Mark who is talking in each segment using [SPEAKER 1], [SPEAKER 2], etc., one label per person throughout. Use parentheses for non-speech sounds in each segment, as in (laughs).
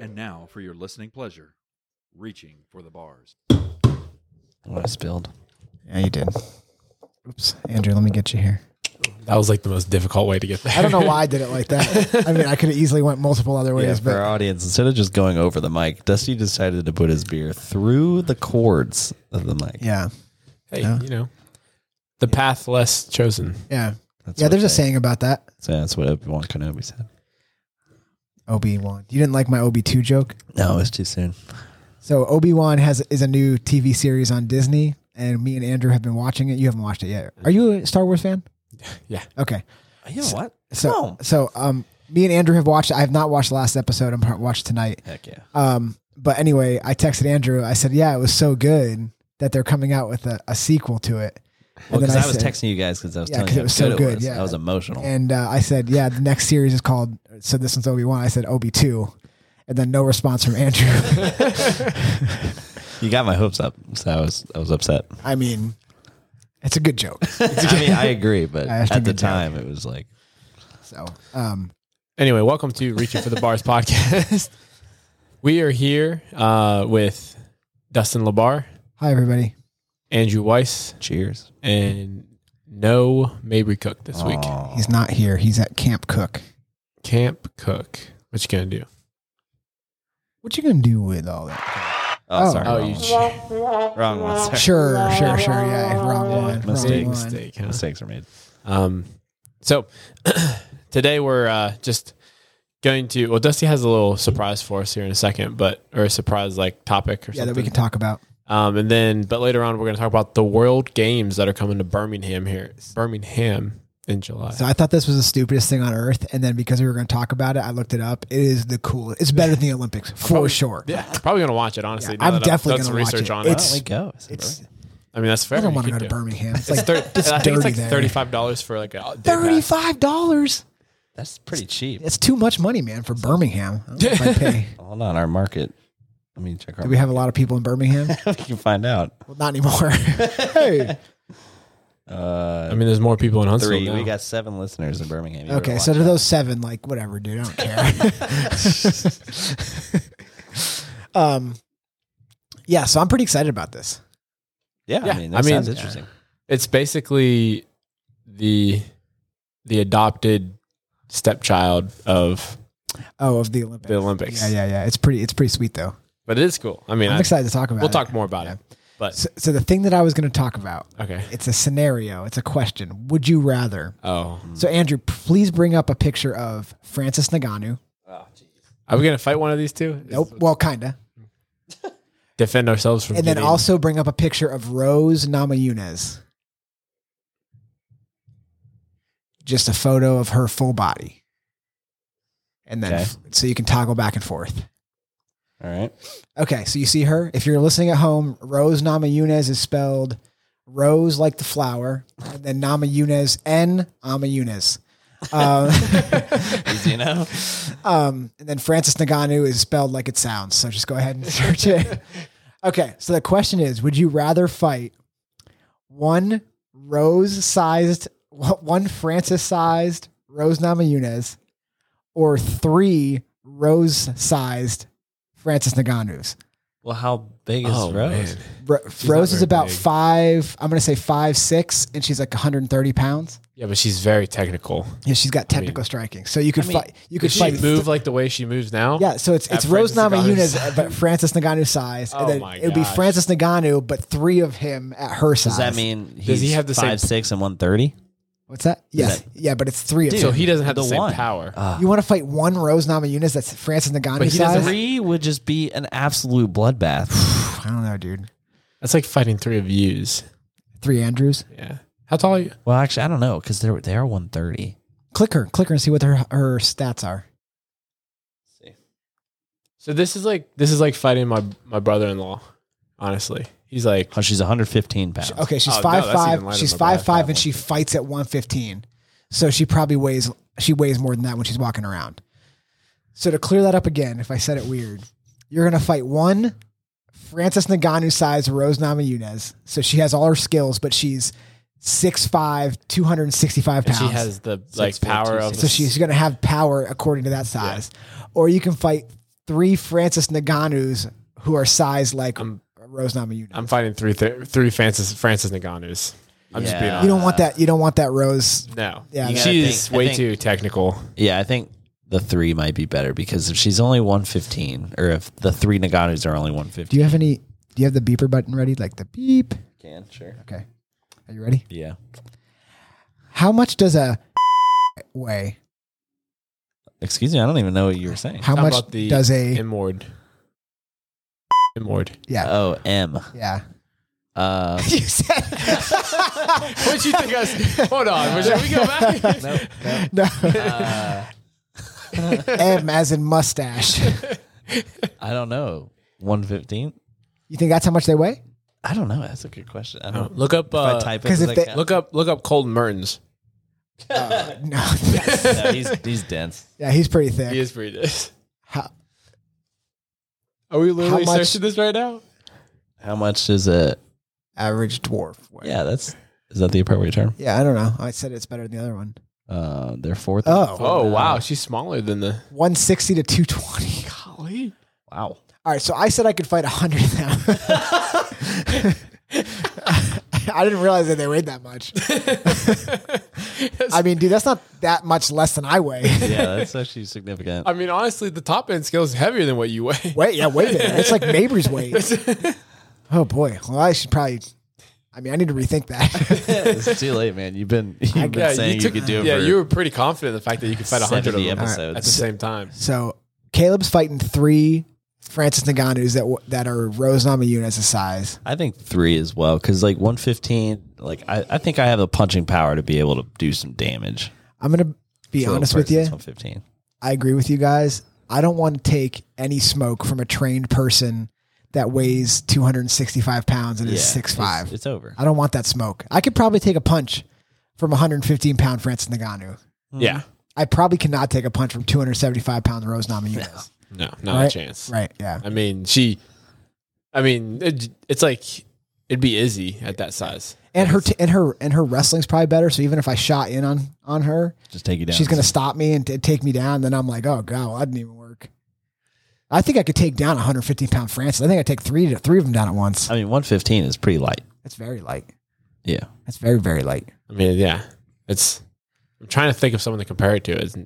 [SPEAKER 1] And now, for your listening pleasure, reaching for the bars.
[SPEAKER 2] What I spilled.
[SPEAKER 3] Yeah, you did. Oops, Andrew, let me get you here.
[SPEAKER 4] That was like the most difficult way to get there.
[SPEAKER 3] I don't know why I did it like (laughs) that. I mean, I could have easily went multiple other
[SPEAKER 2] Yeah,
[SPEAKER 3] ways,
[SPEAKER 2] for our audience, instead of just going over the mic, Dusty decided to put his beer through the cords of the mic.
[SPEAKER 3] but yeah,
[SPEAKER 4] (laughs) hey,
[SPEAKER 3] Yeah.
[SPEAKER 4] you know, the path less chosen.
[SPEAKER 3] yeah,
[SPEAKER 2] That's
[SPEAKER 3] yeah.
[SPEAKER 2] what
[SPEAKER 3] There's a
[SPEAKER 2] they-
[SPEAKER 3] saying about that.
[SPEAKER 2] So that's what Obi Wan Kenobi said.
[SPEAKER 3] Obi Wan. You didn't like my Obi two joke,
[SPEAKER 2] No, it's too soon.
[SPEAKER 3] so Obi Wan has is a new TV series on Disney, and me and Andrew have been watching it. You haven't watched it yet. Are you a Star Wars fan?
[SPEAKER 4] Yeah.
[SPEAKER 3] Okay.
[SPEAKER 2] Oh, You know what?
[SPEAKER 3] So
[SPEAKER 2] No.
[SPEAKER 3] so um, me and Andrew have watched. I have not watched the last episode. I'm part watched tonight.
[SPEAKER 2] Heck yeah.
[SPEAKER 3] Um, but anyway, I texted Andrew. I said, "Yeah, it was so good that they're coming out with a, a sequel to it." And
[SPEAKER 2] Well,
[SPEAKER 3] then
[SPEAKER 2] because
[SPEAKER 3] I
[SPEAKER 2] I, was
[SPEAKER 3] said-
[SPEAKER 2] texting you guys because I was
[SPEAKER 3] Yeah,
[SPEAKER 2] telling
[SPEAKER 3] 'cause
[SPEAKER 2] you
[SPEAKER 3] it
[SPEAKER 2] how
[SPEAKER 3] was so
[SPEAKER 2] good,
[SPEAKER 3] good,
[SPEAKER 2] it was.
[SPEAKER 3] yeah.
[SPEAKER 2] I was emotional.
[SPEAKER 3] And uh, I said, "Yeah, the next series is called." So this one's Obi Wan. I said Obi two, and then no response from Andrew. (laughs)
[SPEAKER 2] you got my hopes up, so I was I was upset.
[SPEAKER 3] I mean, (laughs) it's a
[SPEAKER 2] (laughs)
[SPEAKER 3] good joke.
[SPEAKER 2] I mean, I agree, but
[SPEAKER 3] (laughs) I actually
[SPEAKER 2] at the
[SPEAKER 3] did not.
[SPEAKER 2] time it was like
[SPEAKER 3] So, um,
[SPEAKER 4] Anyway, welcome to Reaching for
[SPEAKER 3] (laughs)
[SPEAKER 4] the Bars podcast. We are here uh, with Dustin Labar,
[SPEAKER 3] hi everybody.
[SPEAKER 4] Andrew Weiss,
[SPEAKER 2] cheers.
[SPEAKER 4] and no Mabry Cook this week.
[SPEAKER 2] Aw.
[SPEAKER 3] He's not here. He's at Camp Cook.
[SPEAKER 4] Camp Cook. What you gonna do?
[SPEAKER 3] What you gonna do with
[SPEAKER 2] (laughs)
[SPEAKER 3] all that?
[SPEAKER 2] Oh,
[SPEAKER 3] Oh.
[SPEAKER 2] sorry.
[SPEAKER 4] Oh,
[SPEAKER 2] wrong
[SPEAKER 4] you
[SPEAKER 2] one.
[SPEAKER 4] ch-
[SPEAKER 2] wrong one. Sorry.
[SPEAKER 3] Sure, sure, sure. Yeah, wrong one.
[SPEAKER 2] Mistake,
[SPEAKER 3] wrong one.
[SPEAKER 4] mistake.
[SPEAKER 2] (laughs)
[SPEAKER 4] Huh?
[SPEAKER 2] Mistakes are made.
[SPEAKER 4] Um, so (clears throat) today we're uh, just going to. Well, Dusty has a little surprise for us here in a second, but or a surprise like topic or
[SPEAKER 3] Yeah, that
[SPEAKER 4] something.
[SPEAKER 3] we can talk about.
[SPEAKER 4] Um, and then, but later on, we're going to talk about the World Games that are coming to Birmingham here, Birmingham in July.
[SPEAKER 3] So I thought this was the stupidest thing on earth, and then because we were going to talk about it, I looked it up. It is the coolest. It's better than the Olympics for
[SPEAKER 4] Probably-
[SPEAKER 3] sure.
[SPEAKER 4] yeah, probably going to watch it. Honestly,
[SPEAKER 3] Yeah,
[SPEAKER 4] now
[SPEAKER 3] I'm
[SPEAKER 4] that I've
[SPEAKER 3] definitely
[SPEAKER 4] done some
[SPEAKER 3] gonna watch
[SPEAKER 4] research
[SPEAKER 3] it.
[SPEAKER 4] on
[SPEAKER 3] It's-
[SPEAKER 4] it.
[SPEAKER 2] Why don't we go? Is it
[SPEAKER 3] It's.
[SPEAKER 4] I mean, that's fair.
[SPEAKER 3] I don't
[SPEAKER 4] You
[SPEAKER 3] want to
[SPEAKER 4] could
[SPEAKER 3] go to
[SPEAKER 4] do it.
[SPEAKER 3] Birmingham. It's
[SPEAKER 4] It's,
[SPEAKER 3] like
[SPEAKER 4] thir-
[SPEAKER 3] it's
[SPEAKER 4] (laughs) I think it's
[SPEAKER 3] dirty
[SPEAKER 4] like
[SPEAKER 3] there.
[SPEAKER 4] thirty-five dollars for like a thirty.
[SPEAKER 3] thirty-five dollars.
[SPEAKER 2] really- That's pretty cheap.
[SPEAKER 3] It's too much money, man, for Birmingham. I don't know if I'd
[SPEAKER 4] (laughs)
[SPEAKER 3] pay.
[SPEAKER 2] Hold on, our market. Let me check our.
[SPEAKER 3] Do we have a lot of people in Birmingham?
[SPEAKER 2] we (laughs) can find out.
[SPEAKER 3] well, not
[SPEAKER 4] (laughs)
[SPEAKER 3] anymore. hey.
[SPEAKER 2] Uh,
[SPEAKER 4] I mean, there's more people in Huntsville.
[SPEAKER 2] three.
[SPEAKER 4] now.
[SPEAKER 2] We got seven listeners in Birmingham. You
[SPEAKER 3] (laughs) Okay,
[SPEAKER 2] better
[SPEAKER 3] so
[SPEAKER 2] watch
[SPEAKER 3] to those seven, like whatever, dude, I don't care. (laughs) um, yeah, so I'm pretty excited about this.
[SPEAKER 2] Yeah,
[SPEAKER 4] Yeah,
[SPEAKER 2] I mean,
[SPEAKER 4] I
[SPEAKER 2] that
[SPEAKER 4] mean-
[SPEAKER 2] sounds interesting.
[SPEAKER 4] it's basically the the adopted stepchild of
[SPEAKER 3] Oh, of the Olympics.
[SPEAKER 4] the Olympics.
[SPEAKER 3] Yeah, yeah, yeah. It's pretty. It's pretty sweet though.
[SPEAKER 4] But it is cool. I mean,
[SPEAKER 3] I'm
[SPEAKER 4] I-
[SPEAKER 3] excited to talk about.
[SPEAKER 4] we'll
[SPEAKER 3] it.
[SPEAKER 4] talk more about it. But
[SPEAKER 3] So, so the thing that I was going to talk about,
[SPEAKER 4] okay.
[SPEAKER 3] it's a scenario. It's a question. Would you rather?
[SPEAKER 4] Oh,
[SPEAKER 3] So Andrew, please bring up a picture of Francis Naganu.
[SPEAKER 4] are we gonna fight one of these two?
[SPEAKER 3] Nope. Well, kinda.
[SPEAKER 4] Defend ourselves from.
[SPEAKER 3] And then
[SPEAKER 4] getting-
[SPEAKER 3] also bring up a picture of Rose Namajunas. Just a photo of her full body. And then
[SPEAKER 2] Okay.
[SPEAKER 3] so you can toggle back and forth.
[SPEAKER 2] All right.
[SPEAKER 3] Okay, so you see her. If you're listening at home, Rose Namajunas is spelled Rose like the flower, and then Namajunas N Amajunas. Um,
[SPEAKER 2] (laughs)
[SPEAKER 3] (laughs)
[SPEAKER 2] Easy enough.
[SPEAKER 3] Um, and then Francis Naganu is spelled like it sounds. So just go ahead and search it. Okay. So the question is Would you rather fight one rose sized, (laughs) one Francis sized Rose Namajunas or three rose sized Francis Naganus?
[SPEAKER 2] Well, how big is
[SPEAKER 4] Oh,
[SPEAKER 2] Rose?
[SPEAKER 4] man.
[SPEAKER 3] Ro-
[SPEAKER 4] not
[SPEAKER 3] Rose is
[SPEAKER 4] very
[SPEAKER 3] about
[SPEAKER 4] big.
[SPEAKER 3] five, I'm going to say five, six, and she's like 130 pounds.
[SPEAKER 4] Yeah, but she's very technical.
[SPEAKER 3] Yeah. She's got technical striking. So you could
[SPEAKER 2] I mean,
[SPEAKER 3] fight, you could
[SPEAKER 4] Could she
[SPEAKER 3] fight
[SPEAKER 4] move like the way she moves now?
[SPEAKER 3] Yeah, so it's
[SPEAKER 4] At
[SPEAKER 3] it's Rose
[SPEAKER 4] Francis Ngannou's
[SPEAKER 3] Namajunas,
[SPEAKER 4] size.
[SPEAKER 3] but Francis Naganu size.
[SPEAKER 4] Oh
[SPEAKER 3] and then
[SPEAKER 4] my
[SPEAKER 3] it would be
[SPEAKER 4] gosh.
[SPEAKER 3] Francis Naganu, but three of him at her size.
[SPEAKER 2] Does that mean he's
[SPEAKER 4] he have the same-
[SPEAKER 2] five, six, and one thirty?
[SPEAKER 3] what's that? Yes,
[SPEAKER 2] that-
[SPEAKER 3] yeah, but it's three of
[SPEAKER 4] So
[SPEAKER 3] them.
[SPEAKER 4] he doesn't have the,
[SPEAKER 2] The
[SPEAKER 4] same
[SPEAKER 2] one. Uh,
[SPEAKER 4] power.
[SPEAKER 3] you want to fight one Rose Namajunas that's Francis
[SPEAKER 4] But
[SPEAKER 3] Naganu (sighs)
[SPEAKER 4] he doesn't
[SPEAKER 3] size?
[SPEAKER 2] Three would just be an absolute bloodbath. (sighs)
[SPEAKER 3] I don't know, dude.
[SPEAKER 4] That's like fighting three of yous.
[SPEAKER 3] Three Andrews.
[SPEAKER 4] Yeah. How tall are you?
[SPEAKER 2] Well, actually, I don't know because they're they are one thirty.
[SPEAKER 3] Click her. Click her and see what her her stats are.
[SPEAKER 4] So this is like this is like fighting my my brother in law. Honestly, he's like
[SPEAKER 2] Oh, she's one hundred fifteen pounds.
[SPEAKER 3] Okay, she's
[SPEAKER 4] Oh, no,
[SPEAKER 3] five
[SPEAKER 4] that's even
[SPEAKER 3] five.
[SPEAKER 4] lighter
[SPEAKER 3] She's
[SPEAKER 4] than my
[SPEAKER 3] five five,
[SPEAKER 4] bad
[SPEAKER 3] and she fights at one fifteen. So she probably weighs she weighs more than that when she's walking around. So to clear that up again, if I said it weird, you're gonna fight one Francis Naganu size Rose Namajunas. So she has all her skills, but she's 6'5", 265
[SPEAKER 4] and
[SPEAKER 3] pounds.
[SPEAKER 4] she has the like
[SPEAKER 2] four,
[SPEAKER 4] power
[SPEAKER 2] two,
[SPEAKER 4] of
[SPEAKER 2] six.
[SPEAKER 3] so she's gonna have power according to that size. Or you can fight three Francis Naganus who are sized like
[SPEAKER 4] I'm-
[SPEAKER 3] Rose Namajunas.
[SPEAKER 4] I'm fighting three th- three Francis Francis Nganus. I'm just being
[SPEAKER 2] Yeah.
[SPEAKER 4] honest.
[SPEAKER 3] you don't want that. You don't want that Rose
[SPEAKER 4] No.
[SPEAKER 3] Yeah, You
[SPEAKER 2] gotta
[SPEAKER 4] she's
[SPEAKER 2] think- I
[SPEAKER 4] way
[SPEAKER 2] think-
[SPEAKER 4] too technical.
[SPEAKER 2] Yeah, I think the three might be better because if she's only one fifteen, or if the three Naganos are only one
[SPEAKER 3] Do
[SPEAKER 2] fifteen,
[SPEAKER 3] you have any? Do you have the beeper button ready? Like the beep.
[SPEAKER 2] can sure.
[SPEAKER 3] Okay. Are you ready?
[SPEAKER 2] Yeah,
[SPEAKER 3] How much does a (laughs) weigh?
[SPEAKER 2] excuse me, I don't even know what you were saying.
[SPEAKER 3] How,
[SPEAKER 4] How
[SPEAKER 3] much
[SPEAKER 4] about the
[SPEAKER 3] does a
[SPEAKER 4] Imward.
[SPEAKER 3] (laughs)
[SPEAKER 4] Imward.
[SPEAKER 3] yeah
[SPEAKER 2] Oh, M.
[SPEAKER 3] yeah? (laughs)
[SPEAKER 2] Uh,
[SPEAKER 3] you said
[SPEAKER 4] What you think? I was, hold on.
[SPEAKER 3] (laughs)
[SPEAKER 4] Was, should we go back? (laughs)
[SPEAKER 3] no.
[SPEAKER 2] (laughs) uh,
[SPEAKER 3] M as in mustache.
[SPEAKER 2] I don't know. One fifteen.
[SPEAKER 3] You think that's how much they
[SPEAKER 4] (laughs)
[SPEAKER 3] weigh?
[SPEAKER 2] I don't know. That's a good question. I don't.
[SPEAKER 4] Look up.
[SPEAKER 2] If I
[SPEAKER 4] Uh,
[SPEAKER 2] type it,
[SPEAKER 3] Oh. 'cause
[SPEAKER 2] does
[SPEAKER 3] if
[SPEAKER 2] that
[SPEAKER 3] they-
[SPEAKER 2] count?
[SPEAKER 4] look up. Look up Colton Mertens.
[SPEAKER 3] Uh, no. (laughs)
[SPEAKER 2] No, he's he's dense.
[SPEAKER 3] yeah, he's pretty thick.
[SPEAKER 4] He is pretty dense.
[SPEAKER 3] How-
[SPEAKER 4] (laughs) Are we literally
[SPEAKER 3] much-
[SPEAKER 4] searching this right now?
[SPEAKER 2] How much is it?
[SPEAKER 3] Average dwarf. Weigh.
[SPEAKER 2] Yeah, that's is that the appropriate term?
[SPEAKER 3] Yeah, I don't know. I said it's better than the other one.
[SPEAKER 2] Uh, they're fourth.
[SPEAKER 3] Oh.
[SPEAKER 4] Oh wow, she's smaller than the.
[SPEAKER 3] One sixty to two twenty.
[SPEAKER 4] Golly.
[SPEAKER 2] wow.
[SPEAKER 3] All right, so I said I could fight hundred now. (laughs) I didn't realize that they weighed that much. I mean, dude, that's not that much less than I weigh.
[SPEAKER 2] Yeah, that's actually
[SPEAKER 3] (laughs)
[SPEAKER 2] significant.
[SPEAKER 4] I mean, honestly, the top end scale is heavier than what you weigh. (laughs)
[SPEAKER 3] Wait, yeah, weight. it. It's like neighbor's weight. Oh boy. Well, I should probably. I mean, I need to rethink that.
[SPEAKER 2] (laughs) it's too late, man. You've been you've been saying you,
[SPEAKER 4] took-
[SPEAKER 2] could do it.
[SPEAKER 4] Yeah,
[SPEAKER 2] for
[SPEAKER 4] you were pretty confident in the fact that you could fight hundred of
[SPEAKER 2] 70
[SPEAKER 4] them
[SPEAKER 2] episodes.
[SPEAKER 4] at the same time.
[SPEAKER 3] so Caleb's fighting three Francis Nganus that w- that are Rose Namajunas a size.
[SPEAKER 2] I think three as well, because like one fifteen, like I, I think I have the punching power to be able to do some damage.
[SPEAKER 3] I'm gonna be honest with you.
[SPEAKER 2] One fifteen.
[SPEAKER 3] I agree with you guys. I don't want to take any smoke from a trained person that weighs 265 pounds and is six five.
[SPEAKER 2] It's, it's over.
[SPEAKER 3] I don't want that smoke. I could probably take a punch from 115 pound Francis Ngannou.
[SPEAKER 4] Yeah,
[SPEAKER 3] I probably cannot take a punch from 275 pound Rose Namajunas.
[SPEAKER 4] (laughs) no, not a
[SPEAKER 3] Right.
[SPEAKER 4] chance.
[SPEAKER 3] right? Yeah.
[SPEAKER 4] I mean, she. I mean, it, it's like it'd be Izzy at that size.
[SPEAKER 3] And her t- and her and her wrestling's probably better. So even if I shot in on on her,
[SPEAKER 2] Just take you down.
[SPEAKER 3] she's gonna stop me and t- take me down. Then I'm like, oh god, well, that didn't even work. I think I could take down 115 pound Francis. I think I take three to three of them down at once.
[SPEAKER 2] I mean, one fifteen is pretty light.
[SPEAKER 3] That's very light.
[SPEAKER 2] Yeah.
[SPEAKER 3] That's very very light.
[SPEAKER 4] I mean, yeah, it's. I'm trying to think of someone to compare it to. It's,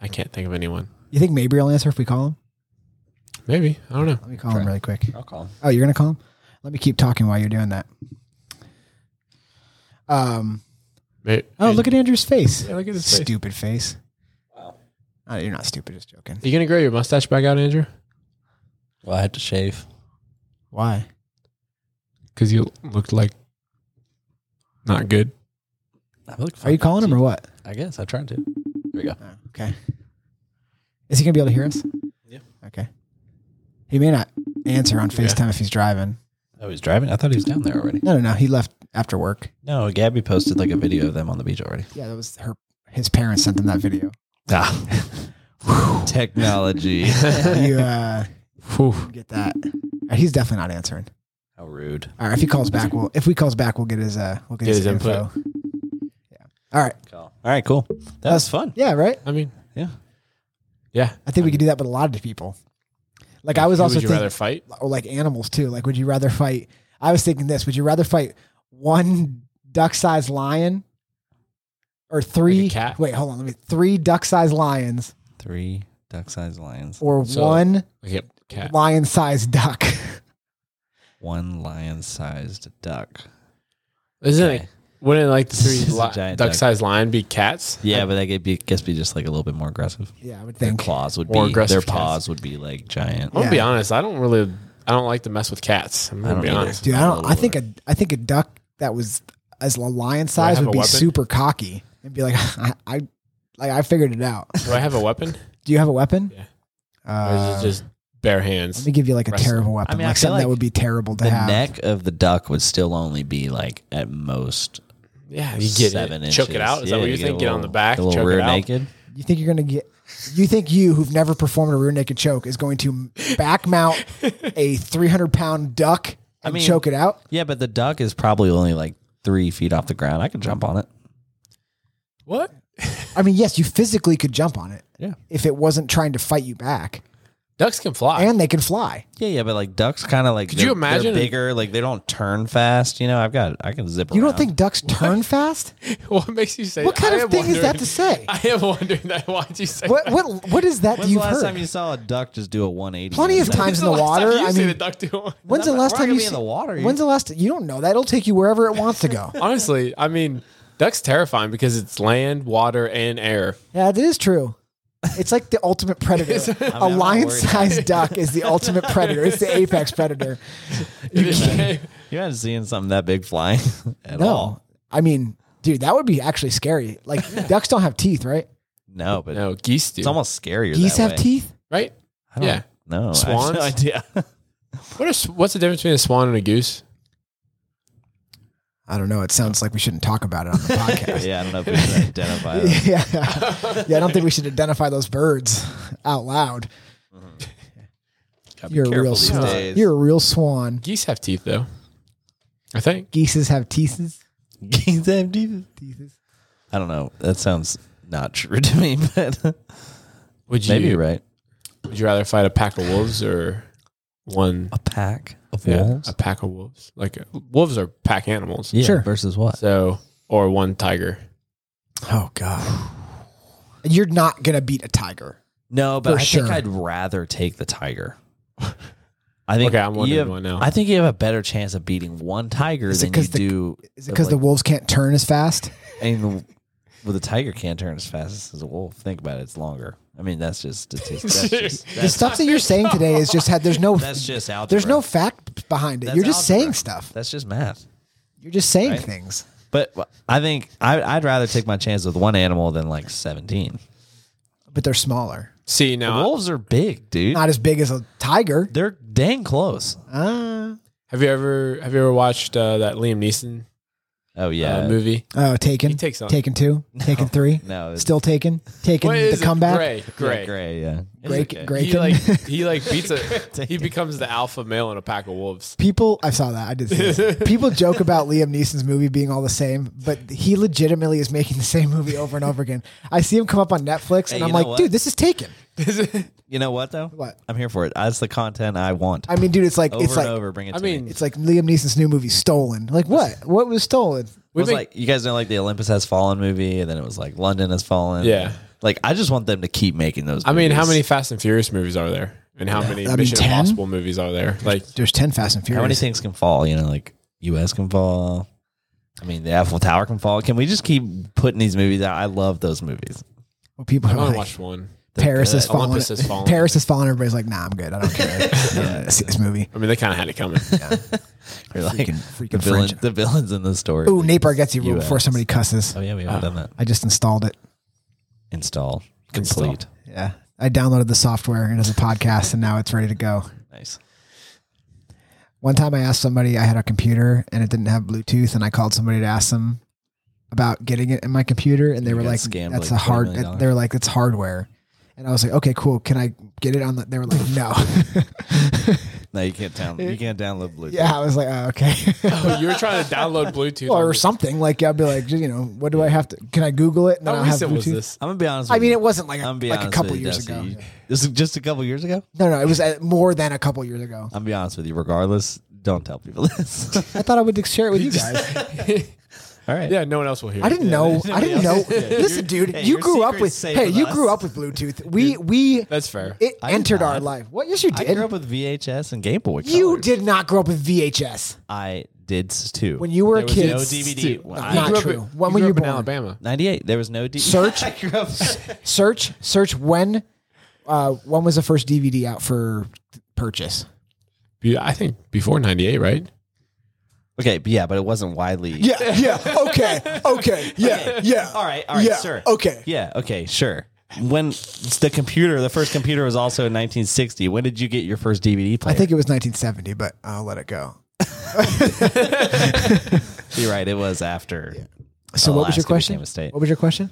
[SPEAKER 4] I can't think of anyone.
[SPEAKER 3] You think Mabry will answer if we call him?
[SPEAKER 4] Maybe I don't know.
[SPEAKER 3] Let me call him really quick.
[SPEAKER 2] I'll call him.
[SPEAKER 3] Oh, you're gonna call him? Let me keep talking while you're doing that. Um.
[SPEAKER 4] May-
[SPEAKER 3] Oh, look at Andrew's face.
[SPEAKER 4] Yeah, look at his face.
[SPEAKER 3] Stupid face. Wow. you're not stupid. Just joking.
[SPEAKER 4] Are you gonna grow your mustache back out, Andrew?
[SPEAKER 2] Well, I had to shave.
[SPEAKER 3] Why?
[SPEAKER 4] Because you looked like not good.
[SPEAKER 2] I look
[SPEAKER 3] Are you calling him or what?
[SPEAKER 2] I guess I tried to. There we go.
[SPEAKER 3] Oh, okay. Is he gonna be able to hear us?
[SPEAKER 2] Yeah.
[SPEAKER 3] Okay. He may not answer on FaceTime if he's driving.
[SPEAKER 2] Oh, he's driving. I thought he was down there already.
[SPEAKER 3] No, no, no. He left after work.
[SPEAKER 2] No, Gabby posted like a video of them on the beach already.
[SPEAKER 3] Yeah, that was her. His parents sent him that video.
[SPEAKER 2] Ah. (laughs)
[SPEAKER 3] (laughs)
[SPEAKER 2] Technology.
[SPEAKER 3] you uh,
[SPEAKER 4] (laughs) Whew.
[SPEAKER 3] get that? Uh, He's definitely not answering.
[SPEAKER 2] How rude.
[SPEAKER 3] All right. If he calls back, we'll if we calls back, we'll get his uh, we'll get, his,
[SPEAKER 4] Get his
[SPEAKER 3] info.
[SPEAKER 4] input.
[SPEAKER 3] Yeah. All right.
[SPEAKER 2] All right, cool. That was fun.
[SPEAKER 3] Yeah. Right.
[SPEAKER 4] I mean,
[SPEAKER 2] Yeah.
[SPEAKER 4] yeah.
[SPEAKER 3] I think we could do that with a lot of people. Like I was
[SPEAKER 4] Who
[SPEAKER 3] also
[SPEAKER 4] would you
[SPEAKER 3] thinking,
[SPEAKER 4] rather fight?
[SPEAKER 3] or like animals too. Like, would you rather fight? I was thinking this. Would you rather fight one duck-sized lion or three?
[SPEAKER 4] cat?
[SPEAKER 3] Wait, hold on. Let me. Three duck-sized lions
[SPEAKER 2] Three duck-sized lions.
[SPEAKER 3] or
[SPEAKER 4] So-
[SPEAKER 3] one
[SPEAKER 4] Like a cat.
[SPEAKER 3] lion-sized duck? (laughs)
[SPEAKER 2] One lion-sized duck.
[SPEAKER 4] Isn't
[SPEAKER 2] Okay.
[SPEAKER 4] it? Wouldn't like the
[SPEAKER 2] This
[SPEAKER 4] three
[SPEAKER 2] is a
[SPEAKER 4] li-
[SPEAKER 2] giant
[SPEAKER 4] duck-sized lion be cats?
[SPEAKER 2] Yeah, but that could be guess be just like a little bit more aggressive.
[SPEAKER 3] yeah, I would
[SPEAKER 2] Their
[SPEAKER 3] think.
[SPEAKER 2] claws would
[SPEAKER 4] More
[SPEAKER 2] be
[SPEAKER 4] aggressive
[SPEAKER 2] their
[SPEAKER 4] cats.
[SPEAKER 2] paws would be like giant.
[SPEAKER 4] I'm gonna be
[SPEAKER 3] Yeah.
[SPEAKER 4] honest. I don't really I don't like to mess with cats. I'm
[SPEAKER 2] I
[SPEAKER 4] gonna
[SPEAKER 2] don't
[SPEAKER 4] be
[SPEAKER 2] either.
[SPEAKER 4] honest.
[SPEAKER 3] Dude, I don't.
[SPEAKER 2] Oh,
[SPEAKER 3] I think a I think a duck that was as a lion size
[SPEAKER 4] have
[SPEAKER 3] would
[SPEAKER 4] a
[SPEAKER 3] be
[SPEAKER 4] weapon?
[SPEAKER 3] super cocky and be like, (laughs) I, I like I figured it out.
[SPEAKER 4] Do I have a weapon?
[SPEAKER 3] Do you have a weapon?
[SPEAKER 4] Yeah. Or
[SPEAKER 3] Uh,
[SPEAKER 4] is it just bare
[SPEAKER 3] let
[SPEAKER 4] hands?
[SPEAKER 3] me give you like a
[SPEAKER 4] wrestling?
[SPEAKER 3] terrible weapon,
[SPEAKER 2] I mean, I
[SPEAKER 3] like
[SPEAKER 2] feel
[SPEAKER 3] something that
[SPEAKER 2] like
[SPEAKER 3] would be terrible to
[SPEAKER 2] The
[SPEAKER 3] have.
[SPEAKER 2] neck of the duck would still only be like at most
[SPEAKER 4] Yeah, you get
[SPEAKER 2] seven
[SPEAKER 4] it.
[SPEAKER 2] inches.
[SPEAKER 4] Choke it out. Is that
[SPEAKER 2] Yeah,
[SPEAKER 4] what you
[SPEAKER 2] get
[SPEAKER 4] think?
[SPEAKER 2] a
[SPEAKER 4] Get on
[SPEAKER 2] little-
[SPEAKER 4] the back,
[SPEAKER 2] a little
[SPEAKER 4] choke
[SPEAKER 2] rear
[SPEAKER 4] it out.
[SPEAKER 2] naked.
[SPEAKER 3] You think you're gonna get? You think you, who've never performed a rear naked choke, is going to back mount
[SPEAKER 4] (laughs)
[SPEAKER 3] a 300 pound duck and
[SPEAKER 2] mean-
[SPEAKER 3] choke it out?
[SPEAKER 2] Yeah, but the duck is probably only like three feet off the ground. I could jump on it.
[SPEAKER 4] What? (laughs)
[SPEAKER 3] I mean, yes, you physically could jump on it.
[SPEAKER 2] Yeah.
[SPEAKER 3] If it wasn't trying to fight you back,
[SPEAKER 4] Ducks can fly.
[SPEAKER 3] and they can fly.
[SPEAKER 2] Yeah, yeah, but like ducks, kind of like
[SPEAKER 4] Could you
[SPEAKER 2] they're-
[SPEAKER 4] imagine-
[SPEAKER 2] they're bigger? Like they don't turn fast. You know, I've got I can zip.
[SPEAKER 3] You
[SPEAKER 2] around.
[SPEAKER 3] don't think
[SPEAKER 4] (laughs)
[SPEAKER 3] ducks turn fast?
[SPEAKER 4] (laughs) what makes you say?
[SPEAKER 3] What
[SPEAKER 4] that?
[SPEAKER 3] kind
[SPEAKER 4] I
[SPEAKER 3] of
[SPEAKER 4] am
[SPEAKER 3] thing is that
[SPEAKER 4] wondering-
[SPEAKER 3] to say?
[SPEAKER 4] (laughs) I am wondering that. Why'd you say
[SPEAKER 3] What
[SPEAKER 4] that? (laughs)
[SPEAKER 3] what what is that
[SPEAKER 2] (laughs)
[SPEAKER 3] that
[SPEAKER 2] When's the
[SPEAKER 3] you've
[SPEAKER 2] last
[SPEAKER 3] heard?
[SPEAKER 2] time you saw a duck just do a one eighty?
[SPEAKER 3] Plenty of times
[SPEAKER 4] When's
[SPEAKER 3] in the
[SPEAKER 4] last time
[SPEAKER 3] water.
[SPEAKER 4] you
[SPEAKER 3] I
[SPEAKER 4] seen
[SPEAKER 3] mean,
[SPEAKER 4] a duck do one?
[SPEAKER 3] when's the
[SPEAKER 2] We're
[SPEAKER 3] last
[SPEAKER 2] not
[SPEAKER 3] time
[SPEAKER 2] gonna
[SPEAKER 3] you
[SPEAKER 2] be in
[SPEAKER 3] see-
[SPEAKER 2] the water.
[SPEAKER 3] When's the last? You don't know that. It'll take you wherever it wants
[SPEAKER 2] (laughs)
[SPEAKER 3] to go.
[SPEAKER 4] Honestly, I mean, that's terrifying because it's land, water, and air.
[SPEAKER 3] yeah, that is true. It's like the ultimate predator.
[SPEAKER 2] (laughs) I'm
[SPEAKER 3] A
[SPEAKER 2] not worried.
[SPEAKER 3] lion-sized duck is the ultimate predator. It's the apex predator.
[SPEAKER 4] (laughs) You can't-
[SPEAKER 2] You haven't seen something that big flying (laughs) (laughs) at
[SPEAKER 3] No,
[SPEAKER 2] all.
[SPEAKER 3] I mean, dude, that would be actually scary. Like
[SPEAKER 2] (laughs)
[SPEAKER 3] ducks don't have teeth, right?
[SPEAKER 2] No, but
[SPEAKER 4] no, geese do.
[SPEAKER 2] it's almost scarier.
[SPEAKER 3] Geese
[SPEAKER 2] that
[SPEAKER 3] have
[SPEAKER 2] way.
[SPEAKER 3] teeth.
[SPEAKER 4] right?
[SPEAKER 2] I don't
[SPEAKER 4] Yeah.
[SPEAKER 2] know.
[SPEAKER 4] Swans?
[SPEAKER 2] I have no idea. (laughs)
[SPEAKER 4] What is, what's the difference between a swan and a goose?
[SPEAKER 3] I don't know. It sounds like we shouldn't talk about
[SPEAKER 2] (laughs)
[SPEAKER 3] it on the podcast.
[SPEAKER 2] yeah, I don't know if we can identify. them.
[SPEAKER 3] yeah. (laughs) yeah, I don't
[SPEAKER 2] (laughs)
[SPEAKER 3] think we should identify those birds out loud.
[SPEAKER 2] Gotta be
[SPEAKER 3] You're a
[SPEAKER 2] careful
[SPEAKER 3] real
[SPEAKER 2] these
[SPEAKER 3] swan.
[SPEAKER 2] days.
[SPEAKER 3] You're a real swan.
[SPEAKER 4] Geese have teeth, though. I think.
[SPEAKER 3] Geeses have teeth.
[SPEAKER 2] Geese have teeth.
[SPEAKER 3] Teeth.
[SPEAKER 2] I don't know. That sounds not true (laughs) to me, but
[SPEAKER 4] Would you
[SPEAKER 2] maybe you're right.
[SPEAKER 4] Would you rather fight a pack of wolves or one
[SPEAKER 2] A pack of
[SPEAKER 4] yeah,
[SPEAKER 2] wolves.
[SPEAKER 4] A pack of wolves. Like wolves are pack animals.
[SPEAKER 2] Yeah.
[SPEAKER 3] Sure.
[SPEAKER 2] Versus what?
[SPEAKER 4] So or one tiger.
[SPEAKER 3] Oh god. You're not gonna beat a tiger.
[SPEAKER 2] No, but
[SPEAKER 3] For
[SPEAKER 2] I
[SPEAKER 3] sure.
[SPEAKER 2] think I'd rather take the tiger. (laughs) I think
[SPEAKER 4] Okay, I'm
[SPEAKER 2] you
[SPEAKER 4] wondering
[SPEAKER 2] have,
[SPEAKER 4] one now.
[SPEAKER 2] I think you have a better chance of beating one tiger
[SPEAKER 3] Is it
[SPEAKER 2] than
[SPEAKER 3] 'cause
[SPEAKER 2] you
[SPEAKER 3] the-
[SPEAKER 2] do.
[SPEAKER 3] Is it because the wolves can't turn
[SPEAKER 2] (laughs)
[SPEAKER 3] as fast?
[SPEAKER 2] the and well, the tiger can't turn as fast as a wolf. Think about it; it's longer. I mean, that's just statistics.
[SPEAKER 3] (laughs)
[SPEAKER 2] That's just,
[SPEAKER 3] The
[SPEAKER 2] that's,
[SPEAKER 3] stuff that you're saying today is just had there's no
[SPEAKER 2] (laughs) that's just algebra.
[SPEAKER 3] there's no fact behind it.
[SPEAKER 2] That's
[SPEAKER 3] You're just
[SPEAKER 2] algebra.
[SPEAKER 3] saying stuff.
[SPEAKER 2] That's just math.
[SPEAKER 3] You're just saying
[SPEAKER 2] Right.
[SPEAKER 3] things.
[SPEAKER 2] But I think I, I'd rather take my chance with one animal than like seventeen.
[SPEAKER 3] But they're smaller.
[SPEAKER 4] See
[SPEAKER 2] The
[SPEAKER 4] now
[SPEAKER 2] wolves are big, dude.
[SPEAKER 3] Not as big as a tiger.
[SPEAKER 2] They're dang close.
[SPEAKER 3] Uh,
[SPEAKER 2] Ah.
[SPEAKER 4] have you ever have you ever watched uh, that Liam Neeson
[SPEAKER 2] Oh
[SPEAKER 4] uh,
[SPEAKER 2] yeah,
[SPEAKER 4] movie?
[SPEAKER 3] oh, taken.
[SPEAKER 4] He takes on
[SPEAKER 3] Taken two. Taken three.
[SPEAKER 2] (laughs) no, it's-
[SPEAKER 3] Still taken. Taken
[SPEAKER 4] What
[SPEAKER 3] the
[SPEAKER 4] is it?
[SPEAKER 3] comeback.
[SPEAKER 4] Gray. Gray.
[SPEAKER 2] Yeah, gray, yeah.
[SPEAKER 3] Gray-
[SPEAKER 2] It's okay.
[SPEAKER 3] gray-
[SPEAKER 4] He
[SPEAKER 3] Bacon.
[SPEAKER 4] like he like beats
[SPEAKER 3] (laughs)
[SPEAKER 4] a he becomes the alpha male in a pack of wolves.
[SPEAKER 3] People, I saw that. I did. See that. People joke about Liam Neeson's movie being all the same, but he legitimately is making the same movie over and over again. I see him come up on Netflix,
[SPEAKER 2] Hey,
[SPEAKER 3] and
[SPEAKER 2] you
[SPEAKER 3] I'm
[SPEAKER 2] know
[SPEAKER 3] like,
[SPEAKER 2] what?
[SPEAKER 3] dude, this is taken.
[SPEAKER 2] You know what though?
[SPEAKER 3] What?
[SPEAKER 2] I'm here for it. That's the content I want.
[SPEAKER 3] I mean, dude, it's like
[SPEAKER 2] over
[SPEAKER 3] it's
[SPEAKER 2] and
[SPEAKER 3] like
[SPEAKER 2] over, bring it.
[SPEAKER 4] I
[SPEAKER 2] to
[SPEAKER 4] mean,
[SPEAKER 2] me.
[SPEAKER 3] it's like Liam Neeson's new movie, Stolen. Like what? What was stolen?
[SPEAKER 2] it
[SPEAKER 4] we
[SPEAKER 2] was
[SPEAKER 4] make-
[SPEAKER 2] like you guys know, like the Olympus Has Fallen movie, and then it was like London Has Fallen.
[SPEAKER 4] Yeah.
[SPEAKER 2] Like I just want them to keep making those.
[SPEAKER 4] I mean, how
[SPEAKER 2] movies.
[SPEAKER 4] many Fast and Furious movies are there? And how many
[SPEAKER 3] I mean,
[SPEAKER 4] Mission
[SPEAKER 3] 10?
[SPEAKER 4] Impossible movies are there? Like
[SPEAKER 3] There's ten Fast and Furious.
[SPEAKER 2] How many things can fall? You know, like U.S. can fall. I mean, the Eiffel Tower can fall. Can we just keep putting these movies out? I love those movies.
[SPEAKER 3] Well, people
[SPEAKER 4] I
[SPEAKER 3] are
[SPEAKER 4] only
[SPEAKER 3] like,
[SPEAKER 4] watched one.
[SPEAKER 2] uh,
[SPEAKER 3] Paris is
[SPEAKER 4] good.
[SPEAKER 3] falling.
[SPEAKER 4] Olympus Has Fallen.
[SPEAKER 3] Paris is falling. Everybody's like, nah, I'm good. I don't
[SPEAKER 2] (laughs)
[SPEAKER 3] care. yeah, see this movie.
[SPEAKER 4] I mean, they kind of had
[SPEAKER 3] (laughs)
[SPEAKER 4] it coming.
[SPEAKER 2] You're like
[SPEAKER 3] Freaking,
[SPEAKER 2] the
[SPEAKER 3] freaking
[SPEAKER 2] villain,
[SPEAKER 3] French.
[SPEAKER 2] the villains in the story.
[SPEAKER 3] Ooh, Ah. Nate Bargatze rule
[SPEAKER 2] US.
[SPEAKER 3] before somebody cusses.
[SPEAKER 2] Oh yeah, we haven't done that.
[SPEAKER 3] I just installed it.
[SPEAKER 2] Install
[SPEAKER 4] Install.
[SPEAKER 2] complete.
[SPEAKER 3] Yeah. I downloaded the software and it's a podcast and now it's ready to go.
[SPEAKER 2] Nice.
[SPEAKER 3] One time I asked somebody, I had a computer and it didn't have Bluetooth and I called somebody to ask them about getting it in my computer and they
[SPEAKER 2] You
[SPEAKER 3] were
[SPEAKER 2] got
[SPEAKER 3] like,
[SPEAKER 2] scammed
[SPEAKER 3] that's
[SPEAKER 2] like
[SPEAKER 3] a hard,
[SPEAKER 2] $20 million.
[SPEAKER 3] they were like, it's hardware. And I was like, okay, cool. Can I get it on the, they were like, no. (laughs)
[SPEAKER 2] No, you can't down, You can't download Bluetooth.
[SPEAKER 3] yeah. I was like, oh, okay.
[SPEAKER 4] oh, (laughs) you were trying to download Bluetooth
[SPEAKER 3] (laughs)
[SPEAKER 4] on
[SPEAKER 3] or
[SPEAKER 4] your-
[SPEAKER 3] something like, I'd be like, you know, what do I have to, can I Google it? And then
[SPEAKER 4] How
[SPEAKER 3] I'll have
[SPEAKER 4] recent
[SPEAKER 3] Bluetooth.
[SPEAKER 4] was this?
[SPEAKER 2] I'm gonna be honest.
[SPEAKER 3] I
[SPEAKER 2] with
[SPEAKER 3] mean,
[SPEAKER 2] you.
[SPEAKER 3] it wasn't like a,
[SPEAKER 2] I'm gonna be
[SPEAKER 3] like a
[SPEAKER 2] honest
[SPEAKER 3] couple
[SPEAKER 2] with you,
[SPEAKER 3] years
[SPEAKER 2] Dusty.
[SPEAKER 3] ago.
[SPEAKER 2] You- This is just a couple years ago.
[SPEAKER 3] No, no, it was uh more than a couple years ago.
[SPEAKER 2] I'm gonna be honest with you. Regardless, don't tell people this.
[SPEAKER 3] I thought I would share it with you guys.
[SPEAKER 2] (laughs) All right.
[SPEAKER 4] Yeah, no one else will hear.
[SPEAKER 3] I didn't
[SPEAKER 4] it.
[SPEAKER 3] know. I didn't know. Listen, dude,
[SPEAKER 2] hey,
[SPEAKER 3] you
[SPEAKER 2] your
[SPEAKER 3] grew up
[SPEAKER 2] secret's
[SPEAKER 3] with.
[SPEAKER 2] safe
[SPEAKER 3] Hey,
[SPEAKER 2] with
[SPEAKER 3] you
[SPEAKER 2] us.
[SPEAKER 3] grew up with Bluetooth. We we
[SPEAKER 4] That's fair.
[SPEAKER 3] it
[SPEAKER 2] I did
[SPEAKER 3] entered our
[SPEAKER 2] not.
[SPEAKER 3] life. What? Yes, you
[SPEAKER 2] I
[SPEAKER 3] did.
[SPEAKER 2] grew up with VHS and Game Boy.
[SPEAKER 3] You
[SPEAKER 2] Color.
[SPEAKER 3] did not grow up with VHS
[SPEAKER 2] I did s- too.
[SPEAKER 3] when you
[SPEAKER 2] there
[SPEAKER 3] were a
[SPEAKER 2] was
[SPEAKER 3] kid.
[SPEAKER 2] no DVD. When I-
[SPEAKER 3] Not
[SPEAKER 4] grew up
[SPEAKER 3] true.
[SPEAKER 4] in-
[SPEAKER 3] When were
[SPEAKER 4] grew
[SPEAKER 3] you
[SPEAKER 4] up in
[SPEAKER 3] born?
[SPEAKER 4] Alabama?
[SPEAKER 2] 98. There was no E. DVD. (laughs)
[SPEAKER 3] Search.
[SPEAKER 2] I grew up- (laughs)
[SPEAKER 3] Search search when. Uh, when was the first DVD out for purchase?
[SPEAKER 4] be- I think before '98, right?
[SPEAKER 2] Okay, but yeah, but it wasn't widely.
[SPEAKER 3] Yeah, yeah, (laughs) okay,
[SPEAKER 2] (laughs)
[SPEAKER 3] okay, yeah, yeah.
[SPEAKER 2] All right, all right,
[SPEAKER 3] yeah,
[SPEAKER 2] sure.
[SPEAKER 3] Okay.
[SPEAKER 2] Yeah. Okay. Sure. When it's the computer, the first computer was also in 1960. When did you get your first DVD
[SPEAKER 3] I
[SPEAKER 2] player?
[SPEAKER 3] think it was 1970, but I'll let it go.
[SPEAKER 2] you're right. It was after.
[SPEAKER 3] So, what was
[SPEAKER 2] Alaska
[SPEAKER 3] your
[SPEAKER 2] became
[SPEAKER 3] question?
[SPEAKER 2] a state.
[SPEAKER 3] What was your question?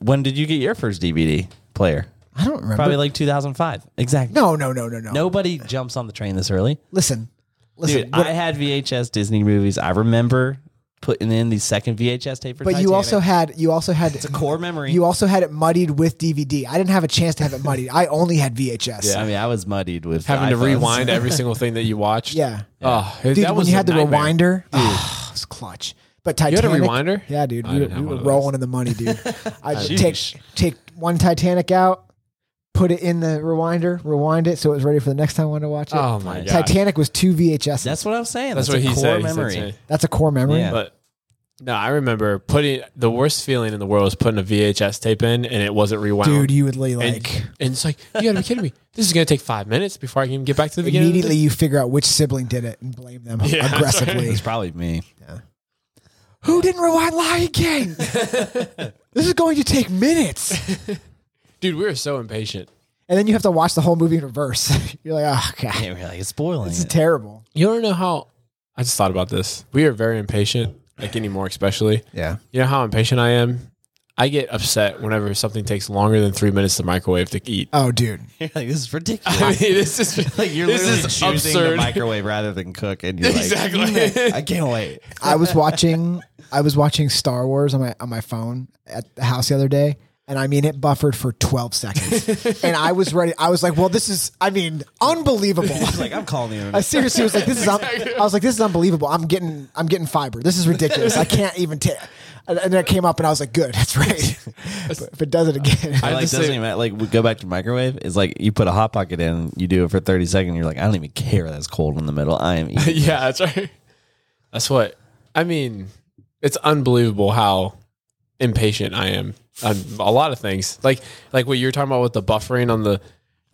[SPEAKER 2] When did you get your first DVD player?
[SPEAKER 3] I don't remember.
[SPEAKER 2] Probably like 2005. Exactly.
[SPEAKER 3] no, no, no, no, no.
[SPEAKER 2] Nobody jumps on the train this early.
[SPEAKER 3] Listen, listen.
[SPEAKER 2] Dude,
[SPEAKER 3] what-
[SPEAKER 2] I had VHS Disney movies. I remember putting in the second VHS tape for
[SPEAKER 3] but you
[SPEAKER 2] Titanic.
[SPEAKER 3] also had you also had
[SPEAKER 2] it's a core memory.
[SPEAKER 3] you also had it muddied with DVD. I didn't have a chance to have it muddied. I only had VHS.
[SPEAKER 2] I mean, I was muddied with
[SPEAKER 4] Having to
[SPEAKER 2] iPhones.
[SPEAKER 3] (laughs)
[SPEAKER 4] rewind every single thing that you watched.
[SPEAKER 3] Yeah.
[SPEAKER 4] Oh,
[SPEAKER 3] Dude,
[SPEAKER 4] that
[SPEAKER 3] when
[SPEAKER 4] was
[SPEAKER 3] you
[SPEAKER 4] a
[SPEAKER 3] had the
[SPEAKER 4] nightmare.
[SPEAKER 3] rewinder, Ah, it was clutch. But
[SPEAKER 4] You
[SPEAKER 3] Titanic,
[SPEAKER 4] had a rewinder?
[SPEAKER 3] Yeah, dude,
[SPEAKER 4] I
[SPEAKER 3] we, we
[SPEAKER 4] didn't have
[SPEAKER 3] were
[SPEAKER 4] one of
[SPEAKER 3] rolling in the money,
[SPEAKER 4] (laughs)
[SPEAKER 3] dude. I
[SPEAKER 2] Sheesh.
[SPEAKER 3] take take one Titanic out, put it in the rewinder, rewind it so it was ready for the next time I wanted to watch it.
[SPEAKER 4] Oh my god.
[SPEAKER 3] Titanic was two VHS. That's,
[SPEAKER 2] That's what I'm saying.
[SPEAKER 4] That's,
[SPEAKER 2] That's,
[SPEAKER 4] what
[SPEAKER 2] a
[SPEAKER 4] he
[SPEAKER 2] core
[SPEAKER 4] said. he said
[SPEAKER 2] memory.
[SPEAKER 4] to me.
[SPEAKER 3] a core memory.
[SPEAKER 2] Yeah.
[SPEAKER 4] But no, I remember putting the worst feeling in the world was putting a VHS tape in and it wasn't rewound.
[SPEAKER 3] Dude, you would lay
[SPEAKER 4] and,
[SPEAKER 3] like
[SPEAKER 4] and it's like you gotta be kidding me. This is gonna take five minutes before I can even get back to the beginning. of the
[SPEAKER 3] immediately you figure out which sibling did it and blame them
[SPEAKER 4] Yeah, (laughs) that's
[SPEAKER 3] aggressively.
[SPEAKER 2] it's probably me.
[SPEAKER 3] Who didn't rewind Lion
[SPEAKER 4] (laughs)
[SPEAKER 3] King? this is going to take minutes.
[SPEAKER 4] day. dude, we were so impatient.
[SPEAKER 3] And then you have to watch the whole movie in reverse. (laughs) You're like, oh god,
[SPEAKER 2] Yeah, we're like, it's spoiling.
[SPEAKER 3] this is
[SPEAKER 2] it.
[SPEAKER 3] terrible.
[SPEAKER 4] You don't know how. I just thought about this. We are very impatient, like anymore, especially.
[SPEAKER 3] Yeah.
[SPEAKER 4] You know how impatient I am. I get upset whenever something takes longer than three minutes to microwave to eat.
[SPEAKER 3] Oh, dude.
[SPEAKER 2] (laughs) You're like, this is ridiculous.
[SPEAKER 4] (laughs) I mean, this is
[SPEAKER 2] Oh, (laughs) like you're
[SPEAKER 4] this
[SPEAKER 2] literally
[SPEAKER 4] is
[SPEAKER 2] choosing the
[SPEAKER 4] absurd.
[SPEAKER 2] microwave rather than cook, and
[SPEAKER 4] (laughs)
[SPEAKER 2] you're like,
[SPEAKER 4] Exactly.
[SPEAKER 2] I can't wait. (laughs)
[SPEAKER 3] I was watching I was watching Star Wars on my on my phone at the house the other day. And I mean, it buffered for 12
[SPEAKER 4] (laughs)
[SPEAKER 3] seconds. and I was ready. I was like, well, this is, I mean, unbelievable.
[SPEAKER 4] (laughs)
[SPEAKER 2] Like I'm calling
[SPEAKER 3] I
[SPEAKER 2] you.
[SPEAKER 3] seriously was like, this is, un- I was like, this is unbelievable. I'm getting, I'm getting fiber. This is ridiculous. I can't even take And and then it came up and I was like, good, (laughs) that's right. but if it does it again, (laughs)
[SPEAKER 2] I
[SPEAKER 4] (laughs) I
[SPEAKER 2] like
[SPEAKER 4] just
[SPEAKER 2] doesn't
[SPEAKER 4] say-
[SPEAKER 2] even matter. like we go back to microwave. It's like you put a hot pocket in, you do it for thirty seconds. You're like, I don't even care that it's cold in the middle. I am
[SPEAKER 3] (laughs)
[SPEAKER 2] eating.
[SPEAKER 4] (laughs) yeah, that's right. That's what I mean. It's unbelievable how impatient I am on a lot of things. Like like what you're talking about with the buffering on the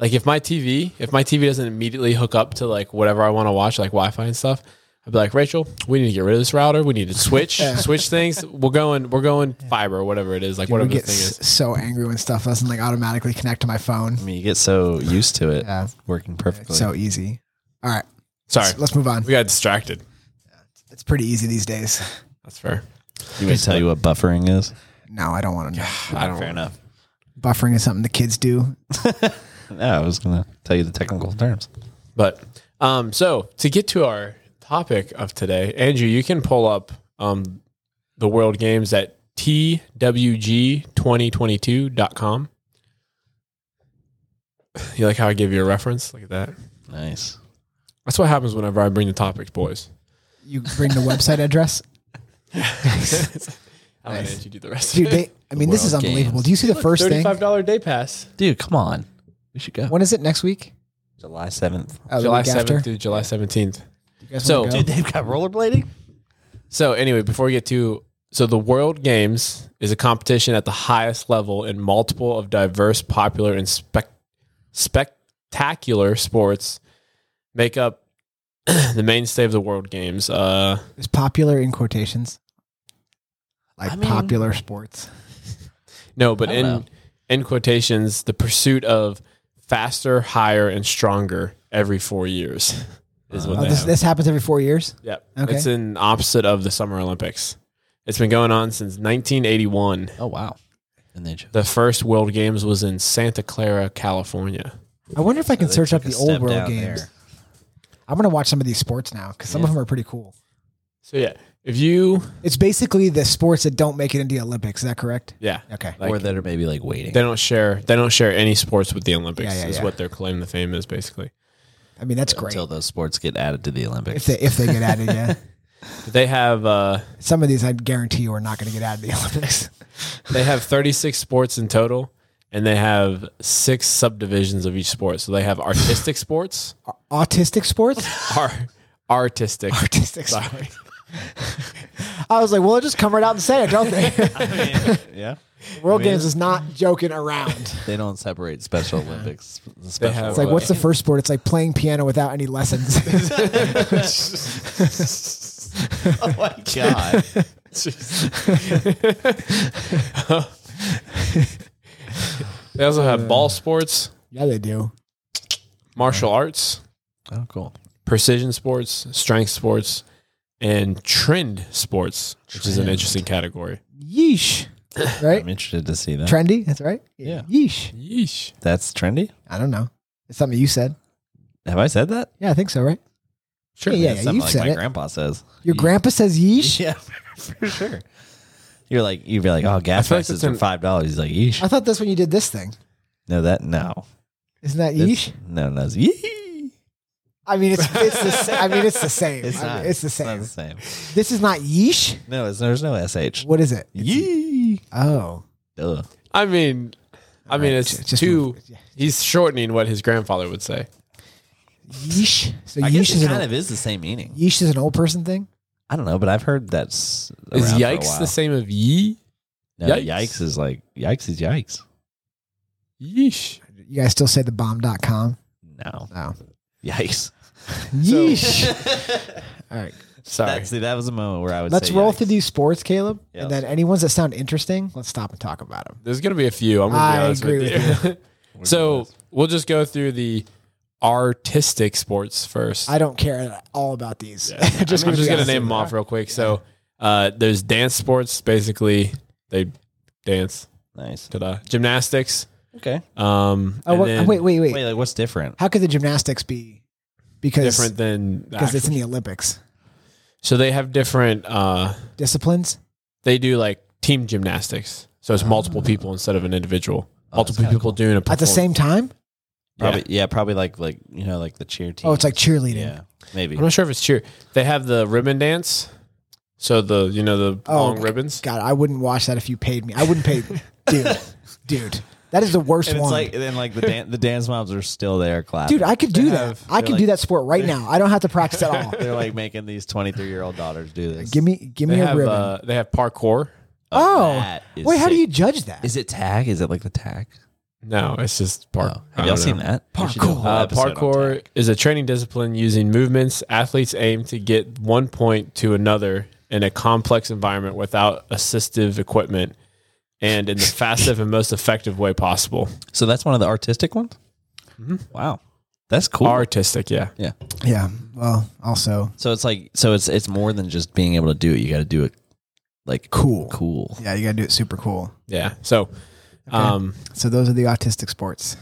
[SPEAKER 4] like if my TV if my TV doesn't immediately hook up to like whatever I want to watch like Wi-Fi and stuff. I'd be like Rachel, we need to get rid of this router. We need
[SPEAKER 3] (laughs)
[SPEAKER 4] to switch switch things. We're going we're going fiber, whatever it is, like
[SPEAKER 3] I
[SPEAKER 4] whatever the
[SPEAKER 3] get
[SPEAKER 4] thing is. Mm,
[SPEAKER 3] s- so angry when stuff doesn't like automatically connect to my phone.
[SPEAKER 2] I mean, you get so used to it
[SPEAKER 3] Yeah.
[SPEAKER 2] working perfectly.
[SPEAKER 3] So easy. All right.
[SPEAKER 4] Sorry,
[SPEAKER 3] Let's, let's move on.
[SPEAKER 4] we got distracted.
[SPEAKER 3] It's pretty easy these days.
[SPEAKER 4] That's fair.
[SPEAKER 2] you want me to tell you what buffering is?
[SPEAKER 3] No, I don't want to know.
[SPEAKER 4] I don't.
[SPEAKER 2] enough.
[SPEAKER 3] Buffering is something the kids do.
[SPEAKER 2] No, I was gonna tell you the technical terms.
[SPEAKER 4] But um, so to get to our topic of today, Andrew, you can pull up um, the World Games at twg2022.com. You like how I give you a reference? Look at that.
[SPEAKER 2] Nice.
[SPEAKER 4] That's what happens whenever I bring the topics, boys.
[SPEAKER 3] You bring the
[SPEAKER 4] (laughs)
[SPEAKER 3] website address.
[SPEAKER 4] I'll let Andrew do the rest.
[SPEAKER 3] Dude, they, I mean, this is
[SPEAKER 2] World
[SPEAKER 3] unbelievable.
[SPEAKER 2] Games.
[SPEAKER 3] Do you see the first thing?
[SPEAKER 4] Thirty-five dollar day pass,
[SPEAKER 2] Dude, come on. We should go.
[SPEAKER 3] When is it next week?
[SPEAKER 2] July seventh.
[SPEAKER 3] Oh, the
[SPEAKER 4] July
[SPEAKER 3] week after?
[SPEAKER 4] seventh through July seventeenth.
[SPEAKER 3] You guys
[SPEAKER 4] So,
[SPEAKER 3] wanna go?
[SPEAKER 2] Dude, they've got rollerblading.
[SPEAKER 4] So anyway, before we get to so the World Games is a competition at the highest level in multiple of diverse, popular, and spec- spectacular sports make up (clears throat) the mainstay of the World Games. Uh,
[SPEAKER 3] Is popular in quotations? Like
[SPEAKER 2] I mean-
[SPEAKER 3] popular sports.
[SPEAKER 4] no,
[SPEAKER 3] Oh,
[SPEAKER 4] but
[SPEAKER 2] I don't
[SPEAKER 4] in
[SPEAKER 2] know.
[SPEAKER 4] in quotations, the pursuit of faster, higher, and stronger every four years (laughs) is what
[SPEAKER 3] Oh,
[SPEAKER 4] they
[SPEAKER 3] this,
[SPEAKER 4] have.
[SPEAKER 3] this happens every four years.
[SPEAKER 4] Yep,
[SPEAKER 3] Okay.
[SPEAKER 4] it's an opposite of the Summer Olympics. It's been going on since 1981.
[SPEAKER 2] Oh wow. And then
[SPEAKER 4] The first World Games was in Santa Clara, California.
[SPEAKER 3] I wonder if I can
[SPEAKER 2] they
[SPEAKER 3] search up
[SPEAKER 2] took a
[SPEAKER 3] the old
[SPEAKER 2] step
[SPEAKER 3] world
[SPEAKER 2] down
[SPEAKER 3] games.
[SPEAKER 2] there.
[SPEAKER 3] I'm gonna watch some of these sports now because some of them are pretty cool.
[SPEAKER 4] So yeah, if you
[SPEAKER 3] It's basically the sports that don't make it into the Olympics. Is that correct?
[SPEAKER 4] yeah,
[SPEAKER 3] Okay.
[SPEAKER 4] Like-
[SPEAKER 2] or that are maybe like waiting.
[SPEAKER 4] they don't share they don't share any sports with the Olympics.
[SPEAKER 3] Yeah, yeah,
[SPEAKER 4] is
[SPEAKER 3] yeah.
[SPEAKER 4] what their claim to fame is basically.
[SPEAKER 3] I mean, that's great.
[SPEAKER 2] until those sports get added to the
[SPEAKER 3] If
[SPEAKER 2] Olympics.
[SPEAKER 3] they if they get added, yeah.
[SPEAKER 4] But they have uh,
[SPEAKER 3] Some of these I guarantee you are not going to get out of the Olympics.
[SPEAKER 4] they have 36 sports in total, and they have six subdivisions of each sport. So they have artistic sports, (laughs)
[SPEAKER 3] Autistic sports.
[SPEAKER 4] ar- artistic.
[SPEAKER 3] Artistic.
[SPEAKER 4] Sorry,
[SPEAKER 3] (laughs) I was like, well, just come right out and say it, don't they?
[SPEAKER 2] yeah.
[SPEAKER 3] World Games is not joking around.
[SPEAKER 2] They don't separate
[SPEAKER 3] (laughs)
[SPEAKER 2] Special Olympics. the
[SPEAKER 4] They
[SPEAKER 2] Special
[SPEAKER 4] have
[SPEAKER 3] It's like, what's the first sport? It's like playing piano without
[SPEAKER 2] (laughs)
[SPEAKER 3] any lessons.
[SPEAKER 2] oh my god!
[SPEAKER 4] They also have ball sports,
[SPEAKER 3] yeah, they do.
[SPEAKER 4] martial arts,
[SPEAKER 2] (laughs) oh, cool.
[SPEAKER 4] precision sports, strength sports, and trend sports, which is an interesting category.
[SPEAKER 3] Yeesh. Right?
[SPEAKER 2] I'm interested to see that.
[SPEAKER 3] Trendy? That's right.
[SPEAKER 2] Yeah.
[SPEAKER 3] Yeesh.
[SPEAKER 4] Yeesh.
[SPEAKER 2] That's trendy.
[SPEAKER 3] I don't know. It's something you said.
[SPEAKER 2] Have I said that?
[SPEAKER 3] Yeah, I think so, right?
[SPEAKER 2] Sure.
[SPEAKER 3] Yeah, yeah,
[SPEAKER 2] That's something
[SPEAKER 3] you've
[SPEAKER 2] like
[SPEAKER 3] said
[SPEAKER 2] my
[SPEAKER 3] it.
[SPEAKER 2] grandpa
[SPEAKER 3] (laughs)
[SPEAKER 2] says.
[SPEAKER 3] Your grandpa says yeesh?
[SPEAKER 2] Yeah, (laughs) for sure. You're like you'd be like, oh, gas
[SPEAKER 4] feel like
[SPEAKER 2] prices
[SPEAKER 4] that's
[SPEAKER 2] are
[SPEAKER 4] an-
[SPEAKER 2] five dollars. He's like, yeesh.
[SPEAKER 3] I thought that's when you did this thing.
[SPEAKER 2] No, that no.
[SPEAKER 3] Isn't that
[SPEAKER 2] That's-
[SPEAKER 3] yeesh?
[SPEAKER 2] No, no. It's, yee.
[SPEAKER 3] I mean, it's it's the sa- I mean, it's the same. I mean, it's the
[SPEAKER 2] not
[SPEAKER 3] same.
[SPEAKER 2] the same.
[SPEAKER 3] This is not yeesh.
[SPEAKER 2] No, it's, there's no sh.
[SPEAKER 3] What is it?
[SPEAKER 2] Yee.
[SPEAKER 3] Oh,
[SPEAKER 2] Ugh.
[SPEAKER 4] I mean, I mean, it's
[SPEAKER 3] Just
[SPEAKER 4] too.
[SPEAKER 3] move.
[SPEAKER 4] He's shortening what his grandfather would say.
[SPEAKER 3] yeesh. So
[SPEAKER 2] I
[SPEAKER 3] yeesh
[SPEAKER 2] guess
[SPEAKER 3] is
[SPEAKER 2] it
[SPEAKER 3] an
[SPEAKER 2] kind
[SPEAKER 3] old,
[SPEAKER 2] of is the same meaning.
[SPEAKER 3] yeesh is an old person thing.
[SPEAKER 2] I don't know, but I've heard that's
[SPEAKER 4] Is
[SPEAKER 2] around for a
[SPEAKER 4] yikes
[SPEAKER 2] while.
[SPEAKER 4] the same of ye?
[SPEAKER 2] No,
[SPEAKER 4] Yikes.
[SPEAKER 2] yikes. is like yikes is yikes.
[SPEAKER 4] Yeesh.
[SPEAKER 3] You guys still say the bomb.com?
[SPEAKER 2] No,
[SPEAKER 3] No.
[SPEAKER 2] yikes.
[SPEAKER 3] Yeesh.
[SPEAKER 2] (laughs)
[SPEAKER 3] All right.
[SPEAKER 4] Sorry.
[SPEAKER 2] That, see, that was a moment where I would.
[SPEAKER 3] Let's
[SPEAKER 2] say
[SPEAKER 3] roll
[SPEAKER 2] yikes.
[SPEAKER 3] through these sports, Caleb,
[SPEAKER 2] Yeah.
[SPEAKER 3] and then any ones that sound interesting, let's stop and talk about them.
[SPEAKER 4] There's gonna be a few. I'm gonna
[SPEAKER 3] I
[SPEAKER 4] be honest
[SPEAKER 3] agree with
[SPEAKER 4] (laughs) with you. so we'll just go through the artistic sports first.
[SPEAKER 3] I (laughs) don't care at all about these. (laughs)
[SPEAKER 4] just, I'm just gonna
[SPEAKER 3] because-
[SPEAKER 4] name them off real quick. So uh, there's dance sports. Basically, they dance.
[SPEAKER 2] Nice.
[SPEAKER 4] Ta-da. Gymnastics.
[SPEAKER 2] Okay.
[SPEAKER 4] Um,
[SPEAKER 3] Oh,
[SPEAKER 4] and
[SPEAKER 3] what,
[SPEAKER 4] then
[SPEAKER 3] wait, wait, wait,
[SPEAKER 2] Wait, like what's different?
[SPEAKER 3] How could the gymnastics be? Because
[SPEAKER 4] Different than the
[SPEAKER 3] because it's
[SPEAKER 4] actual-
[SPEAKER 3] in the Olympics.
[SPEAKER 4] so they have different. Uh,
[SPEAKER 3] Disciplines.
[SPEAKER 4] they do like team gymnastics. So it's multiple people instead of an
[SPEAKER 2] Oh,
[SPEAKER 4] individual.
[SPEAKER 2] that's
[SPEAKER 4] multiple
[SPEAKER 2] kinda
[SPEAKER 4] people
[SPEAKER 2] cool.
[SPEAKER 4] doing a
[SPEAKER 3] At the
[SPEAKER 4] perform-
[SPEAKER 3] same time?
[SPEAKER 4] Yeah.
[SPEAKER 2] Probably. Yeah. Probably like like you know like the cheer team.
[SPEAKER 3] Oh, it's like cheerleading.
[SPEAKER 2] yeah. Maybe.
[SPEAKER 4] I'm not sure if it's cheer. They have the ribbon dance. So the you know the
[SPEAKER 3] Oh,
[SPEAKER 4] long
[SPEAKER 3] my
[SPEAKER 4] ribbons.
[SPEAKER 3] God, I wouldn't watch that if you paid me. I wouldn't
[SPEAKER 4] (laughs)
[SPEAKER 3] pay, dude. Dude, that is the worst
[SPEAKER 2] And it's
[SPEAKER 3] one.
[SPEAKER 2] like and then like the dan- the dance moms are still there clapping.
[SPEAKER 3] dude, I could do that.
[SPEAKER 2] have-
[SPEAKER 3] I
[SPEAKER 2] they're
[SPEAKER 3] could
[SPEAKER 2] like-
[SPEAKER 3] do that sport right now. I don't have to practice at all.
[SPEAKER 4] (laughs)
[SPEAKER 2] They're like making these twenty three year old daughters do this.
[SPEAKER 3] Give me, give
[SPEAKER 4] They
[SPEAKER 3] me a
[SPEAKER 4] have
[SPEAKER 3] ribbon.
[SPEAKER 4] uh, they have parkour.
[SPEAKER 3] oh,
[SPEAKER 2] That is
[SPEAKER 3] wait, how do
[SPEAKER 2] sick.
[SPEAKER 3] you judge that?
[SPEAKER 2] Is it tag? Is it like the tag?
[SPEAKER 4] No, it's just parkour.
[SPEAKER 2] Oh, have y'all seen that? We should do a
[SPEAKER 3] Parkour.
[SPEAKER 2] whole
[SPEAKER 4] Uh,
[SPEAKER 2] episode on
[SPEAKER 4] parkour
[SPEAKER 2] tag.
[SPEAKER 4] is a training discipline using movements athletes aim to get one point to another in a complex environment without assistive equipment and
[SPEAKER 2] (laughs)
[SPEAKER 4] in the fastest and most effective way possible.
[SPEAKER 2] So that's one of the artistic ones.
[SPEAKER 3] Mm-hmm.
[SPEAKER 2] Wow, that's cool.
[SPEAKER 4] Artistic, yeah.
[SPEAKER 2] yeah.
[SPEAKER 3] yeah. Well, also
[SPEAKER 2] So it's like so it's it's more than just being able to do it. You got to do it like
[SPEAKER 3] cool.
[SPEAKER 2] cool.
[SPEAKER 3] Yeah, you gotta do it super cool.
[SPEAKER 4] Yeah. So um
[SPEAKER 3] So those are the autistic sports.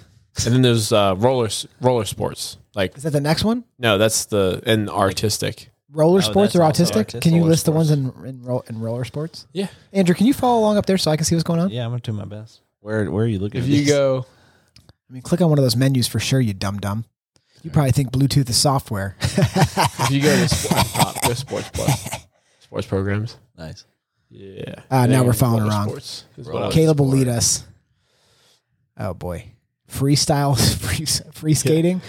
[SPEAKER 4] and then there's uh roller s- roller sports. Like
[SPEAKER 3] Is that the next one?
[SPEAKER 4] no, that's the and artistic.
[SPEAKER 3] Roller
[SPEAKER 2] Oh,
[SPEAKER 3] sports or
[SPEAKER 2] that's also
[SPEAKER 3] autistic?
[SPEAKER 2] autistic.
[SPEAKER 3] Can you
[SPEAKER 2] Roller
[SPEAKER 3] list the
[SPEAKER 2] sports.
[SPEAKER 3] ones in in, ro- in roller sports?
[SPEAKER 4] Yeah.
[SPEAKER 3] Andrew, can you follow along up there so I can see what's going on?
[SPEAKER 2] Yeah, I'm gonna do my best. Where where are you looking?
[SPEAKER 4] If
[SPEAKER 2] at
[SPEAKER 4] you
[SPEAKER 2] these?
[SPEAKER 4] go
[SPEAKER 3] I mean, click on one of those menus for sure, you dumb dumb. You probably think Bluetooth
[SPEAKER 2] (laughs)
[SPEAKER 3] is software.
[SPEAKER 4] if you go to sports pop, go sports plus. (laughs) Sports programs.
[SPEAKER 2] nice.
[SPEAKER 4] Yeah.
[SPEAKER 3] Ah, now
[SPEAKER 4] Then
[SPEAKER 3] we're following
[SPEAKER 4] roller
[SPEAKER 3] wrong.
[SPEAKER 4] Sports is
[SPEAKER 2] Oh,
[SPEAKER 4] what I was-
[SPEAKER 3] Caleb will lead us. Oh boy, freestyle, (laughs) free,
[SPEAKER 2] (laughs)
[SPEAKER 3] free skating.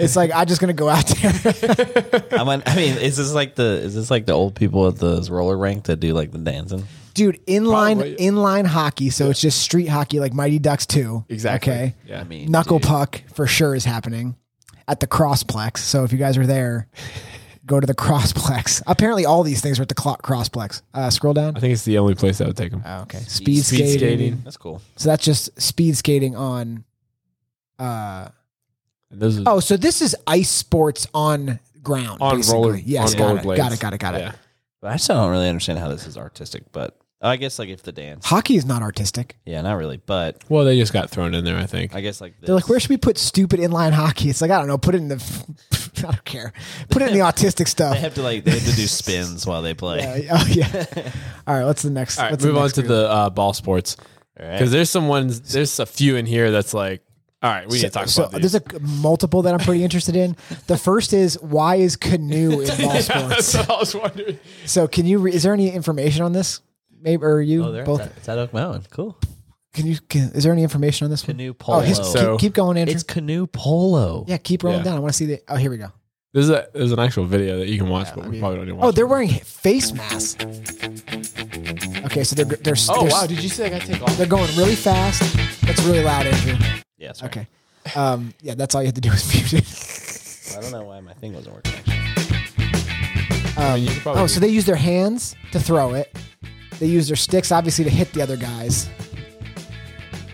[SPEAKER 3] It's like I'm just gonna go out there. (laughs)
[SPEAKER 2] I'm on, I mean, is this like the is this like the old people at the roller rink that do like the dancing?
[SPEAKER 3] dude. Inline
[SPEAKER 4] Probably.
[SPEAKER 3] inline hockey, so it's just street hockey, like Mighty Ducks two.
[SPEAKER 4] Exactly.
[SPEAKER 3] Okay.
[SPEAKER 4] Yeah.
[SPEAKER 2] I mean,
[SPEAKER 3] Knuckle
[SPEAKER 2] dude,
[SPEAKER 3] puck for sure is happening at the crossplex. So if you guys are there, go to the (laughs) crossplex. Apparently, all these things are at the clock crossplex. Uh, scroll down.
[SPEAKER 4] I think it's the only place that would take them.
[SPEAKER 3] Oh, okay. Speed, skating.
[SPEAKER 4] uh, skating.
[SPEAKER 2] That's cool.
[SPEAKER 3] So that's just speed skating on. Uh,
[SPEAKER 4] And those are,
[SPEAKER 3] oh, so this is ice sports on ground.
[SPEAKER 4] On
[SPEAKER 3] basically.
[SPEAKER 4] roller-
[SPEAKER 3] Yes,
[SPEAKER 4] on
[SPEAKER 3] got,
[SPEAKER 4] rollerblades.
[SPEAKER 3] it, got it. Got it. Got it.
[SPEAKER 4] yeah.
[SPEAKER 2] But I still don't really understand how this is artistic. But oh, I guess like if the dance,
[SPEAKER 3] Hockey is not artistic.
[SPEAKER 2] yeah, not really. But
[SPEAKER 4] Well, they just got thrown in there, I think.
[SPEAKER 2] I guess like
[SPEAKER 3] They're like,
[SPEAKER 2] this.
[SPEAKER 3] where should we put stupid inline hockey? It's like, I don't know. Put it in the. (laughs) I don't care. Put
[SPEAKER 4] (laughs)
[SPEAKER 3] it in the autistic stuff.
[SPEAKER 2] They have to like they have to do spins while they play.
[SPEAKER 3] Uh, oh
[SPEAKER 4] (laughs)
[SPEAKER 3] yeah. All right. What's the next?
[SPEAKER 4] All right,
[SPEAKER 3] what's the
[SPEAKER 4] move on
[SPEAKER 3] next
[SPEAKER 4] to
[SPEAKER 3] group?
[SPEAKER 4] the uh, ball sports
[SPEAKER 2] All right.
[SPEAKER 4] because there's some ones, there's a few in here that's like, all right, we need to talk
[SPEAKER 3] so uh,
[SPEAKER 4] about these.
[SPEAKER 3] there's a c- multiple that I'm pretty interested in. The first is why is canoe
[SPEAKER 4] (laughs)
[SPEAKER 3] in ball sports?
[SPEAKER 4] that's what I was wondering.
[SPEAKER 3] So can you? Re- is there any information on this? Maybe or you
[SPEAKER 2] Oh, there
[SPEAKER 3] both?
[SPEAKER 2] it's at Oak Mountain. Cool.
[SPEAKER 3] Can you? Can, is there any information on this one?
[SPEAKER 2] Canoe polo.
[SPEAKER 3] Oh, his,
[SPEAKER 4] So-
[SPEAKER 3] keep, keep going, Andrew.
[SPEAKER 2] it's canoe polo.
[SPEAKER 3] yeah, keep rolling
[SPEAKER 4] Yeah.
[SPEAKER 3] down. I want to see the. Oh, here we go.
[SPEAKER 4] There's a there's an actual video that you can watch, but we probably don't need to watch.
[SPEAKER 3] Oh, they're wearing face masks. Okay, so they're they're
[SPEAKER 4] Oh
[SPEAKER 3] they're,
[SPEAKER 4] wow! Did you see I got to take off?
[SPEAKER 3] they're going really fast. That's really loud, Andrew.
[SPEAKER 2] Yeah. sorry.
[SPEAKER 3] Okay, um, yeah, that's all you had to do was (laughs) mute it.
[SPEAKER 2] I don't know why my thing wasn't working. Actually.
[SPEAKER 3] Um,
[SPEAKER 4] you could probably
[SPEAKER 3] oh, so they use their hands to throw it. They use their sticks, obviously, to hit the other guys.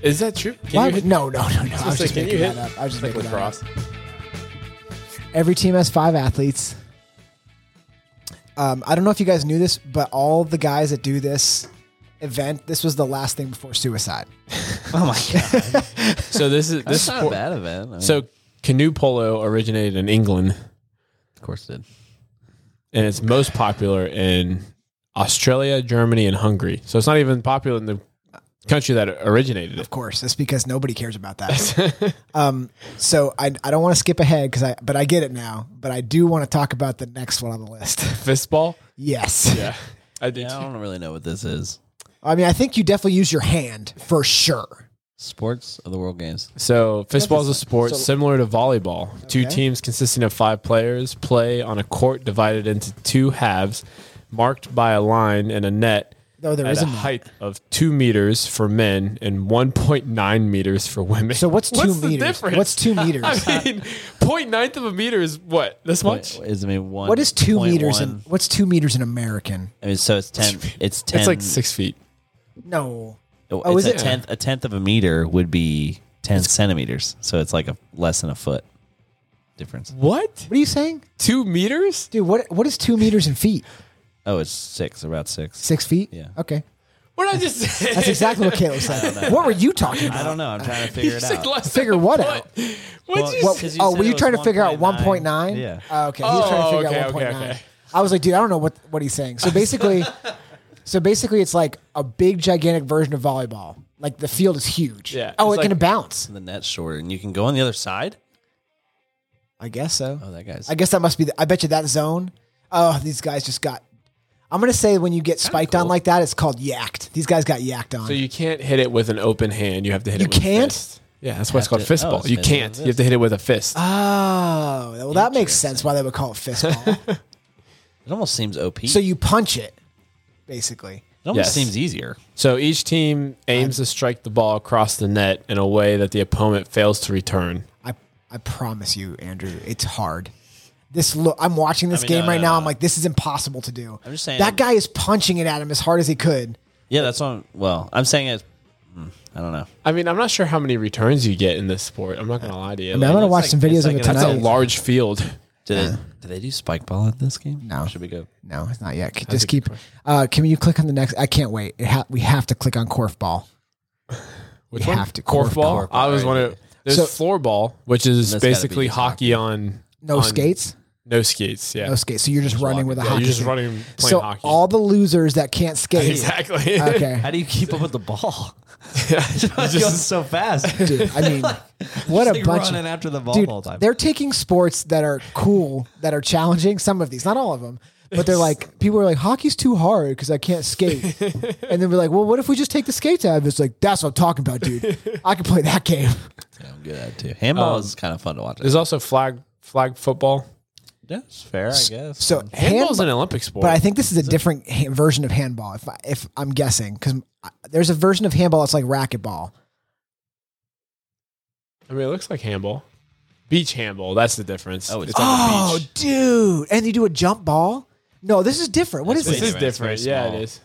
[SPEAKER 4] Is that true? Can
[SPEAKER 3] Why
[SPEAKER 4] you
[SPEAKER 3] would-
[SPEAKER 4] hit-
[SPEAKER 3] no, no, no, no. I was
[SPEAKER 4] It's like,
[SPEAKER 3] just
[SPEAKER 4] can you
[SPEAKER 3] making
[SPEAKER 4] hit
[SPEAKER 3] that up. I was just
[SPEAKER 4] like
[SPEAKER 3] making that up.
[SPEAKER 4] lacrosse?
[SPEAKER 3] Every team has five athletes. Um, I don't know if you guys knew this, but all the guys that do this event, this was the last thing before suicide.
[SPEAKER 2] (laughs) Oh (laughs) my god,
[SPEAKER 4] So
[SPEAKER 3] (laughs)
[SPEAKER 4] this is this
[SPEAKER 2] this is not a
[SPEAKER 4] sport.
[SPEAKER 2] bad event. I mean,
[SPEAKER 4] So canoe polo originated in England,
[SPEAKER 2] of course it did.
[SPEAKER 4] and it's most popular in Australia, Germany, and Hungary. So it's not even popular in the country that originated it.
[SPEAKER 3] Of course, that's because nobody cares about that.
[SPEAKER 4] (laughs)
[SPEAKER 3] um, so I, I don't want to skip ahead because I, but I get it now. But I do want to talk about the next one on the list. (laughs)
[SPEAKER 4] Fistball.
[SPEAKER 3] yes. (laughs)
[SPEAKER 4] Yeah, I did.
[SPEAKER 2] Yeah, I don't really know what this is.
[SPEAKER 3] I mean, I think you definitely use your hand for sure.
[SPEAKER 2] Sports of the World Games.
[SPEAKER 4] So fistball is a sport
[SPEAKER 3] So-
[SPEAKER 4] similar to volleyball. Two
[SPEAKER 3] Okay.
[SPEAKER 4] teams consisting of five players play on a court divided into two halves, marked by a line and a net
[SPEAKER 3] Though there
[SPEAKER 4] at
[SPEAKER 3] is
[SPEAKER 4] a
[SPEAKER 3] a net.
[SPEAKER 4] height of two meters for men and one point nine meters for women.
[SPEAKER 3] So what's two
[SPEAKER 4] the
[SPEAKER 3] meters?
[SPEAKER 4] difference?
[SPEAKER 3] What's two meters?
[SPEAKER 4] (laughs) I mean, point ninth of a meter is what? This much?
[SPEAKER 2] What is I mean one?
[SPEAKER 3] what is two
[SPEAKER 2] point
[SPEAKER 3] meters?
[SPEAKER 2] one-
[SPEAKER 3] In, what's two meters in American?
[SPEAKER 2] I mean, so it's ten. It's ten.
[SPEAKER 4] It's like six feet.
[SPEAKER 3] No.
[SPEAKER 2] Oh,
[SPEAKER 3] Oh,
[SPEAKER 2] it's
[SPEAKER 3] is
[SPEAKER 2] a
[SPEAKER 3] it?
[SPEAKER 2] tenth? A tenth of a meter would be ten centimeters. So it's like a less than a foot difference.
[SPEAKER 4] What?
[SPEAKER 3] What are you saying,
[SPEAKER 4] Two meters?
[SPEAKER 3] dude? What what is two meters in feet?
[SPEAKER 2] Oh, it's six. About six.
[SPEAKER 3] Six feet?
[SPEAKER 2] Yeah.
[SPEAKER 3] Okay.
[SPEAKER 4] What did I just say? (laughs)
[SPEAKER 3] That's exactly what
[SPEAKER 2] (laughs)
[SPEAKER 3] Caleb said. what were you talking
[SPEAKER 2] I (laughs)
[SPEAKER 3] about?
[SPEAKER 2] don't know. I'm
[SPEAKER 3] (laughs)
[SPEAKER 2] trying to figure
[SPEAKER 4] You
[SPEAKER 2] it
[SPEAKER 4] said
[SPEAKER 2] out.
[SPEAKER 4] less
[SPEAKER 3] Figure
[SPEAKER 4] than a
[SPEAKER 3] what
[SPEAKER 4] foot.
[SPEAKER 3] out?
[SPEAKER 4] What'd
[SPEAKER 2] Well,
[SPEAKER 4] you
[SPEAKER 3] Well,
[SPEAKER 4] say?
[SPEAKER 2] 'Cause you
[SPEAKER 3] oh,
[SPEAKER 2] said
[SPEAKER 3] were
[SPEAKER 2] it
[SPEAKER 3] you
[SPEAKER 2] was
[SPEAKER 3] trying to figure out 1.9?
[SPEAKER 2] 1.9? Yeah.
[SPEAKER 3] Oh, okay. He was
[SPEAKER 4] Oh,
[SPEAKER 3] trying to figure
[SPEAKER 4] okay,
[SPEAKER 3] out
[SPEAKER 4] okay,
[SPEAKER 3] 1.9.
[SPEAKER 4] okay.
[SPEAKER 3] I was like, dude, I don't know what, what he's saying. So
[SPEAKER 4] (laughs)
[SPEAKER 3] basically, so basically, it's like a big, gigantic version of volleyball. Like the field is huge.
[SPEAKER 4] Yeah,
[SPEAKER 3] Oh, it
[SPEAKER 4] it's
[SPEAKER 3] can
[SPEAKER 4] like-
[SPEAKER 3] bounce.
[SPEAKER 2] The net's shorter, and you can go on the other side.
[SPEAKER 3] I guess so.
[SPEAKER 2] Oh, that guy's.
[SPEAKER 3] I guess that must be. The, I bet you that zone. Oh, these guys just got. I'm gonna say when you get spiked on
[SPEAKER 2] cool.
[SPEAKER 3] like that, it's called yacked. These guys got yacked on.
[SPEAKER 4] So you can't hit it with an open hand. You have to hit
[SPEAKER 3] You
[SPEAKER 4] it with a
[SPEAKER 3] can't?
[SPEAKER 4] fist. Yeah, that's why it's
[SPEAKER 2] have
[SPEAKER 4] called
[SPEAKER 2] to- oh,
[SPEAKER 4] fistball.
[SPEAKER 2] it's
[SPEAKER 4] you
[SPEAKER 2] fist-
[SPEAKER 4] can't. You have to hit it with a fist.
[SPEAKER 3] oh, well, that makes sense. Why they would call
[SPEAKER 2] (laughs)
[SPEAKER 3] it fistball.
[SPEAKER 2] It almost seems op.
[SPEAKER 3] so
[SPEAKER 2] So
[SPEAKER 3] you punch it, basically.
[SPEAKER 2] it almost
[SPEAKER 4] Yes.
[SPEAKER 2] seems easier.
[SPEAKER 4] So each team aims to strike the ball across the net in a way that the opponent fails to return.
[SPEAKER 3] I I promise you, Andrew, it's hard. This look, I'm watching this
[SPEAKER 2] mean,
[SPEAKER 3] game
[SPEAKER 2] no,
[SPEAKER 3] right
[SPEAKER 2] no,
[SPEAKER 3] now.
[SPEAKER 2] no.
[SPEAKER 3] I'm like, this is impossible to do. I'm
[SPEAKER 2] just saying-
[SPEAKER 3] that guy is punching it at him as hard as he could.
[SPEAKER 2] Yeah, that's what. I'm, well, I'm saying it. mm, I don't know.
[SPEAKER 4] I mean, I'm not sure how many returns you get in this sport. I'm not gonna lie to you.
[SPEAKER 3] I'm
[SPEAKER 4] Like,
[SPEAKER 3] gonna
[SPEAKER 2] looks
[SPEAKER 3] watch
[SPEAKER 2] like-
[SPEAKER 3] some videos
[SPEAKER 2] it's
[SPEAKER 3] of
[SPEAKER 2] like
[SPEAKER 3] it
[SPEAKER 2] a- that's
[SPEAKER 4] that's
[SPEAKER 3] tonight.
[SPEAKER 4] a large field.
[SPEAKER 2] Did it, did they do spike ball at this game?
[SPEAKER 3] Uh. No.
[SPEAKER 2] Should we go?
[SPEAKER 3] no, it's not yet. Just keep. Uh, can you click on the next? I can't wait. It ha- we have to click on corfball.
[SPEAKER 4] (laughs) Which
[SPEAKER 3] We have to. Corf
[SPEAKER 4] Corf
[SPEAKER 3] ball.
[SPEAKER 4] ball. I was wondering. There's
[SPEAKER 3] So-
[SPEAKER 4] floor ball, which is
[SPEAKER 2] That's gotta be
[SPEAKER 4] basically
[SPEAKER 2] just
[SPEAKER 4] hockey, on
[SPEAKER 3] No
[SPEAKER 4] on-
[SPEAKER 3] skates.
[SPEAKER 4] No skates. Yeah.
[SPEAKER 3] No skates. So you're just,
[SPEAKER 2] walking.
[SPEAKER 3] running with a
[SPEAKER 4] Yeah,
[SPEAKER 3] hockey.
[SPEAKER 4] you're just
[SPEAKER 3] stick.
[SPEAKER 4] running playing
[SPEAKER 3] So
[SPEAKER 4] hockey.
[SPEAKER 3] all Uh, the losers that
[SPEAKER 4] (laughs)
[SPEAKER 3] can't skate.
[SPEAKER 4] exactly. (laughs)
[SPEAKER 3] Okay.
[SPEAKER 2] How do you keep up with the
[SPEAKER 3] (laughs)
[SPEAKER 2] ball? (laughs)
[SPEAKER 4] You
[SPEAKER 2] it's
[SPEAKER 4] just-
[SPEAKER 2] going so fast.
[SPEAKER 3] Dude, I mean, what a
[SPEAKER 2] Like
[SPEAKER 3] bunch
[SPEAKER 2] running
[SPEAKER 3] of
[SPEAKER 2] after the ball
[SPEAKER 3] dude,
[SPEAKER 2] all the time.
[SPEAKER 3] They're taking sports that are cool, that are challenging. Some of these, not all of them, but they're
[SPEAKER 4] (laughs)
[SPEAKER 3] like people are like hockey's too hard because I can't skate, and then we're like, well, what if we just take the skates out? of it? It's like that's what I'm talking about, dude. I can play that game.
[SPEAKER 2] Yeah, I'm good at it too.
[SPEAKER 4] Um,
[SPEAKER 2] Handball is kind of fun to watch.
[SPEAKER 4] There's also flag flag football.
[SPEAKER 2] That's fair, I guess. Oh,
[SPEAKER 3] So
[SPEAKER 4] Handball's
[SPEAKER 3] handball,
[SPEAKER 4] an Olympic sport.
[SPEAKER 3] but I think this is a different ha- version of handball. If I, if I'm guessing, because there's a version of handball that's like racquetball.
[SPEAKER 4] I mean, it looks like handball. Beach handball. That's the difference.
[SPEAKER 2] Oh, it's-
[SPEAKER 4] on the
[SPEAKER 3] Oh,
[SPEAKER 4] beach.
[SPEAKER 3] dude! And you do a jump ball. No, this is different. What is
[SPEAKER 2] That's
[SPEAKER 4] This
[SPEAKER 2] way
[SPEAKER 3] this?
[SPEAKER 4] is
[SPEAKER 2] different. It's
[SPEAKER 4] different.
[SPEAKER 2] very
[SPEAKER 4] Yeah,
[SPEAKER 2] small.
[SPEAKER 4] it is.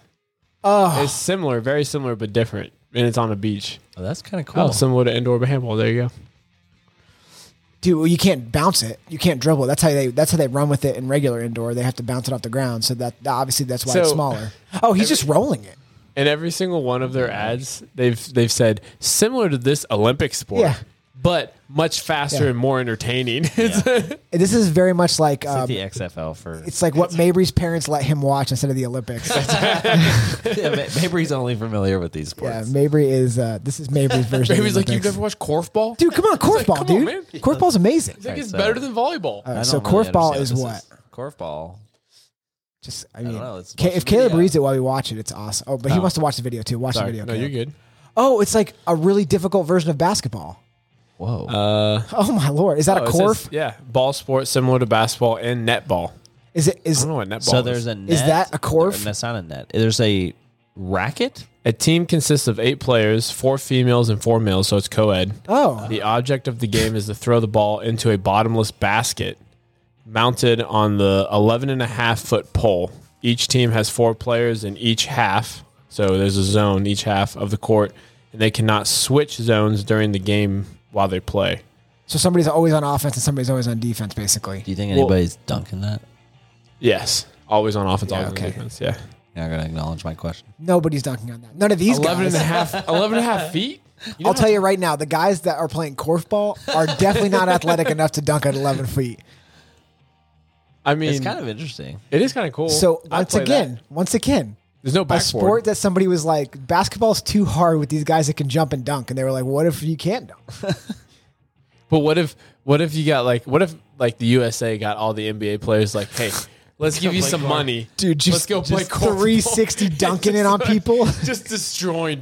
[SPEAKER 3] Oh,
[SPEAKER 4] It's similar, very similar, but different. And it's on a beach.
[SPEAKER 2] Oh, that's kind of
[SPEAKER 4] Oh,
[SPEAKER 2] cool.
[SPEAKER 4] similar to indoor handball. There you go.
[SPEAKER 3] dude, well, you can't bounce it. You can't dribble. it. That's how they. That's how they run with it in regular indoor. They have to bounce it off the ground. So that obviously that's why it's
[SPEAKER 4] So-
[SPEAKER 3] smaller. (laughs) Oh, he's just rolling it.
[SPEAKER 4] And every single one of
[SPEAKER 3] Oh
[SPEAKER 4] their ads, they've they've said similar to this Olympic sport,
[SPEAKER 3] Yeah.
[SPEAKER 4] but much faster
[SPEAKER 3] Yeah.
[SPEAKER 4] and more entertaining. (laughs)
[SPEAKER 3] And This is very much like. Um,
[SPEAKER 2] the XFL
[SPEAKER 4] (laughs)
[SPEAKER 2] for
[SPEAKER 3] it's like what Mabry's parents let him watch instead of the (laughs) Olympics.
[SPEAKER 2] (laughs) yeah, Ma- Mabry's only familiar with these
[SPEAKER 3] yeah,
[SPEAKER 2] sports.
[SPEAKER 3] Mabry is. Uh, this is (laughs) Mabry's version.
[SPEAKER 4] Maybe he's
[SPEAKER 3] of
[SPEAKER 4] like,
[SPEAKER 3] the Olympics.
[SPEAKER 4] you've never watched korfball?
[SPEAKER 3] Dude, come on,
[SPEAKER 4] like,
[SPEAKER 3] corfball,
[SPEAKER 4] come on, man.
[SPEAKER 3] dude. Korfball's amazing.
[SPEAKER 4] I think it's
[SPEAKER 2] so-
[SPEAKER 4] better than volleyball.
[SPEAKER 3] All
[SPEAKER 2] I
[SPEAKER 3] right,
[SPEAKER 2] don't
[SPEAKER 3] so
[SPEAKER 2] really
[SPEAKER 3] corfball is
[SPEAKER 2] understand
[SPEAKER 3] what?
[SPEAKER 2] this Corfball.
[SPEAKER 3] Just, I
[SPEAKER 2] don't
[SPEAKER 3] mean,
[SPEAKER 2] know, let's
[SPEAKER 3] Ca-
[SPEAKER 2] watch
[SPEAKER 3] if
[SPEAKER 2] the
[SPEAKER 3] Caleb
[SPEAKER 2] video.
[SPEAKER 3] reads it while we watch it, it's awesome. Oh, but he
[SPEAKER 4] Oh.
[SPEAKER 3] wants to watch the video too. Watch
[SPEAKER 4] Sorry.
[SPEAKER 3] the video.
[SPEAKER 4] no,
[SPEAKER 3] Caleb.
[SPEAKER 4] you're good.
[SPEAKER 3] Oh, it's like a really difficult version of basketball.
[SPEAKER 2] Whoa.
[SPEAKER 4] Uh,
[SPEAKER 3] Oh my lord! Is that
[SPEAKER 4] oh,
[SPEAKER 3] a
[SPEAKER 4] it
[SPEAKER 3] corf?
[SPEAKER 4] says- yeah, ball sport similar to basketball and netball.
[SPEAKER 3] is it
[SPEAKER 4] I
[SPEAKER 3] is
[SPEAKER 4] don't know what netball
[SPEAKER 2] so
[SPEAKER 4] is.
[SPEAKER 2] there's a net.
[SPEAKER 3] is that a corf?
[SPEAKER 2] There- That's not a net. There's a racket.
[SPEAKER 4] A team consists of eight players, four females and four males, so it's co ed.
[SPEAKER 3] oh
[SPEAKER 4] The object of the game is to throw the ball into a bottomless basket mounted on the 11 and a half foot pole. Each team has four players in each half, so there's a zone each half of the court, and they cannot switch zones during the game while they play.
[SPEAKER 3] so somebody's always on offense and somebody's always on defense basically.
[SPEAKER 2] Do you think
[SPEAKER 4] Well-
[SPEAKER 2] anybody's dunking that?
[SPEAKER 4] Yes, always on offense, always
[SPEAKER 3] okay.
[SPEAKER 4] on defense. Yeah,
[SPEAKER 2] You're not gonna acknowledge my question.
[SPEAKER 3] Nobody's dunking on that. None of these
[SPEAKER 4] 11
[SPEAKER 3] guys.
[SPEAKER 4] and a half, 11 and a half feet. You
[SPEAKER 3] I'll
[SPEAKER 4] know-
[SPEAKER 3] tell you right now, the guys that are playing korfball are definitely not athletic (laughs) enough to dunk at 11 feet.
[SPEAKER 4] I mean,
[SPEAKER 2] It's kind of interesting.
[SPEAKER 4] it is kind of cool.
[SPEAKER 3] So
[SPEAKER 4] I
[SPEAKER 3] once
[SPEAKER 4] play that.
[SPEAKER 3] again, once again,
[SPEAKER 4] there's no
[SPEAKER 3] a
[SPEAKER 4] backboard.
[SPEAKER 3] sport that somebody was like, basketball's too hard with these guys that can jump and dunk, and they were like, what if you can't dunk?
[SPEAKER 4] But what if what if you got like what if like the USA got all the NBA players like, (laughs) hey, let's give you some money,
[SPEAKER 3] Dude, just-
[SPEAKER 4] let's go play
[SPEAKER 3] just
[SPEAKER 4] corfball." (laughs)
[SPEAKER 3] 360 dunking it on
[SPEAKER 4] Just,
[SPEAKER 3] people.
[SPEAKER 4] just destroying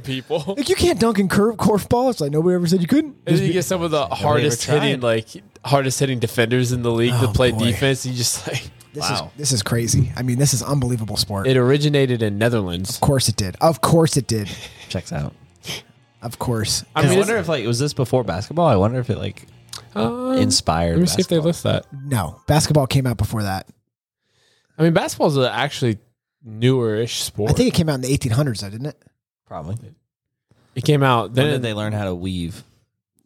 [SPEAKER 3] (laughs)
[SPEAKER 4] people.
[SPEAKER 3] Like you can't dunk in curve korfball. It's like nobody ever said you couldn't.
[SPEAKER 4] And then you get some of the hardest hitting like hardest hitting defenders in the league to
[SPEAKER 3] Oh,
[SPEAKER 4] play
[SPEAKER 3] boy.
[SPEAKER 4] defense. You just like
[SPEAKER 3] This
[SPEAKER 2] Wow.
[SPEAKER 3] is this is crazy. I mean, this is unbelievable sport.
[SPEAKER 4] it originated in Netherlands.
[SPEAKER 3] of course it did. Of course it did.
[SPEAKER 2] Checks out.
[SPEAKER 3] Of course.
[SPEAKER 4] I
[SPEAKER 2] I
[SPEAKER 4] mean, it's-
[SPEAKER 2] wonder if like was this before basketball? I wonder if it like
[SPEAKER 4] Um,
[SPEAKER 2] inspired.
[SPEAKER 4] let me see if they
[SPEAKER 2] basketball.
[SPEAKER 4] list that.
[SPEAKER 3] No, basketball came out before that.
[SPEAKER 4] I mean, basketball's an actually newer-ish sport.
[SPEAKER 3] I think it came out in the 1800s, though, didn't it?
[SPEAKER 2] Probably.
[SPEAKER 4] it came out
[SPEAKER 2] Then
[SPEAKER 4] then.
[SPEAKER 2] they learn how to weave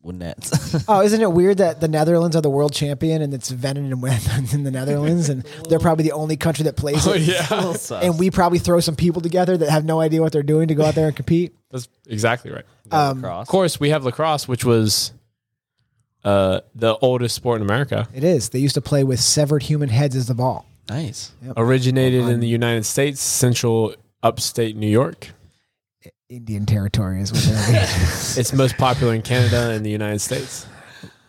[SPEAKER 2] with nets. (laughs)
[SPEAKER 3] Oh, isn't it weird that the Netherlands are the world champion and it's Venom and Wend in the Netherlands, and they're probably the only country that plays
[SPEAKER 4] oh
[SPEAKER 3] it.
[SPEAKER 4] (laughs) yeah,
[SPEAKER 3] And we probably throw some people together that have no idea what they're doing to go out there and compete.
[SPEAKER 4] that's exactly right.
[SPEAKER 3] Um,
[SPEAKER 2] Lacrosse.
[SPEAKER 4] Of course, we have lacrosse, which was uh, the oldest sport in America.
[SPEAKER 3] it is. They used to play with severed human heads as the ball.
[SPEAKER 2] nice.
[SPEAKER 4] Originated in the United States, central upstate New York.
[SPEAKER 3] Indian territory is what they're. (laughs)
[SPEAKER 4] (laughs) It's most popular in Canada and the United States.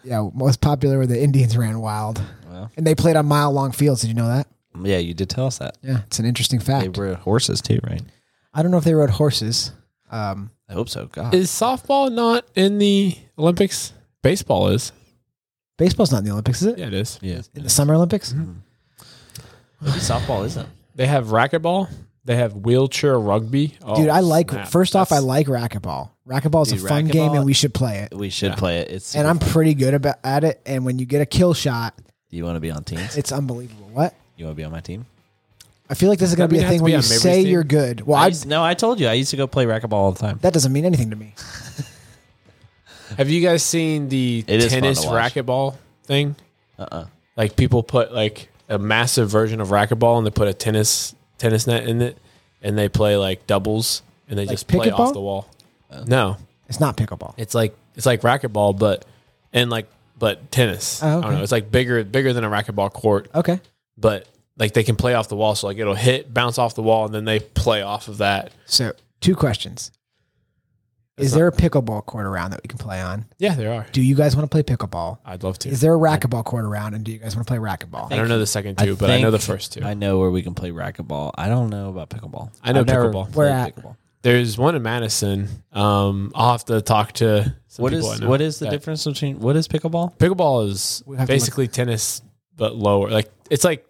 [SPEAKER 3] yeah, most popular where the Indians ran wild,
[SPEAKER 2] Well.
[SPEAKER 3] and they played on mile long fields. Did you know that?
[SPEAKER 2] Yeah, you did tell us that.
[SPEAKER 3] Yeah, it's an interesting
[SPEAKER 2] They
[SPEAKER 3] fact.
[SPEAKER 2] were horses too, right?
[SPEAKER 3] I don't know if they rode horses. Um,
[SPEAKER 2] I hope so. God.
[SPEAKER 4] Is softball not in the Olympics? Baseball is.
[SPEAKER 3] baseball's not in the Olympics, is it?
[SPEAKER 4] Yeah, Mm-hmm. it is.
[SPEAKER 2] yeah.
[SPEAKER 3] In the Summer Olympics.
[SPEAKER 2] (laughs) Maybe softball isn't.
[SPEAKER 4] They have racquetball. They have wheelchair rugby. Oh,
[SPEAKER 3] Dude, I like.
[SPEAKER 4] snap.
[SPEAKER 3] First off, I
[SPEAKER 4] That's-
[SPEAKER 3] like racquetball. Racquetball is a
[SPEAKER 2] Dude,
[SPEAKER 3] fun game,
[SPEAKER 2] racquetball-
[SPEAKER 3] and we should play it.
[SPEAKER 2] We should play it. It's
[SPEAKER 3] and I'm pretty good about at it. And when you get a kill shot,
[SPEAKER 2] you want to be on teams?
[SPEAKER 3] it's unbelievable. What?
[SPEAKER 2] You want to be on my team?
[SPEAKER 3] I feel like this is going
[SPEAKER 4] That
[SPEAKER 3] to be a
[SPEAKER 4] mean it has
[SPEAKER 3] thing where
[SPEAKER 4] to be
[SPEAKER 3] you
[SPEAKER 4] on Mabry's
[SPEAKER 3] say
[SPEAKER 4] team?
[SPEAKER 3] you're good. Well,
[SPEAKER 2] I
[SPEAKER 3] I,
[SPEAKER 2] used- no, I told you. I used to go play racquetball all the time.
[SPEAKER 3] that doesn't mean anything to me.
[SPEAKER 4] Have you guys seen the
[SPEAKER 2] It is fun
[SPEAKER 4] tennis
[SPEAKER 2] to watch.
[SPEAKER 4] racquetball thing?
[SPEAKER 2] Uh-uh.
[SPEAKER 4] Like people put like a massive version of racquetball and they put a tennis tennis net in it and they play like doubles and they just play
[SPEAKER 3] pickleball?
[SPEAKER 4] off the wall.
[SPEAKER 2] Uh.
[SPEAKER 4] no.
[SPEAKER 3] It's not pickleball.
[SPEAKER 4] It's like it's like racquetball but and like but tennis.
[SPEAKER 3] Oh,
[SPEAKER 4] I don't
[SPEAKER 3] okay.
[SPEAKER 4] know. It's like bigger bigger than a racquetball court,
[SPEAKER 3] Okay.
[SPEAKER 4] but like they can play off the wall so like it'll hit, bounce off the wall and then they play off of that.
[SPEAKER 3] So, two questions. Is there a pickleball court around that we can play on?
[SPEAKER 4] Yeah, there are.
[SPEAKER 3] Do you guys want to play pickleball?
[SPEAKER 4] I'd love to.
[SPEAKER 3] Is there a racquetball court around? And do you guys want to play racquetball?
[SPEAKER 4] I don't know the second two, but I know the first two.
[SPEAKER 2] I know where we can play racquetball. I don't know about pickleball.
[SPEAKER 4] I know
[SPEAKER 2] I've never
[SPEAKER 4] pickleball.
[SPEAKER 2] played
[SPEAKER 3] Where at?
[SPEAKER 2] Pickleball.
[SPEAKER 4] There's one in Madison. Um, I'll have to talk to some
[SPEAKER 2] What
[SPEAKER 4] people.
[SPEAKER 2] is
[SPEAKER 4] I know.
[SPEAKER 2] what is the
[SPEAKER 4] Yeah.
[SPEAKER 2] difference between what is pickleball?
[SPEAKER 4] Pickleball is
[SPEAKER 3] We have to
[SPEAKER 4] basically tennis but lower. Like it's like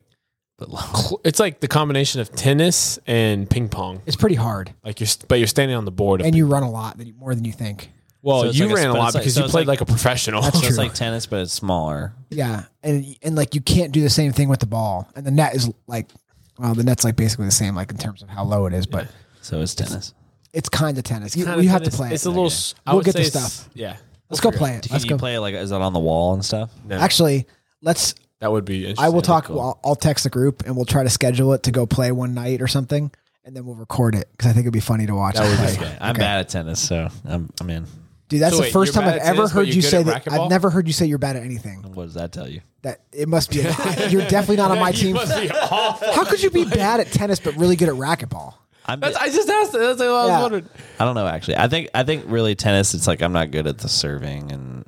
[SPEAKER 4] cl- it's like the combination of tennis and ping pong.
[SPEAKER 3] It's pretty hard,
[SPEAKER 4] Like you're, st- but you're standing on the board. Of,
[SPEAKER 3] and you run a lot than- more than you think.
[SPEAKER 4] well,
[SPEAKER 2] So it's
[SPEAKER 4] you
[SPEAKER 2] like a
[SPEAKER 4] ran a,
[SPEAKER 2] sp-
[SPEAKER 4] lot
[SPEAKER 2] it's like-
[SPEAKER 4] because
[SPEAKER 2] so
[SPEAKER 4] you
[SPEAKER 2] it's
[SPEAKER 4] played
[SPEAKER 2] like-
[SPEAKER 4] like, a professional.
[SPEAKER 2] So it's
[SPEAKER 3] True.
[SPEAKER 2] like tennis, but it's smaller.
[SPEAKER 3] Yeah, and and like you can't do the same thing with the ball, and the net is like, well, the net's like basically the same, like in terms of how low it is, but
[SPEAKER 2] So it's tennis.
[SPEAKER 3] it's kind of tennis. You,
[SPEAKER 4] Kinda
[SPEAKER 3] you have to
[SPEAKER 4] tennis.
[SPEAKER 3] play it.
[SPEAKER 4] It's a little. s- I
[SPEAKER 3] We'll
[SPEAKER 4] would
[SPEAKER 3] get
[SPEAKER 4] say
[SPEAKER 3] the
[SPEAKER 4] it's-
[SPEAKER 3] stuff.
[SPEAKER 4] Yeah,
[SPEAKER 3] Let's go play it.
[SPEAKER 2] Do you,
[SPEAKER 3] Let's
[SPEAKER 2] you
[SPEAKER 3] go.
[SPEAKER 2] play it like is it on the wall and stuff?
[SPEAKER 4] No,
[SPEAKER 3] Actually, let's.
[SPEAKER 4] that would be. Interesting.
[SPEAKER 3] I will talk.
[SPEAKER 2] cool.
[SPEAKER 3] Well, I'll text the group and we'll try to schedule it to go play one night or something, and then we'll record it because I think it'd be funny to watch.
[SPEAKER 4] That
[SPEAKER 3] us
[SPEAKER 4] would
[SPEAKER 3] play.
[SPEAKER 4] be fun.
[SPEAKER 2] Okay, I'm bad at tennis, so I'm I'm in.
[SPEAKER 3] Dude, that's
[SPEAKER 4] So
[SPEAKER 3] the
[SPEAKER 4] wait,
[SPEAKER 3] first
[SPEAKER 4] you're
[SPEAKER 3] time
[SPEAKER 4] bad
[SPEAKER 3] I've
[SPEAKER 4] at
[SPEAKER 3] ever
[SPEAKER 4] tennis, but
[SPEAKER 3] heard
[SPEAKER 4] you're
[SPEAKER 3] you
[SPEAKER 4] good
[SPEAKER 3] say
[SPEAKER 4] at
[SPEAKER 3] that.
[SPEAKER 4] racquetball?
[SPEAKER 3] I've never heard you say you're bad at anything.
[SPEAKER 2] What does that tell you?
[SPEAKER 3] That it must be.
[SPEAKER 4] (laughs)
[SPEAKER 3] A, you're definitely not on my
[SPEAKER 4] You
[SPEAKER 3] team.
[SPEAKER 4] must
[SPEAKER 3] (laughs)
[SPEAKER 4] be awful.
[SPEAKER 3] How could you
[SPEAKER 4] (laughs)
[SPEAKER 3] be bad at tennis but really good at racquetball?
[SPEAKER 2] I'm
[SPEAKER 4] That's, I just asked. That. That's what I was
[SPEAKER 3] Yeah.
[SPEAKER 4] wondering.
[SPEAKER 2] I don't know actually. I think I think really tennis. It's like I'm not good at the serving and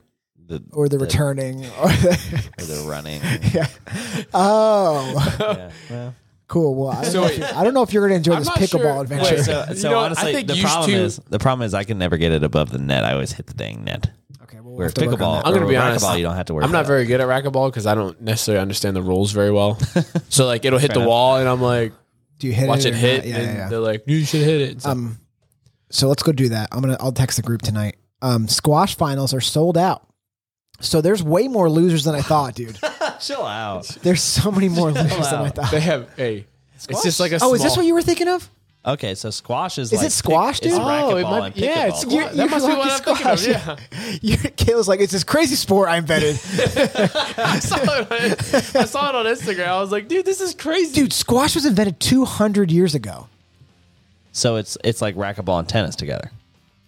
[SPEAKER 2] the
[SPEAKER 3] Or the returning? Or the, (laughs)
[SPEAKER 2] or the (laughs) running.
[SPEAKER 4] (laughs)
[SPEAKER 3] oh,
[SPEAKER 2] yeah. Well,
[SPEAKER 3] cool. Well, I don't,
[SPEAKER 4] So
[SPEAKER 3] know, if
[SPEAKER 4] wait.
[SPEAKER 3] you- I don't know if you're going to enjoy
[SPEAKER 4] I'm
[SPEAKER 3] this
[SPEAKER 4] not sure-
[SPEAKER 3] pickleball adventure.
[SPEAKER 2] Wait, so
[SPEAKER 4] You
[SPEAKER 2] so
[SPEAKER 4] know what? I
[SPEAKER 2] honestly,
[SPEAKER 4] think
[SPEAKER 2] the
[SPEAKER 4] used
[SPEAKER 2] problem
[SPEAKER 4] to-
[SPEAKER 2] is the problem is I can never get it above the net. I always hit the dang net.
[SPEAKER 3] okay, well, we'll
[SPEAKER 2] Where
[SPEAKER 3] have to work on
[SPEAKER 2] pickleball,
[SPEAKER 3] that.
[SPEAKER 4] I'm gonna
[SPEAKER 2] or
[SPEAKER 4] be honest,
[SPEAKER 2] racquetball, you don't have to worry.
[SPEAKER 4] I'm not
[SPEAKER 2] about it.
[SPEAKER 4] very good at racquetball because I don't necessarily understand the rules
[SPEAKER 3] (laughs)
[SPEAKER 4] very well. so like it'll hit the wall and I'm like
[SPEAKER 3] Do you hit
[SPEAKER 4] watch
[SPEAKER 3] it?
[SPEAKER 4] it
[SPEAKER 3] or
[SPEAKER 4] hit
[SPEAKER 3] not? Yeah,
[SPEAKER 4] and
[SPEAKER 3] yeah, yeah.
[SPEAKER 4] they're like you should hit it. It's like,
[SPEAKER 3] Um, so let's go do that. I'm gonna. I'll text the group tonight. Um, squash finals are sold out. So there's way more losers than I thought, (laughs) dude.
[SPEAKER 2] Chill out.
[SPEAKER 3] There's so many more losers than I
[SPEAKER 2] out.
[SPEAKER 4] they
[SPEAKER 3] thought.
[SPEAKER 4] have hey, it's just like a.
[SPEAKER 3] Oh, is this
[SPEAKER 4] small-
[SPEAKER 3] what you were thinking of?
[SPEAKER 2] Okay, so squash is.
[SPEAKER 3] Is
[SPEAKER 2] like
[SPEAKER 3] it squash,
[SPEAKER 2] It's
[SPEAKER 3] dude? Oh,
[SPEAKER 2] racquetball
[SPEAKER 4] it might-
[SPEAKER 2] and pickleball.
[SPEAKER 4] yeah, it's-
[SPEAKER 3] You,
[SPEAKER 4] That
[SPEAKER 3] you
[SPEAKER 4] must be
[SPEAKER 3] lucky
[SPEAKER 4] what I'm thinking of,
[SPEAKER 3] squash. (laughs) Your Kayla's like, it's this crazy sport I
[SPEAKER 4] (laughs)
[SPEAKER 3] invented.
[SPEAKER 4] I saw it. On, (laughs) I saw it on Instagram. I was like, dude, this is crazy.
[SPEAKER 3] Dude, squash was invented 200 years ago.
[SPEAKER 2] so it's it's like racquetball and tennis together.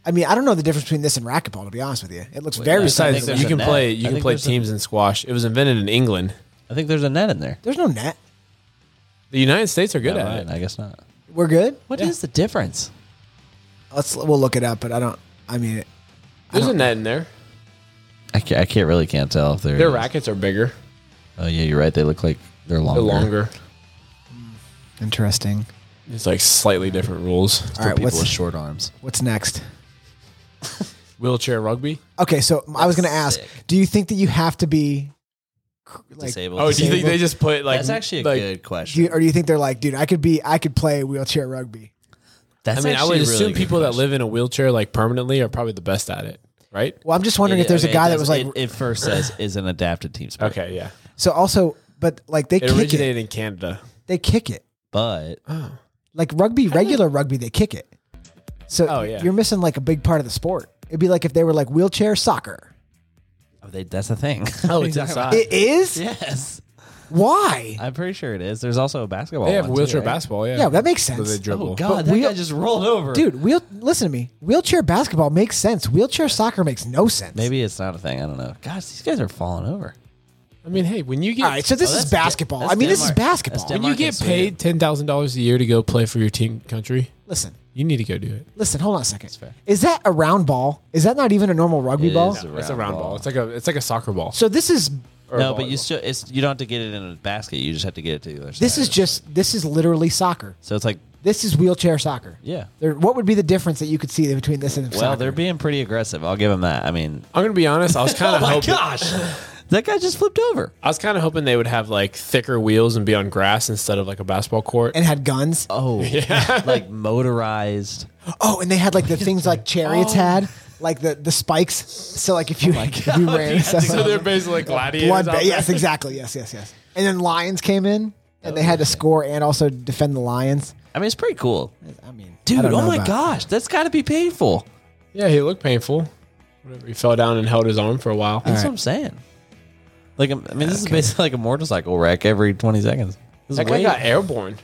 [SPEAKER 3] I mean, I don't know the difference between this and racquetball, to be honest with you. It looks very
[SPEAKER 2] that's- I
[SPEAKER 3] similar.
[SPEAKER 2] think
[SPEAKER 4] Besides,
[SPEAKER 2] there's
[SPEAKER 4] you
[SPEAKER 2] a
[SPEAKER 4] can
[SPEAKER 2] net.
[SPEAKER 4] play.
[SPEAKER 2] I
[SPEAKER 4] You can
[SPEAKER 2] think
[SPEAKER 4] play
[SPEAKER 2] there's a-
[SPEAKER 4] teams in squash. It was invented in England.
[SPEAKER 2] I think there's a net in there.
[SPEAKER 3] There's no net.
[SPEAKER 4] The United States are good
[SPEAKER 2] All
[SPEAKER 4] at
[SPEAKER 2] right,
[SPEAKER 4] it.
[SPEAKER 2] I guess not.
[SPEAKER 3] We're good.
[SPEAKER 2] What is the difference?
[SPEAKER 3] Let's we'll look it up, but I don't. I mean,
[SPEAKER 4] There's a net in there.
[SPEAKER 2] I can't, I can't really can't tell if they're
[SPEAKER 4] Their rackets are bigger.
[SPEAKER 2] Oh yeah, you're right. They look like they're longer.
[SPEAKER 4] They're longer.
[SPEAKER 3] interesting.
[SPEAKER 4] It's like slightly different rules.
[SPEAKER 3] All right,
[SPEAKER 2] people
[SPEAKER 3] what's
[SPEAKER 2] with short arms.
[SPEAKER 3] what's next?
[SPEAKER 4] Wheelchair rugby.
[SPEAKER 3] Okay, so I was going to
[SPEAKER 2] That's
[SPEAKER 3] ask,
[SPEAKER 2] sick.
[SPEAKER 3] do you think that you have to be cr- like,
[SPEAKER 2] Disabled.
[SPEAKER 4] Oh, do you think
[SPEAKER 3] Disabled.
[SPEAKER 4] they just put like?
[SPEAKER 2] That's actually a
[SPEAKER 4] like,
[SPEAKER 2] good
[SPEAKER 3] Do
[SPEAKER 2] question.
[SPEAKER 3] you, or do you think they're like, dude, I could be, I could play wheelchair rugby?
[SPEAKER 2] That's
[SPEAKER 4] I mean, I
[SPEAKER 2] actually
[SPEAKER 4] would
[SPEAKER 2] a
[SPEAKER 4] assume
[SPEAKER 2] really good
[SPEAKER 4] people that
[SPEAKER 2] question.
[SPEAKER 4] live in a wheelchair like permanently are probably the best at it, right?
[SPEAKER 3] Well, I'm just wondering
[SPEAKER 2] It-
[SPEAKER 3] if there's
[SPEAKER 2] okay,
[SPEAKER 3] a guy
[SPEAKER 2] it
[SPEAKER 3] that
[SPEAKER 2] does-
[SPEAKER 3] was like,
[SPEAKER 2] it, it first says is an adapted team sport.
[SPEAKER 4] Okay, yeah.
[SPEAKER 3] so also, but like they
[SPEAKER 4] It
[SPEAKER 3] kick it,
[SPEAKER 4] originated in Canada.
[SPEAKER 3] they kick it.
[SPEAKER 2] (sighs) but
[SPEAKER 3] Like rugby, regular rugby, they kick it. So
[SPEAKER 4] Oh, yeah.
[SPEAKER 3] you're missing like a big part of the sport. It'd be like if they were like wheelchair soccer.
[SPEAKER 2] oh, they, that's the thing. (laughs)
[SPEAKER 4] Oh, it's inside.
[SPEAKER 3] It is?
[SPEAKER 2] yes,
[SPEAKER 3] Why?
[SPEAKER 2] I'm pretty sure it is. There's also a basketball.
[SPEAKER 4] They have
[SPEAKER 2] one, too,
[SPEAKER 4] wheelchair
[SPEAKER 2] right?
[SPEAKER 4] basketball. Yeah,
[SPEAKER 3] Yeah, that makes
[SPEAKER 4] So they
[SPEAKER 3] sense.
[SPEAKER 4] dribble.
[SPEAKER 2] Oh god, that
[SPEAKER 3] wheel-
[SPEAKER 2] guy just rolled over,
[SPEAKER 3] Dude, wheel listen to me. Wheelchair basketball makes sense. Wheelchair soccer makes no sense.
[SPEAKER 2] Maybe it's not a thing. I don't know. Gosh, these guys are falling over. Oh,
[SPEAKER 4] I mean, hey, when you get Oh,
[SPEAKER 3] All right, so this
[SPEAKER 2] that's
[SPEAKER 3] is
[SPEAKER 2] di-
[SPEAKER 3] basketball.
[SPEAKER 2] that's
[SPEAKER 3] I mean, this is
[SPEAKER 2] Denmark. That's
[SPEAKER 3] basketball.
[SPEAKER 2] Denmark.
[SPEAKER 4] when you get paid ten thousand dollars a year to go play for your team country,
[SPEAKER 3] Listen,
[SPEAKER 4] you need to go do it.
[SPEAKER 3] listen, hold on a second. Is that a round ball? Is that not even a normal rugby
[SPEAKER 2] It
[SPEAKER 3] ball?
[SPEAKER 2] is.
[SPEAKER 4] it's a round ball. It's like a it's like a soccer ball.
[SPEAKER 3] So this is
[SPEAKER 4] Or a
[SPEAKER 2] no, but you
[SPEAKER 4] volleyball.
[SPEAKER 2] still it's you don't have to get it in a basket. You just have to get it to the other side.
[SPEAKER 3] this is just this is literally soccer.
[SPEAKER 2] so it's like
[SPEAKER 3] This is wheelchair soccer.
[SPEAKER 2] yeah.
[SPEAKER 3] There, what would be the difference that you could see between this and
[SPEAKER 2] Well,
[SPEAKER 3] soccer?
[SPEAKER 2] they're being pretty aggressive. I'll give them that. I mean,
[SPEAKER 4] I'm gonna be honest.
[SPEAKER 3] (laughs)
[SPEAKER 4] I was
[SPEAKER 3] Oh
[SPEAKER 4] kind of hoping
[SPEAKER 2] gosh, that guy just flipped over.
[SPEAKER 4] I was kind of hoping they would have like thicker wheels and be on grass instead of like a basketball court.
[SPEAKER 3] and had guns.
[SPEAKER 2] Oh, (laughs) like motorized.
[SPEAKER 3] Oh, and they had like the things like chariots had, like the the spikes. So like if you, (laughs) if you ran, so
[SPEAKER 4] (laughs) so they're basically like
[SPEAKER 3] (laughs)
[SPEAKER 4] gladiators.
[SPEAKER 3] blood.
[SPEAKER 4] out
[SPEAKER 3] ba-
[SPEAKER 4] there.
[SPEAKER 3] yes, exactly. Yes, yes, yes. And then lions came in, and they had to score and also defend the lions.
[SPEAKER 2] I mean, it's pretty cool,
[SPEAKER 3] I mean,
[SPEAKER 2] dude.
[SPEAKER 3] I don't
[SPEAKER 2] oh
[SPEAKER 3] know
[SPEAKER 2] my
[SPEAKER 3] about-
[SPEAKER 2] gosh, that's got to be painful.
[SPEAKER 4] Yeah, he looked painful. Whatever. He fell down and held his arm for a while.
[SPEAKER 3] Uh,
[SPEAKER 2] That's what I'm saying. Like, I'm- I mean, this is basically like a motorcycle wreck every 20 seconds. This is
[SPEAKER 4] That guy
[SPEAKER 2] way-
[SPEAKER 4] got airborne.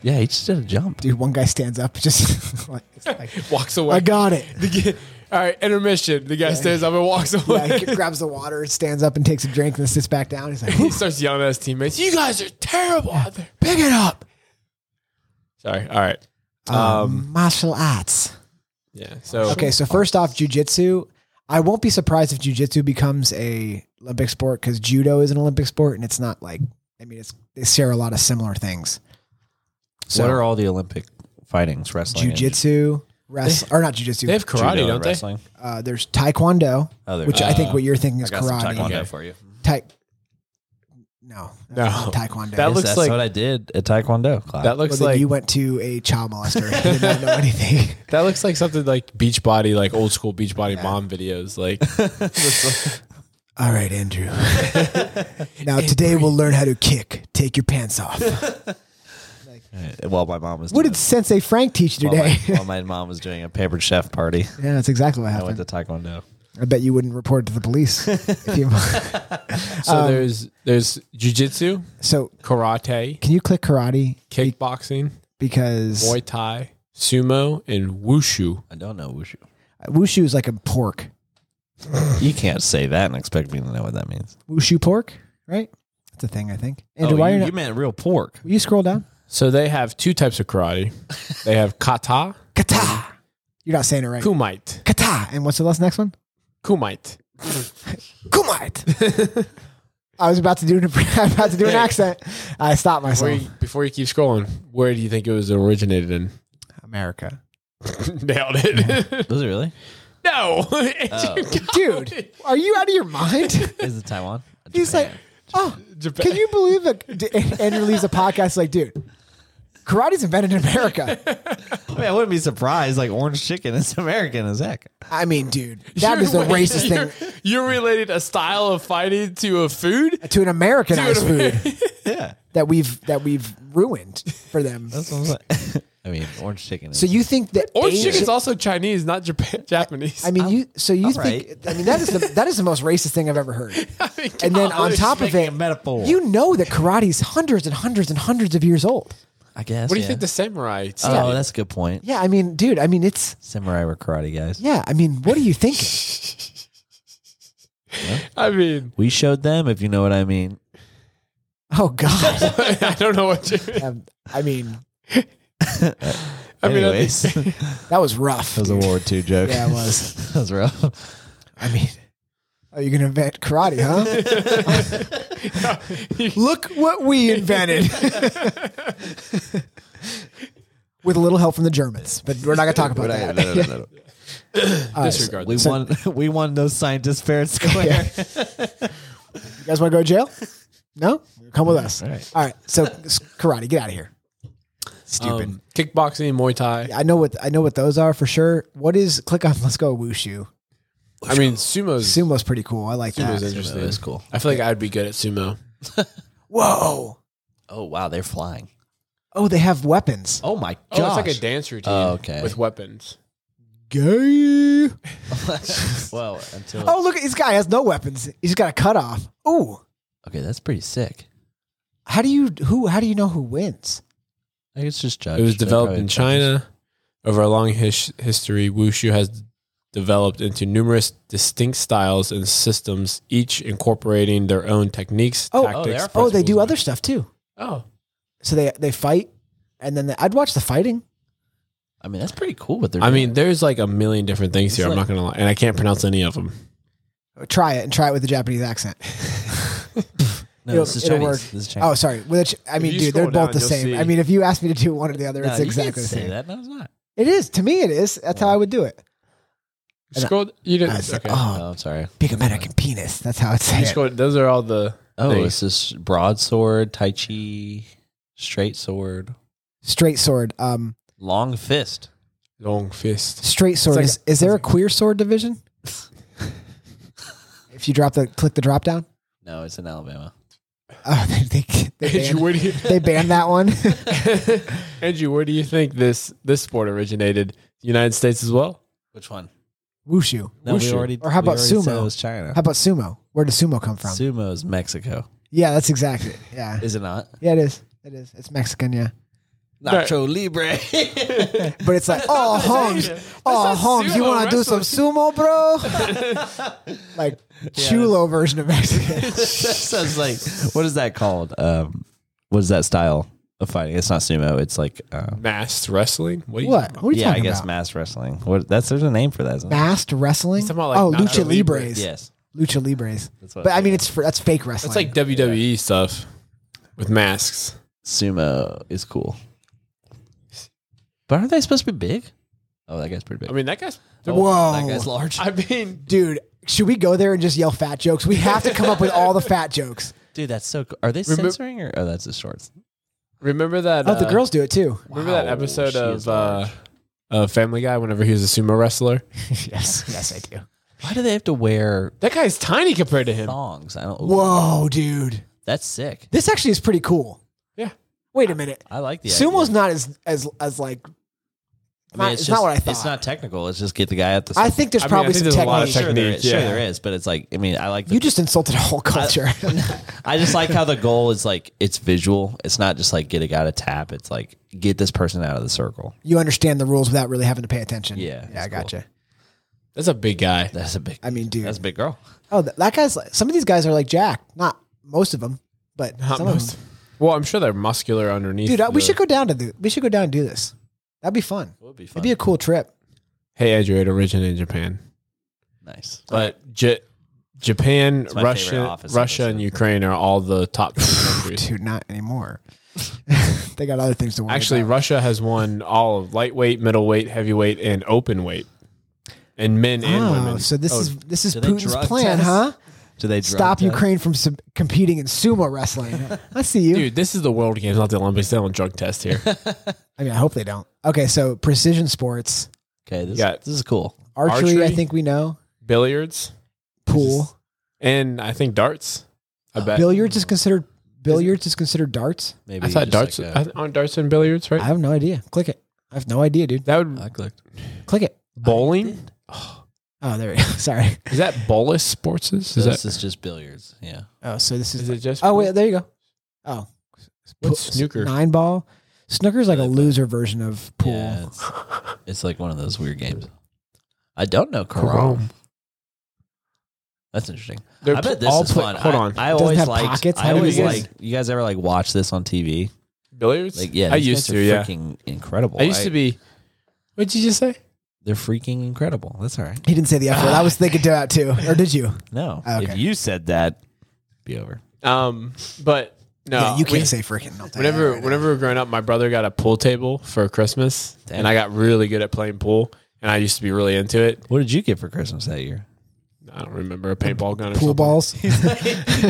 [SPEAKER 2] yeah, he just did a jump.
[SPEAKER 3] Dude, one guy stands up, (laughs) just like, it's like,
[SPEAKER 4] Walks away.
[SPEAKER 3] I got it.
[SPEAKER 4] (laughs) All right, intermission. The guy stands up and walks away. (laughs)
[SPEAKER 3] Yeah, he grabs the water, stands up, and takes a drink, and then sits back down. He's like,
[SPEAKER 4] he starts yelling at his teammates. You guys are terrible out there.
[SPEAKER 3] (laughs) "Pick it up,
[SPEAKER 4] Sorry. All right.
[SPEAKER 3] um, martial arts."
[SPEAKER 4] Yeah. So
[SPEAKER 3] Okay, so first off, jujitsu. I won't be surprised if jujitsu becomes a Olympic sport because judo is an Olympic sport, and it's not like I mean, it's they share a lot of similar things.
[SPEAKER 2] what
[SPEAKER 3] So
[SPEAKER 2] are all the Olympic fightings? Wrestling, and
[SPEAKER 3] jujitsu, wrestling, or not
[SPEAKER 4] they
[SPEAKER 3] jujitsu.
[SPEAKER 4] have karate,
[SPEAKER 2] judo and
[SPEAKER 4] don't they?
[SPEAKER 2] wrestling?
[SPEAKER 3] Uh, there's taekwondo,
[SPEAKER 2] Oh, there-
[SPEAKER 3] which I think what you're thinking is
[SPEAKER 2] I got some
[SPEAKER 3] karate.
[SPEAKER 2] taekwondo
[SPEAKER 4] Okay.
[SPEAKER 2] for you.
[SPEAKER 3] Tai- no, that's
[SPEAKER 4] No.
[SPEAKER 3] not taekwondo.
[SPEAKER 4] That
[SPEAKER 2] Yes,
[SPEAKER 4] looks
[SPEAKER 2] that's
[SPEAKER 4] like-
[SPEAKER 2] what I did at taekwondo class.
[SPEAKER 4] That
[SPEAKER 3] Well,
[SPEAKER 4] looks
[SPEAKER 3] then
[SPEAKER 4] like
[SPEAKER 3] you went to a child molester. (laughs) and did not know anything.
[SPEAKER 4] that looks like something like Beachbody, like old school Beachbody mom
[SPEAKER 3] (laughs)
[SPEAKER 4] videos. Like
[SPEAKER 3] All right, (laughs) Andrew. now today we'll learn how to kick. Take your pants off.
[SPEAKER 2] while my mom was
[SPEAKER 3] (laughs) What
[SPEAKER 2] doing
[SPEAKER 3] did Sensei Frank teach you
[SPEAKER 2] while my,
[SPEAKER 3] today?
[SPEAKER 2] while my mom was doing a pampered chef
[SPEAKER 3] (laughs)
[SPEAKER 2] party.
[SPEAKER 3] Yeah, that's exactly what
[SPEAKER 2] I went to
[SPEAKER 3] happened.
[SPEAKER 2] taekwondo.
[SPEAKER 3] I bet you wouldn't report to the police. if (laughs) you,
[SPEAKER 4] so.
[SPEAKER 3] Um,
[SPEAKER 4] there's there's jujitsu,
[SPEAKER 3] so,
[SPEAKER 4] karate,
[SPEAKER 3] can you click karate?
[SPEAKER 4] kickboxing,
[SPEAKER 3] Because
[SPEAKER 4] Muay Thai, sumo, and wushu.
[SPEAKER 2] I don't know wushu.
[SPEAKER 3] wushu is like a pork.
[SPEAKER 2] You can't say that and expect me to know what that means.
[SPEAKER 3] Wushu pork, right? That's a thing, I think. Andrew,
[SPEAKER 2] oh,
[SPEAKER 3] why
[SPEAKER 2] you, you
[SPEAKER 3] are not?
[SPEAKER 2] meant real (laughs) pork.
[SPEAKER 3] Will you scroll down?
[SPEAKER 4] So they have two types of karate. They have kata,
[SPEAKER 3] Kata. You're not saying it right.
[SPEAKER 4] kumite,
[SPEAKER 3] Kata. And what's the last next one?
[SPEAKER 4] kumite.
[SPEAKER 3] Kumite. (laughs) I was about to do an, (laughs) about to do an accent. I stopped
[SPEAKER 4] Before
[SPEAKER 3] myself.
[SPEAKER 4] you, before you keep scrolling, where do you think it was originated in?
[SPEAKER 3] America.
[SPEAKER 4] (laughs) Nailed it.
[SPEAKER 2] Was it really?
[SPEAKER 4] (laughs) No, (laughs)
[SPEAKER 2] Oh.
[SPEAKER 3] Dude, are you out of your mind?
[SPEAKER 2] Is it
[SPEAKER 4] (laughs)
[SPEAKER 2] Taiwan?
[SPEAKER 3] He's like,
[SPEAKER 2] Japan.
[SPEAKER 3] oh,
[SPEAKER 4] Japan.
[SPEAKER 3] can you believe that D- (laughs) Andrew leaves a podcast like, dude, karate's invented in America.
[SPEAKER 2] I, mean, I wouldn't be surprised. Like orange chicken is (laughs) American as heck.
[SPEAKER 3] I mean, dude, that is the
[SPEAKER 4] You're-
[SPEAKER 3] racist
[SPEAKER 4] you're-
[SPEAKER 3] thing
[SPEAKER 4] (laughs) You're related a style of fighting to a food.
[SPEAKER 3] to an Americanized
[SPEAKER 4] Dude. (laughs)
[SPEAKER 3] food
[SPEAKER 2] Yeah,
[SPEAKER 3] that we've that we've ruined for them.
[SPEAKER 2] that's what I'm saying. (laughs) I mean, orange chicken. Is
[SPEAKER 3] So you think that
[SPEAKER 4] Orange
[SPEAKER 3] Asian-
[SPEAKER 4] chicken's also Chinese, not Japan, Japanese.
[SPEAKER 3] I mean, you. So you
[SPEAKER 2] all
[SPEAKER 3] think? I mean, that is the that is the most racist thing I've ever
[SPEAKER 4] (laughs)
[SPEAKER 3] heard.
[SPEAKER 4] mean,
[SPEAKER 3] And then on
[SPEAKER 4] golly,
[SPEAKER 3] top of
[SPEAKER 2] making
[SPEAKER 3] it,
[SPEAKER 2] a metaphor.
[SPEAKER 3] you know that karate's hundreds and hundreds and hundreds of years old.
[SPEAKER 2] I guess.
[SPEAKER 4] what do you
[SPEAKER 2] yeah.
[SPEAKER 4] think the samurai? (laughs)
[SPEAKER 2] Oh,
[SPEAKER 4] studied?
[SPEAKER 2] that's a good point.
[SPEAKER 3] Yeah, I mean, dude, I mean, it's
[SPEAKER 2] Samurai were karate guys.
[SPEAKER 3] yeah, I mean, what are you (laughs) thinking?
[SPEAKER 4] I mean, (laughs)
[SPEAKER 2] We showed them, if you know what I mean.
[SPEAKER 3] Oh God,
[SPEAKER 4] I don't know what you. (laughs) Mean.
[SPEAKER 3] (laughs) Um, I mean,
[SPEAKER 4] I mean, I
[SPEAKER 2] Anyways, (laughs)
[SPEAKER 4] think-
[SPEAKER 2] that
[SPEAKER 3] that was rough.
[SPEAKER 2] was a
[SPEAKER 3] dude.
[SPEAKER 2] World War II joke.
[SPEAKER 3] (laughs) Yeah, it
[SPEAKER 2] (laughs)
[SPEAKER 3] was.
[SPEAKER 2] that was rough.
[SPEAKER 3] I mean, oh, you're gonna invent karate, huh? Look what we (laughs) invented. With a little help from the Germans, but we're not gonna talk about that. All right, so
[SPEAKER 2] (laughs)
[SPEAKER 4] Disregard
[SPEAKER 2] We
[SPEAKER 4] this.
[SPEAKER 2] won. (laughs) We won those scientists fair
[SPEAKER 4] (laughs)
[SPEAKER 2] and square.
[SPEAKER 3] you guys want to go to jail? No, come with us. All
[SPEAKER 2] All
[SPEAKER 3] right.
[SPEAKER 2] right.
[SPEAKER 3] So s- karate, get out of here. Stupid.
[SPEAKER 4] Um, kickboxing, Muay Thai.
[SPEAKER 3] I know what I know what those are for sure. What is click on? Let's go wushu.
[SPEAKER 4] I mean, sumo's
[SPEAKER 3] Sumo's pretty cool. I like
[SPEAKER 4] sumo's
[SPEAKER 3] that.
[SPEAKER 4] interesting.
[SPEAKER 2] Sumo is cool.
[SPEAKER 4] I feel like I'd be good at sumo.
[SPEAKER 3] Whoa.
[SPEAKER 2] Oh wow, they're flying.
[SPEAKER 3] Oh, they have weapons.
[SPEAKER 2] Oh my
[SPEAKER 4] Oh,
[SPEAKER 2] god.
[SPEAKER 4] it's like a dance routine.
[SPEAKER 2] Oh, okay.
[SPEAKER 4] with weapons.
[SPEAKER 3] Gay.
[SPEAKER 2] (laughs) well, until
[SPEAKER 3] Oh, look, this guy has no weapons. He's got a cutoff. Ooh.
[SPEAKER 2] okay, that's pretty sick.
[SPEAKER 3] How do you who? How do you know who wins?
[SPEAKER 2] I think it's just judged.
[SPEAKER 4] It was
[SPEAKER 2] They're
[SPEAKER 4] developed
[SPEAKER 2] probably
[SPEAKER 4] in
[SPEAKER 2] judged.
[SPEAKER 4] China. Over a long his- history, wushu has developed into numerous distinct styles and systems, each incorporating their own techniques,
[SPEAKER 3] Oh,
[SPEAKER 2] Oh, they
[SPEAKER 4] tactics.
[SPEAKER 2] are
[SPEAKER 3] Oh, they do
[SPEAKER 4] principles.
[SPEAKER 3] other stuff too.
[SPEAKER 4] Oh,
[SPEAKER 3] So they they fight, and then they, I'd watch the fighting.
[SPEAKER 2] I mean, that's pretty cool. What they're.
[SPEAKER 4] I
[SPEAKER 2] doing.
[SPEAKER 4] mean, there's like a million different things
[SPEAKER 2] It's
[SPEAKER 4] here. I'm not
[SPEAKER 2] like-
[SPEAKER 4] gonna lie, and I can't pronounce any
[SPEAKER 3] (laughs)
[SPEAKER 4] of them.
[SPEAKER 3] Try it and try it with a Japanese accent.
[SPEAKER 2] no,
[SPEAKER 3] it'll-
[SPEAKER 2] this is
[SPEAKER 3] it'll
[SPEAKER 2] Chinese.
[SPEAKER 3] work.
[SPEAKER 2] This is Chinese.
[SPEAKER 3] oh, sorry. Which I mean,
[SPEAKER 4] you
[SPEAKER 3] dude, they're
[SPEAKER 4] scroll down,
[SPEAKER 3] both the
[SPEAKER 4] you'll
[SPEAKER 3] same.
[SPEAKER 4] see-
[SPEAKER 3] I mean, if you asked me to do one or the other,
[SPEAKER 2] No,
[SPEAKER 3] it's
[SPEAKER 2] you
[SPEAKER 3] exactly
[SPEAKER 2] can't
[SPEAKER 3] the
[SPEAKER 2] say
[SPEAKER 3] same.
[SPEAKER 2] that. No, it's not.
[SPEAKER 3] It is to me. It is. That's how I would do it. And I-
[SPEAKER 4] Scroll. You
[SPEAKER 3] I
[SPEAKER 4] didn't.
[SPEAKER 3] said,
[SPEAKER 4] Okay.
[SPEAKER 3] "Oh,
[SPEAKER 2] Oh, I'm sorry.
[SPEAKER 3] big American penis." That's how I'd say
[SPEAKER 4] You
[SPEAKER 3] it.
[SPEAKER 4] scroll- Those are all the.
[SPEAKER 2] Oh,
[SPEAKER 4] things.
[SPEAKER 2] it's this broadsword, tai chi, straight sword,
[SPEAKER 3] Straight sword. Um,
[SPEAKER 2] long fist.
[SPEAKER 3] (laughs)
[SPEAKER 4] long fist.
[SPEAKER 3] straight sword.
[SPEAKER 4] like-
[SPEAKER 3] is, is there a queer sword division?
[SPEAKER 4] (laughs)
[SPEAKER 3] if you drop the click the drop down,
[SPEAKER 2] No, it's in Alabama.
[SPEAKER 3] oh, (laughs) they they, they
[SPEAKER 4] Andrew,
[SPEAKER 3] banned,
[SPEAKER 4] where do you, (laughs)
[SPEAKER 3] they banned that one. (laughs)
[SPEAKER 4] Andrew, where do you think this this sport originated? United States as well.
[SPEAKER 2] Which one?
[SPEAKER 3] Wushu.
[SPEAKER 2] No, we
[SPEAKER 4] Wushu.
[SPEAKER 2] already.
[SPEAKER 3] Or how
[SPEAKER 2] we
[SPEAKER 3] about
[SPEAKER 2] already said
[SPEAKER 3] sumo?
[SPEAKER 2] It was China.
[SPEAKER 3] How about sumo? Where does sumo come from?
[SPEAKER 2] Sumo is Mexico.
[SPEAKER 3] yeah, that's exactly. It. Yeah,
[SPEAKER 2] Is it not?
[SPEAKER 3] yeah, it is. It is. It's Mexican. Yeah,
[SPEAKER 4] Right.
[SPEAKER 2] Nacho Libre. (laughs)
[SPEAKER 3] but it's like, oh, Holmes, oh,
[SPEAKER 4] not
[SPEAKER 3] Holmes, you
[SPEAKER 4] sumo
[SPEAKER 3] want to do some sumo, bro?
[SPEAKER 2] (laughs)
[SPEAKER 3] like chulo version of Mexican.
[SPEAKER 2] that sounds like what is that called? Um, what is that style of fighting? It's not sumo. It's like uh,
[SPEAKER 4] Masked wrestling. What? Are you
[SPEAKER 3] What? What are you
[SPEAKER 2] yeah, I
[SPEAKER 3] talking
[SPEAKER 2] guess
[SPEAKER 3] about?
[SPEAKER 2] mass wrestling. What? That's there's a name for that. Isn't there?
[SPEAKER 3] Masked wrestling.
[SPEAKER 4] It's about, like,
[SPEAKER 3] oh, lucha
[SPEAKER 4] Nacho Libre.
[SPEAKER 3] libres.
[SPEAKER 2] Yes.
[SPEAKER 3] Lucha libres.
[SPEAKER 2] That's what
[SPEAKER 3] But I
[SPEAKER 2] think.
[SPEAKER 3] mean, it's for, that's fake wrestling.
[SPEAKER 4] That's like WWE stuff with masks.
[SPEAKER 2] sumo is cool. But aren't they supposed to be big? Oh, that guy's pretty big.
[SPEAKER 4] I mean, that guy's.
[SPEAKER 2] Oh,
[SPEAKER 3] Whoa.
[SPEAKER 2] that guy's large.
[SPEAKER 4] (laughs) I mean,
[SPEAKER 3] dude. Should we go there and just yell fat jokes? We have to come up with all the fat jokes.
[SPEAKER 2] Dude, that's so cool. Are they
[SPEAKER 4] Remem-
[SPEAKER 2] censoring or oh, that's the shorts.
[SPEAKER 4] remember that?
[SPEAKER 3] Oh, the
[SPEAKER 4] uh,
[SPEAKER 3] girls do it too.
[SPEAKER 4] Remember that
[SPEAKER 2] Wow,
[SPEAKER 4] episode
[SPEAKER 2] she
[SPEAKER 4] of
[SPEAKER 2] is
[SPEAKER 4] uh,
[SPEAKER 2] large.
[SPEAKER 4] of Family Guy? Whenever he was a sumo wrestler,
[SPEAKER 3] (laughs) yes, yes, I do.
[SPEAKER 2] Why do they have to wear
[SPEAKER 4] that guy's tiny compared to him.
[SPEAKER 2] thongs? I don't.
[SPEAKER 3] Whoa, dude.
[SPEAKER 2] that's sick.
[SPEAKER 3] This actually is pretty cool.
[SPEAKER 4] Yeah.
[SPEAKER 3] Wait a minute.
[SPEAKER 2] I like the
[SPEAKER 3] Sumo's
[SPEAKER 2] idea.
[SPEAKER 3] not as as as like.
[SPEAKER 2] I
[SPEAKER 3] not-
[SPEAKER 2] mean,
[SPEAKER 3] it's
[SPEAKER 2] just-
[SPEAKER 3] not what I thought.
[SPEAKER 2] It's not technical. It's just get the guy at the.
[SPEAKER 3] I think there's
[SPEAKER 4] I mean,
[SPEAKER 3] probably
[SPEAKER 4] I think
[SPEAKER 3] some
[SPEAKER 4] there's a lot of
[SPEAKER 3] technique.
[SPEAKER 4] technique.
[SPEAKER 2] sure, there is, sure
[SPEAKER 4] yeah.
[SPEAKER 2] there is, but it's like I mean I like the,
[SPEAKER 3] You just insulted a whole culture.
[SPEAKER 2] I just like how the goal is like it's visual. It's not just like get a guy to tap. It's like get this person out of the circle.
[SPEAKER 3] you understand the rules without really having to pay attention.
[SPEAKER 2] Yeah,
[SPEAKER 3] yeah,
[SPEAKER 2] that's
[SPEAKER 3] I gotcha.
[SPEAKER 4] That's a big guy.
[SPEAKER 2] That's a big.
[SPEAKER 3] I mean, dude.
[SPEAKER 2] that's a big girl.
[SPEAKER 3] Oh, that, that guy's. like- Some of these guys are like Jack. Not most of them, but
[SPEAKER 4] Not
[SPEAKER 3] some
[SPEAKER 4] most.
[SPEAKER 3] of them.
[SPEAKER 4] Well, I'm sure they're muscular underneath.
[SPEAKER 3] Dude, uh, we
[SPEAKER 4] the-
[SPEAKER 3] should go down to the. We should go down and do this. That'd be fun.
[SPEAKER 2] Would be fun.
[SPEAKER 3] It'd be a cool trip.
[SPEAKER 4] Hey, Andrew, it originated in Japan,
[SPEAKER 2] nice.
[SPEAKER 4] but J- Japan,
[SPEAKER 2] It's my favorite
[SPEAKER 4] Russia,
[SPEAKER 2] office
[SPEAKER 4] Russia,
[SPEAKER 2] episode.
[SPEAKER 4] and Ukraine are all the top three countries.
[SPEAKER 3] Dude, not anymore. (laughs) they got other things to worry
[SPEAKER 4] Actually,
[SPEAKER 3] about.
[SPEAKER 4] Russia has won all of lightweight, middleweight, heavyweight, and open weight. and men and
[SPEAKER 3] oh,
[SPEAKER 4] women.
[SPEAKER 3] so this
[SPEAKER 2] Oh,
[SPEAKER 3] is this is
[SPEAKER 2] do they
[SPEAKER 3] Putin's
[SPEAKER 2] drug
[SPEAKER 3] plan,
[SPEAKER 2] test?
[SPEAKER 3] huh?
[SPEAKER 2] Do they drug
[SPEAKER 3] Stop
[SPEAKER 2] test?
[SPEAKER 3] Ukraine from sub- competing in sumo
[SPEAKER 2] (laughs)
[SPEAKER 3] wrestling. I see you.
[SPEAKER 4] Dude, this is the World Games, not the Olympics. They don't drug test here.
[SPEAKER 3] I mean, I hope they don't. Okay, so precision sports,
[SPEAKER 2] Okay, this,
[SPEAKER 4] Yeah.
[SPEAKER 2] this is cool.
[SPEAKER 3] archery,
[SPEAKER 4] Archery?
[SPEAKER 3] I think we know.
[SPEAKER 4] Billiards
[SPEAKER 3] Pool,
[SPEAKER 4] and I think darts. I bet.
[SPEAKER 3] billiards is considered billiards is considered darts.
[SPEAKER 2] Maybe
[SPEAKER 4] I thought darts
[SPEAKER 2] just like a-
[SPEAKER 4] I- aren't darts and billiards, right?
[SPEAKER 3] I have no idea. Click it. I have no idea, dude.
[SPEAKER 4] that would
[SPEAKER 2] I clicked.
[SPEAKER 3] Click it.
[SPEAKER 4] bowling.
[SPEAKER 3] Oh, there. we go. (laughs) Sorry.
[SPEAKER 4] Is that bolus sports? Is
[SPEAKER 2] So
[SPEAKER 4] that
[SPEAKER 2] this is just billiards. Yeah.
[SPEAKER 3] Oh, so this is.
[SPEAKER 4] is it just?
[SPEAKER 3] oh wait, there you go. Oh,
[SPEAKER 4] What's
[SPEAKER 3] Pool-
[SPEAKER 4] snooker?
[SPEAKER 3] Nine ball. Snooker's like a
[SPEAKER 2] Yeah, but-
[SPEAKER 3] loser version of pool.
[SPEAKER 2] Yeah, it's, it's like one of those weird games. I don't know Chrome. That's interesting.
[SPEAKER 4] They're
[SPEAKER 2] I bet
[SPEAKER 4] pl-
[SPEAKER 2] this
[SPEAKER 4] all
[SPEAKER 2] is
[SPEAKER 4] pla-
[SPEAKER 2] fun.
[SPEAKER 4] Hold
[SPEAKER 2] I-
[SPEAKER 4] on,
[SPEAKER 2] I,
[SPEAKER 3] Doesn't
[SPEAKER 2] always
[SPEAKER 3] have
[SPEAKER 2] like.
[SPEAKER 3] pockets?
[SPEAKER 2] I
[SPEAKER 3] How do
[SPEAKER 2] always
[SPEAKER 4] you
[SPEAKER 2] like.
[SPEAKER 4] guys-
[SPEAKER 2] You guys ever like watch this on TV?
[SPEAKER 4] billiards.
[SPEAKER 2] Like, yeah,
[SPEAKER 4] I
[SPEAKER 2] these
[SPEAKER 4] used
[SPEAKER 2] guys
[SPEAKER 4] to.
[SPEAKER 2] are
[SPEAKER 4] Yeah,
[SPEAKER 2] freaking incredible.
[SPEAKER 4] I used to be. What'd you just say?
[SPEAKER 2] They're freaking incredible. That's all right.
[SPEAKER 3] He didn't say the F word. I was thinking about
[SPEAKER 4] (laughs)
[SPEAKER 3] too. Or did you?
[SPEAKER 2] No,
[SPEAKER 3] Ah, Okay.
[SPEAKER 2] if you said that, be over.
[SPEAKER 4] Um, but no,
[SPEAKER 3] yeah, you can't
[SPEAKER 4] we-
[SPEAKER 3] say freaking. I'll tell you that
[SPEAKER 4] Whenever,
[SPEAKER 3] right now.
[SPEAKER 4] whenever we were growing up, my brother got a pool table for Christmas,
[SPEAKER 2] Damn.
[SPEAKER 4] and I got really good at playing pool, and I used to be really into it.
[SPEAKER 2] What did you get for Christmas that
[SPEAKER 4] (laughs)
[SPEAKER 2] year?
[SPEAKER 4] I don't remember a paintball gun or
[SPEAKER 3] pool
[SPEAKER 4] something. (laughs)
[SPEAKER 3] balls.
[SPEAKER 2] He's like,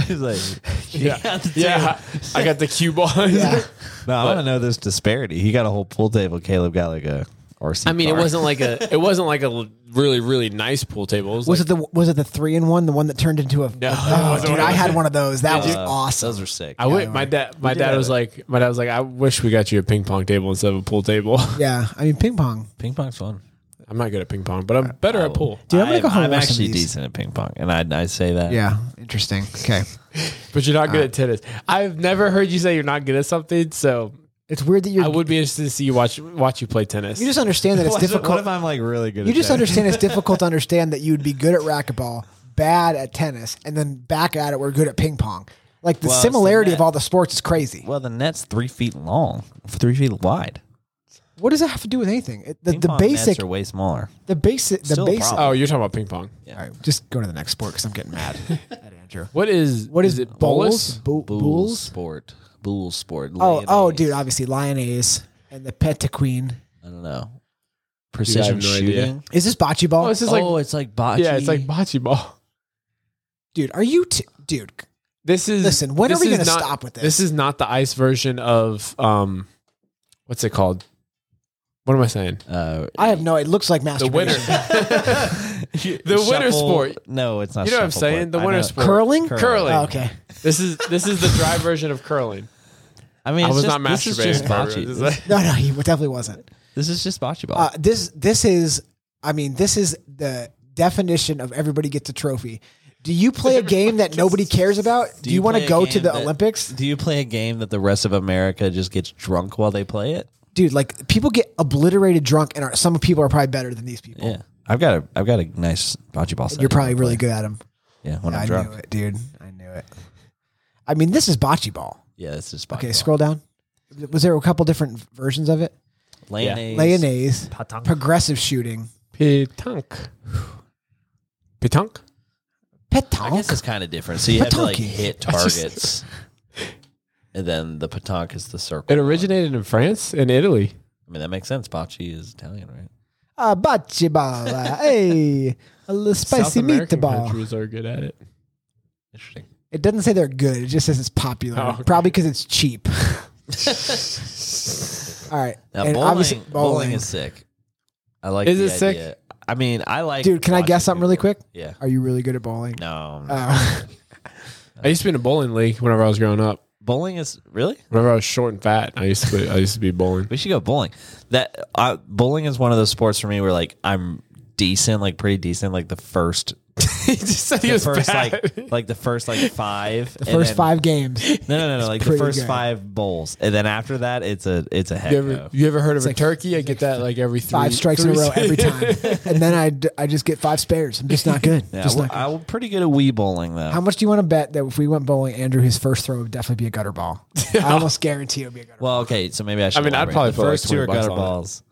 [SPEAKER 2] he's like
[SPEAKER 4] Yeah, yeah. I got the cue ball.
[SPEAKER 3] (laughs) Yeah.
[SPEAKER 2] No, I want to know this disparity. He got a whole pool table. Caleb got like a RC.
[SPEAKER 4] I mean, it
[SPEAKER 2] car.
[SPEAKER 4] wasn't like a, it wasn't like a really, really nice pool table. It was,
[SPEAKER 3] Was
[SPEAKER 4] like,
[SPEAKER 3] it the was it the three in one, the one that turned into a?
[SPEAKER 4] No, it
[SPEAKER 3] oh,
[SPEAKER 4] (laughs) wasn't
[SPEAKER 3] dude,
[SPEAKER 4] one of
[SPEAKER 3] I
[SPEAKER 4] those.
[SPEAKER 3] had one of those. That was
[SPEAKER 2] Uh,
[SPEAKER 3] awesome.
[SPEAKER 2] Those were sick.
[SPEAKER 4] I would. My dad, my
[SPEAKER 2] did
[SPEAKER 4] dad
[SPEAKER 2] have
[SPEAKER 4] was
[SPEAKER 2] it.
[SPEAKER 4] like, my dad was like, I wish we got you a ping pong table instead of a pool table. (laughs)
[SPEAKER 3] Yeah, I mean ping pong.
[SPEAKER 2] ping pong's fun.
[SPEAKER 4] I'm not good at ping pong, but I'm better at pool.
[SPEAKER 3] Dude, I'm gonna go home
[SPEAKER 2] I'm
[SPEAKER 3] and watch some of
[SPEAKER 2] actually
[SPEAKER 3] these.
[SPEAKER 2] decent at ping pong, and I I say that.
[SPEAKER 3] Yeah, interesting. Okay,
[SPEAKER 4] But you're not good at tennis. I've never heard you say you're not good at something, so
[SPEAKER 3] it's weird that you're.
[SPEAKER 4] I would be interested to see you watch watch you play tennis.
[SPEAKER 3] you just understand
[SPEAKER 4] (laughs)
[SPEAKER 3] that it's
[SPEAKER 2] What if- What if
[SPEAKER 3] difficult.
[SPEAKER 2] I'm like really good?
[SPEAKER 3] You
[SPEAKER 2] at
[SPEAKER 3] just
[SPEAKER 2] tennis? (laughs)
[SPEAKER 3] understand it's difficult to understand that you would be good at racquetball, bad at tennis, and then back at it we're good at ping pong. Like the
[SPEAKER 2] Well, it's the
[SPEAKER 3] similarity of
[SPEAKER 2] net.
[SPEAKER 3] all the sports is crazy.
[SPEAKER 2] Well, the net's three feet long, three feet wide.
[SPEAKER 3] What does that have to do with anything? It- The,
[SPEAKER 2] Ping
[SPEAKER 3] the
[SPEAKER 2] pong
[SPEAKER 3] basic,
[SPEAKER 2] nets are way smaller.
[SPEAKER 3] the basic, the
[SPEAKER 2] still a
[SPEAKER 3] basic.
[SPEAKER 2] problem.
[SPEAKER 4] oh, you're talking about ping pong.
[SPEAKER 3] All right, just go to the next sport because I'm
[SPEAKER 2] (laughs)
[SPEAKER 3] getting mad at Andrew.
[SPEAKER 4] What is
[SPEAKER 3] What is,
[SPEAKER 4] it?
[SPEAKER 3] bowls?
[SPEAKER 4] Bolus?
[SPEAKER 3] Bo-
[SPEAKER 2] Bull
[SPEAKER 3] Bulls?
[SPEAKER 2] sport, bull sport.
[SPEAKER 3] Oh, oh,
[SPEAKER 2] Leonese.
[SPEAKER 3] dude, obviously Lyonnaise and the Peta Queen.
[SPEAKER 2] I don't know. Precision
[SPEAKER 4] no idea.
[SPEAKER 2] shooting.
[SPEAKER 3] Is this bocce ball?
[SPEAKER 4] Oh, it's just like
[SPEAKER 2] oh, it's like bocce.
[SPEAKER 4] yeah, it's like bocce ball.
[SPEAKER 3] dude, are you, t- dude?
[SPEAKER 4] This is
[SPEAKER 3] Listen, when are
[SPEAKER 4] this
[SPEAKER 3] we
[SPEAKER 4] is
[SPEAKER 3] gonna
[SPEAKER 4] not-
[SPEAKER 3] stop with this?
[SPEAKER 4] This is not the ice version of um, what's it called? What am I saying?
[SPEAKER 2] (laughs) uh,
[SPEAKER 3] I have no. It looks like
[SPEAKER 4] The
[SPEAKER 3] masturbation. (laughs)
[SPEAKER 4] winter, the winter
[SPEAKER 2] shuffle-
[SPEAKER 4] sport.
[SPEAKER 2] No, it's not.
[SPEAKER 4] You know what I'm
[SPEAKER 2] shuffleboard.
[SPEAKER 4] saying? The
[SPEAKER 2] I
[SPEAKER 4] winter
[SPEAKER 2] know-
[SPEAKER 4] sport.
[SPEAKER 3] Curling.
[SPEAKER 2] Curling.
[SPEAKER 4] Curling.
[SPEAKER 3] Oh, okay.
[SPEAKER 4] (laughs) This is this is the dry version of curling.
[SPEAKER 2] I mean,
[SPEAKER 4] I
[SPEAKER 2] it's
[SPEAKER 4] was
[SPEAKER 2] just,
[SPEAKER 4] not
[SPEAKER 2] This is
[SPEAKER 4] masturbating.
[SPEAKER 2] just
[SPEAKER 4] Barbara.
[SPEAKER 2] bocce.
[SPEAKER 4] This is
[SPEAKER 2] This,
[SPEAKER 4] like-
[SPEAKER 3] No, no, he definitely wasn't.
[SPEAKER 2] this is just bocce ball.
[SPEAKER 3] Uh, this, this is. I mean, this is the definition of everybody gets a trophy. Do you play
[SPEAKER 2] (laughs)
[SPEAKER 3] a game that nobody cares about? Do, you, want
[SPEAKER 2] play
[SPEAKER 3] to
[SPEAKER 2] a
[SPEAKER 3] go to
[SPEAKER 2] game
[SPEAKER 3] the
[SPEAKER 2] that-
[SPEAKER 3] Olympics,
[SPEAKER 2] Do you play a game that the rest of America just gets drunk while they play it?
[SPEAKER 3] dude? Like people get obliterated drunk, and are, some people are probably better than these people.
[SPEAKER 2] Yeah, I've got a I've got a nice bocce ball. set
[SPEAKER 3] You're
[SPEAKER 2] I
[SPEAKER 3] probably
[SPEAKER 2] play.
[SPEAKER 3] really good at them.
[SPEAKER 2] Yeah, when
[SPEAKER 3] I
[SPEAKER 2] I'm drunk.
[SPEAKER 3] knew it, dude. I knew it. I mean, this is bocce ball.
[SPEAKER 2] Yeah, it's just bocce.
[SPEAKER 3] Okay,
[SPEAKER 2] ball.
[SPEAKER 3] scroll down. Was there a couple different versions of it?
[SPEAKER 2] Mayonnaise.
[SPEAKER 3] Mayonnaise,
[SPEAKER 2] Patank.
[SPEAKER 3] progressive shooting,
[SPEAKER 4] Petanque. Petanque.
[SPEAKER 2] I
[SPEAKER 3] petanque.
[SPEAKER 2] guess it's kind of different. So you have to like
[SPEAKER 3] Patanke.
[SPEAKER 2] hit
[SPEAKER 3] (laughs) I just-
[SPEAKER 2] targets, and then the patank is the circle.
[SPEAKER 4] It originated in France and Italy.
[SPEAKER 2] I mean that makes sense. Bocce is Italian, right?
[SPEAKER 3] Ah,
[SPEAKER 2] (laughs)
[SPEAKER 3] bocce ball. hey, a little
[SPEAKER 4] South
[SPEAKER 3] spicy
[SPEAKER 4] American
[SPEAKER 3] meatball.
[SPEAKER 4] countries are good at it.
[SPEAKER 2] Interesting.
[SPEAKER 3] It doesn't say they're good. It just says it's popular.
[SPEAKER 4] Oh, okay.
[SPEAKER 3] Probably because it's
[SPEAKER 4] (laughs)
[SPEAKER 3] cheap. All right.
[SPEAKER 2] Now
[SPEAKER 3] And
[SPEAKER 2] bowling,
[SPEAKER 3] obviously-
[SPEAKER 2] bowling, is sick. I like.
[SPEAKER 4] Is
[SPEAKER 2] the
[SPEAKER 4] it sick?
[SPEAKER 2] idea. I mean, I like.
[SPEAKER 3] Dude, can I guess
[SPEAKER 2] watching
[SPEAKER 3] something really
[SPEAKER 2] people-
[SPEAKER 3] quick?
[SPEAKER 2] Yeah.
[SPEAKER 3] Are you really good at bowling? (laughs)
[SPEAKER 2] No.
[SPEAKER 3] Uh,
[SPEAKER 4] I used to be in a bowling league whenever I was growing up.
[SPEAKER 2] bowling is really.
[SPEAKER 4] Whenever I was short and fat, I used to be, I used to be
[SPEAKER 3] (laughs)
[SPEAKER 4] bowling.
[SPEAKER 2] We should go bowling. That uh, bowling is one of those sports for me where like I'm decent, like pretty decent, like the first, (laughs)
[SPEAKER 4] he just said he
[SPEAKER 2] the
[SPEAKER 4] was
[SPEAKER 2] first
[SPEAKER 4] fat.
[SPEAKER 2] like (laughs) like the first
[SPEAKER 4] (laughs)
[SPEAKER 2] like five, the
[SPEAKER 3] first five games.
[SPEAKER 2] No, no, no, no like the
[SPEAKER 3] pretty
[SPEAKER 2] first
[SPEAKER 3] good.
[SPEAKER 2] five bowls, and then after that, it's a it's a heck.
[SPEAKER 4] You ever,
[SPEAKER 2] no.
[SPEAKER 4] you ever heard of a
[SPEAKER 3] like-
[SPEAKER 4] turkey? I get that like every three,
[SPEAKER 3] Five strikes in a
[SPEAKER 4] three-
[SPEAKER 3] row every time. and then I, d- I just get five spares. I'm just not good.
[SPEAKER 2] (laughs) Yeah,
[SPEAKER 3] just
[SPEAKER 2] well,
[SPEAKER 3] not good.
[SPEAKER 2] I'm pretty good at wee bowling though.
[SPEAKER 3] How much do you want to bet that if we went bowling, Andrew, his first throw would definitely be a gutter
[SPEAKER 4] (laughs)
[SPEAKER 3] ball? I almost guarantee it would be a gutter ball.
[SPEAKER 2] well, okay, so maybe I should.
[SPEAKER 4] I mean, I'd
[SPEAKER 2] elaborate.
[SPEAKER 4] probably
[SPEAKER 2] the
[SPEAKER 4] put, like,
[SPEAKER 2] first two
[SPEAKER 4] 20
[SPEAKER 2] are
[SPEAKER 4] bucks
[SPEAKER 2] gutter
[SPEAKER 4] on it.
[SPEAKER 2] balls.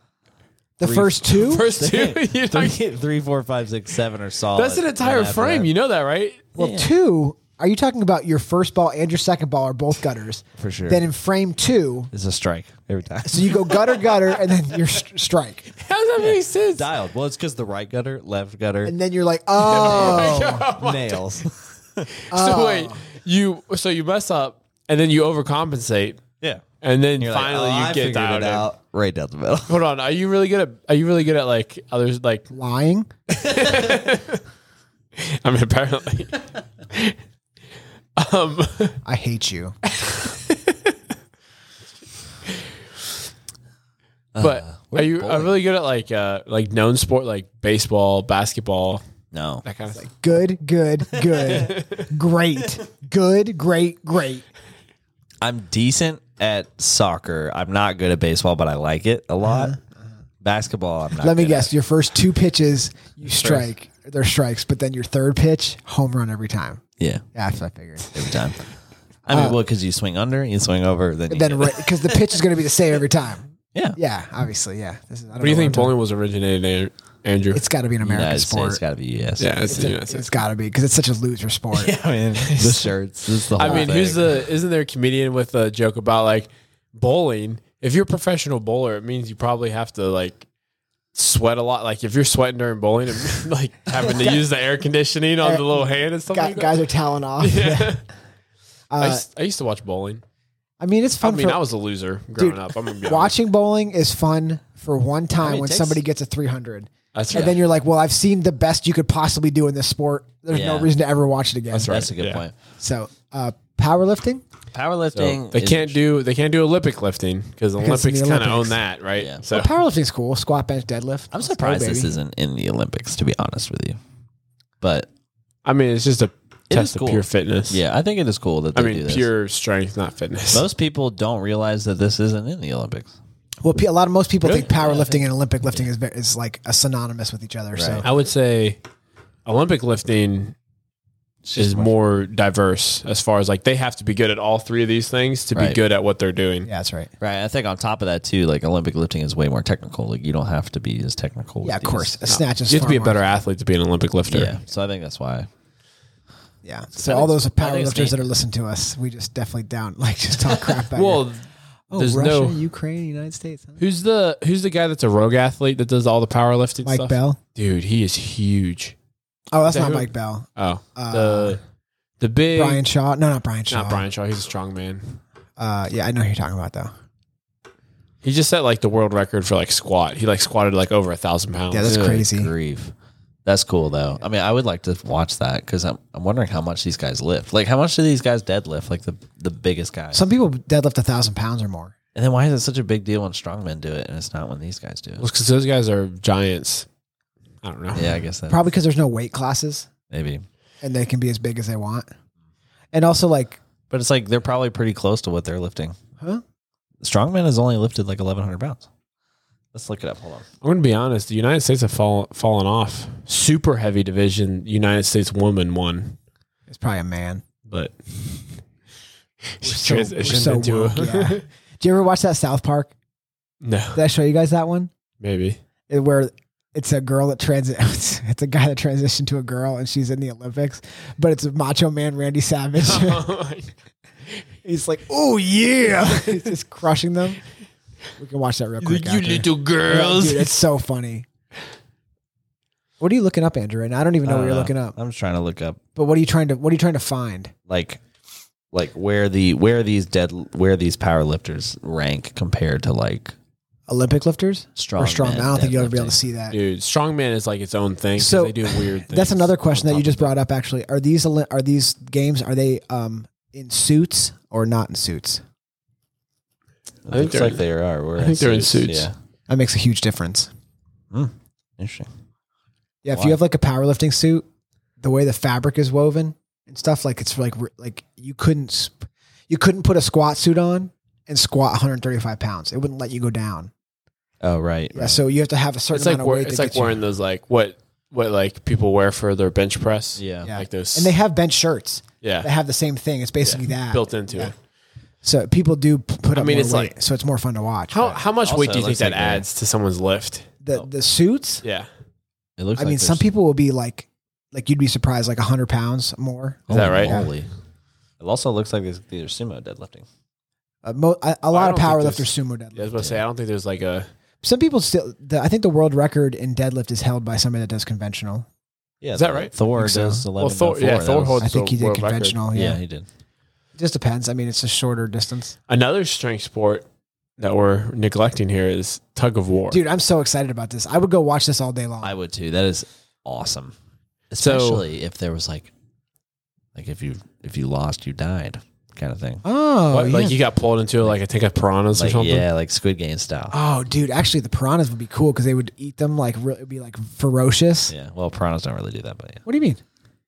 [SPEAKER 3] The
[SPEAKER 4] (laughs)
[SPEAKER 3] first two?
[SPEAKER 4] (laughs) First two, (laughs) you know,
[SPEAKER 2] three, three, four, five, six, seven are solid.
[SPEAKER 4] that's an entire
[SPEAKER 2] And after
[SPEAKER 4] frame.
[SPEAKER 2] that-
[SPEAKER 4] You know that, right? (laughs)
[SPEAKER 3] well, two, are you talking about your first ball and your second ball are both gutters?
[SPEAKER 2] For sure.
[SPEAKER 3] Then in frame two,
[SPEAKER 2] It's a strike every time.
[SPEAKER 3] so you go gutter, gutter, and then your st- strike.
[SPEAKER 4] How does that make sense?
[SPEAKER 2] (laughs) Dialed. Well, it's because the right gutter, left
[SPEAKER 4] (laughs)
[SPEAKER 2] gutter,
[SPEAKER 3] And then you're like, oh,
[SPEAKER 2] nails.
[SPEAKER 3] oh.
[SPEAKER 4] So wait, you so you mess up and then you overcompensate
[SPEAKER 2] yeah.
[SPEAKER 4] and then
[SPEAKER 2] You're like,
[SPEAKER 4] finally
[SPEAKER 2] oh,
[SPEAKER 4] you
[SPEAKER 2] I
[SPEAKER 4] get
[SPEAKER 2] figured
[SPEAKER 4] dialed
[SPEAKER 2] it
[SPEAKER 4] in.
[SPEAKER 2] out right down the middle.
[SPEAKER 4] Hold on, are you really good at are you really good at like others like (laughs)
[SPEAKER 3] lying.
[SPEAKER 4] I mean apparently. um
[SPEAKER 3] I hate you.
[SPEAKER 4] but
[SPEAKER 2] Uh, we're
[SPEAKER 4] are you are
[SPEAKER 2] bowling.
[SPEAKER 4] really good at like uh like known sport like baseball, basketball,
[SPEAKER 2] (laughs) No.
[SPEAKER 4] that kind of thing?
[SPEAKER 3] Good, good, good, great, good, great, great.
[SPEAKER 2] I'm decent at soccer. I'm not good at baseball, but I like it a lot. Basketball, I'm not
[SPEAKER 3] Let me
[SPEAKER 2] good
[SPEAKER 3] guess. Your first two pitches, you strike. They're strikes, but then your third pitch, home run every time.
[SPEAKER 2] at. Yeah.
[SPEAKER 3] Yeah, that's what I figured.
[SPEAKER 2] Every time. I mean, well, because you swing under, you swing over, then you
[SPEAKER 3] Then
[SPEAKER 2] hit it.
[SPEAKER 3] because the pitch is going to be the same every time.
[SPEAKER 2] yeah.
[SPEAKER 3] Yeah, obviously. Yeah. This is, I don't
[SPEAKER 4] What do you
[SPEAKER 3] know
[SPEAKER 4] think
[SPEAKER 3] I'm talking-
[SPEAKER 4] bowling was originated, in, Andrew?
[SPEAKER 3] It's got to be an American
[SPEAKER 2] United States,
[SPEAKER 3] sport.
[SPEAKER 2] It's got to be U.S.
[SPEAKER 4] yeah, it's, the United
[SPEAKER 3] it's
[SPEAKER 4] States.
[SPEAKER 3] got to be because it's such a loser sport.
[SPEAKER 2] I mean, (laughs) the shirts. This is the
[SPEAKER 4] I
[SPEAKER 2] whole
[SPEAKER 4] mean, who's
[SPEAKER 2] thing.
[SPEAKER 4] the isn't there a comedian with a joke about like bowling? If you're a professional bowler, it means you probably have to like sweat a lot. Like if you're sweating during bowling, it means, (laughs) like having to use the air conditioning on the little hand and stuff
[SPEAKER 3] Guy-
[SPEAKER 4] like that.
[SPEAKER 3] guys are toweling off.
[SPEAKER 4] (laughs) Yeah. I,
[SPEAKER 3] Uh,
[SPEAKER 4] used, I used to watch bowling.
[SPEAKER 3] I mean, it's
[SPEAKER 4] I
[SPEAKER 3] fun.
[SPEAKER 4] mean,
[SPEAKER 3] for,
[SPEAKER 4] I was a loser growing
[SPEAKER 3] Dude,
[SPEAKER 4] up. I'm gonna be honest.
[SPEAKER 3] watching bowling is fun for one time
[SPEAKER 2] mean, it
[SPEAKER 3] when
[SPEAKER 2] takes-
[SPEAKER 3] somebody gets a 300.
[SPEAKER 4] That's
[SPEAKER 3] And then you're like, well, I've seen the best you could possibly do in this sport. There's no
[SPEAKER 2] Yeah.
[SPEAKER 3] reason to ever watch it again.
[SPEAKER 2] That's a good
[SPEAKER 4] Yeah.
[SPEAKER 2] point.
[SPEAKER 3] So, uh, powerlifting,
[SPEAKER 2] Powerlifting.
[SPEAKER 4] They
[SPEAKER 2] is-
[SPEAKER 4] can't do they can't do Olympic lifting because
[SPEAKER 3] it's the
[SPEAKER 4] Olympics kind of
[SPEAKER 3] Olympics.
[SPEAKER 4] own that, right?
[SPEAKER 2] Yeah.
[SPEAKER 4] So
[SPEAKER 3] powerlifting's cool. Squat, bench, deadlift.
[SPEAKER 2] I'm surprised
[SPEAKER 3] Go,
[SPEAKER 2] this
[SPEAKER 3] baby.
[SPEAKER 2] isn't in the Olympics, to be honest with you. But
[SPEAKER 4] I mean, it's just a
[SPEAKER 2] It
[SPEAKER 4] test
[SPEAKER 2] is
[SPEAKER 4] of
[SPEAKER 2] cool.
[SPEAKER 4] pure fitness.
[SPEAKER 2] yeah, I think it is cool that they
[SPEAKER 4] I
[SPEAKER 2] do
[SPEAKER 4] mean,
[SPEAKER 2] this.
[SPEAKER 4] pure strength, not fitness.
[SPEAKER 2] Most people don't realize that this isn't in the Olympics.
[SPEAKER 3] Well, pe- a lot of most people
[SPEAKER 4] Really?
[SPEAKER 3] think powerlifting and Olympic lifting is is, is like a synonymous with each other. So,
[SPEAKER 2] Right.
[SPEAKER 4] I would say Olympic lifting is more diverse as far as like they have to be good at all three of these things to be
[SPEAKER 2] Right.
[SPEAKER 4] good at what they're doing.
[SPEAKER 3] yeah, that's right.
[SPEAKER 2] Right. I think on top of that too, like Olympic lifting is way more technical. Like you don't have to be as technical.
[SPEAKER 3] Yeah,
[SPEAKER 2] with
[SPEAKER 3] of
[SPEAKER 2] these.
[SPEAKER 3] course. A snatch is
[SPEAKER 4] You have to
[SPEAKER 3] far
[SPEAKER 4] be a
[SPEAKER 3] more-
[SPEAKER 4] better athlete to be an Olympic lifter.
[SPEAKER 2] Yeah. So I think that's why.
[SPEAKER 3] Yeah. So all those
[SPEAKER 2] I think it's
[SPEAKER 3] powerlifters
[SPEAKER 2] neat.
[SPEAKER 3] that are listening to us, we just definitely down (laughs) like just
[SPEAKER 4] (laughs)
[SPEAKER 3] talk crap about. your-
[SPEAKER 4] Well,
[SPEAKER 3] oh,
[SPEAKER 4] there's
[SPEAKER 3] Russia,
[SPEAKER 4] no-
[SPEAKER 3] Ukraine, United States. huh?
[SPEAKER 4] who's the who's the guy that's a rogue athlete that does all the powerlifting
[SPEAKER 3] Mike
[SPEAKER 4] stuff?
[SPEAKER 3] Bell.
[SPEAKER 4] Dude, he is huge.
[SPEAKER 3] Oh, that's
[SPEAKER 4] that
[SPEAKER 3] not
[SPEAKER 4] who-
[SPEAKER 3] Mike Bell.
[SPEAKER 4] Oh,
[SPEAKER 3] Uh,
[SPEAKER 4] the the big
[SPEAKER 3] Brian Shaw. No, not Brian Shaw.
[SPEAKER 4] not Brian Shaw. He's a strong man.
[SPEAKER 3] Uh, yeah, I know who you're talking about though.
[SPEAKER 4] He just set like the world record for like squat. He like squatted like over a thousand pounds.
[SPEAKER 3] Yeah, that's
[SPEAKER 2] Good
[SPEAKER 3] crazy.
[SPEAKER 2] Grief. That's cool though. I mean, I would like to watch that because I'm, I'm wondering how much these guys lift. Like, how much do these guys deadlift? Like the the biggest guys.
[SPEAKER 3] Some people deadlift a thousand pounds or more.
[SPEAKER 2] and then why is it such a big deal when strongmen do it and it's not when these guys do it?
[SPEAKER 4] because those guys are giants. I don't know.
[SPEAKER 2] (laughs) Yeah, I guess that
[SPEAKER 3] Probably because there's no weight classes
[SPEAKER 2] maybe.
[SPEAKER 3] and they can be as big as they want. And also, like,
[SPEAKER 2] But it's like they're probably pretty close to what they're lifting.
[SPEAKER 3] huh?
[SPEAKER 2] Strongman has only lifted like 1,100 pounds. Let's look it up. Hold on.
[SPEAKER 4] I'm going to be honest. The United States have fall, fallen off. Super heavy division. United States woman won,
[SPEAKER 3] It's probably a man.
[SPEAKER 4] but (laughs)
[SPEAKER 3] so-
[SPEAKER 4] transitioned
[SPEAKER 3] we're so woke, yeah. Do you ever watch that South Park?
[SPEAKER 4] (laughs) no,
[SPEAKER 3] Did I show you guys that one?
[SPEAKER 4] maybe. (laughs)
[SPEAKER 3] It- Where it's a girl that transi- (laughs) it's a guy that transitioned to a girl and she's in the Olympics, but it's a macho man, Randy Savage. (laughs) (laughs) He's like, oh yeah. He's just crushing them. We can watch that real quick. after. Yeah,
[SPEAKER 4] girls.
[SPEAKER 3] Dude, it's so funny. What are you looking up, Andrew? And I don't even
[SPEAKER 2] I
[SPEAKER 3] know what
[SPEAKER 2] don't
[SPEAKER 3] you're
[SPEAKER 2] know.
[SPEAKER 3] looking up.
[SPEAKER 2] Uh, I'm just trying to look up
[SPEAKER 3] But what are you trying to what are you trying to find?
[SPEAKER 2] like like where the where these dead where these power lifters rank compared to like
[SPEAKER 3] Olympic lifters
[SPEAKER 2] strong
[SPEAKER 3] or strong?
[SPEAKER 2] men
[SPEAKER 3] I don't think you'll ever be able
[SPEAKER 2] deadlifting.
[SPEAKER 3] to see that.
[SPEAKER 4] Dude, strongman is like its own thing. 'cause
[SPEAKER 3] So,
[SPEAKER 4] they do weird. things.
[SPEAKER 3] That's another question that you just brought up. Actually, are these Oli- are these games are they um in suits or not in suits?
[SPEAKER 2] I think it's
[SPEAKER 4] they're-
[SPEAKER 2] like they are. We're
[SPEAKER 4] I think they're in suits.
[SPEAKER 2] Yeah,
[SPEAKER 3] That makes a huge difference.
[SPEAKER 2] interesting.
[SPEAKER 3] Yeah, if
[SPEAKER 2] Why?
[SPEAKER 3] you have like a powerlifting suit, the way the fabric is woven and stuff, like it's like re- like you couldn't sp- you couldn't put a squat suit on and squat 135 pounds. It wouldn't let you go down.
[SPEAKER 2] Oh right,
[SPEAKER 3] Yeah,
[SPEAKER 2] right.
[SPEAKER 3] so you have to have a certain
[SPEAKER 4] It's like
[SPEAKER 3] amount of
[SPEAKER 4] wear-
[SPEAKER 3] weight.
[SPEAKER 4] it's
[SPEAKER 3] to
[SPEAKER 4] like
[SPEAKER 3] get you-
[SPEAKER 4] wearing those like what what like people wear for their bench press.
[SPEAKER 2] yeah.
[SPEAKER 3] Yeah.
[SPEAKER 4] like those.
[SPEAKER 3] and they have bench shirts
[SPEAKER 4] yeah
[SPEAKER 3] that have the same thing. It's basically that
[SPEAKER 4] built into
[SPEAKER 3] Yeah.
[SPEAKER 4] it.
[SPEAKER 3] So people do p- put up. I mean, it's like so it's more fun to watch.
[SPEAKER 4] How Oh.
[SPEAKER 3] but
[SPEAKER 4] how much
[SPEAKER 2] Also,
[SPEAKER 4] weight do
[SPEAKER 2] it
[SPEAKER 4] you think
[SPEAKER 2] looks
[SPEAKER 4] that
[SPEAKER 2] like they're-
[SPEAKER 4] adds to someone's lift?
[SPEAKER 3] the the suits?
[SPEAKER 4] Yeah,
[SPEAKER 2] It looks.
[SPEAKER 3] I mean,
[SPEAKER 2] like
[SPEAKER 3] some
[SPEAKER 2] there's-
[SPEAKER 3] people will be like, like you'd be surprised, like hundred pounds more.
[SPEAKER 4] Is that right?
[SPEAKER 2] Holy, moly. it also looks like these, these are sumo deadlifting.
[SPEAKER 3] A, Uh, mo- a, a
[SPEAKER 4] I
[SPEAKER 3] lot of
[SPEAKER 4] don't think
[SPEAKER 3] powerlifters
[SPEAKER 4] there's-
[SPEAKER 3] sumo deadlift.
[SPEAKER 4] I was about to say I don't think there's like a
[SPEAKER 3] Some people still. The, I think the world record in deadlift is held by somebody that does conventional.
[SPEAKER 2] Yeah,
[SPEAKER 4] Is that right?
[SPEAKER 2] Thor
[SPEAKER 3] Think so.
[SPEAKER 2] does eleven.
[SPEAKER 4] Well, Thor- yeah, Thor holds-
[SPEAKER 3] I
[SPEAKER 4] It's
[SPEAKER 3] think
[SPEAKER 4] a
[SPEAKER 3] he did
[SPEAKER 4] world record.
[SPEAKER 3] conventional.
[SPEAKER 2] Yeah.
[SPEAKER 3] Yeah.
[SPEAKER 2] he did.
[SPEAKER 3] it just depends. I mean, it's a shorter distance.
[SPEAKER 4] Another strength sport that we're neglecting here is tug of war.
[SPEAKER 3] Dude, I'm so excited about this. I would go watch this all day long.
[SPEAKER 2] I would too. That is awesome. Especially if there was like, like if you if you lost, you died, kind of thing.
[SPEAKER 3] oh,
[SPEAKER 4] What,
[SPEAKER 3] yeah.
[SPEAKER 4] Like you got pulled into like I think a piranhas or
[SPEAKER 2] Like
[SPEAKER 4] something.
[SPEAKER 2] yeah, like Squid Game style.
[SPEAKER 3] oh, dude. Actually, the piranhas would be cool because they would eat them like re- it'd be like ferocious.
[SPEAKER 2] Yeah. Well, piranhas don't really do that, but yeah.
[SPEAKER 3] What do you mean?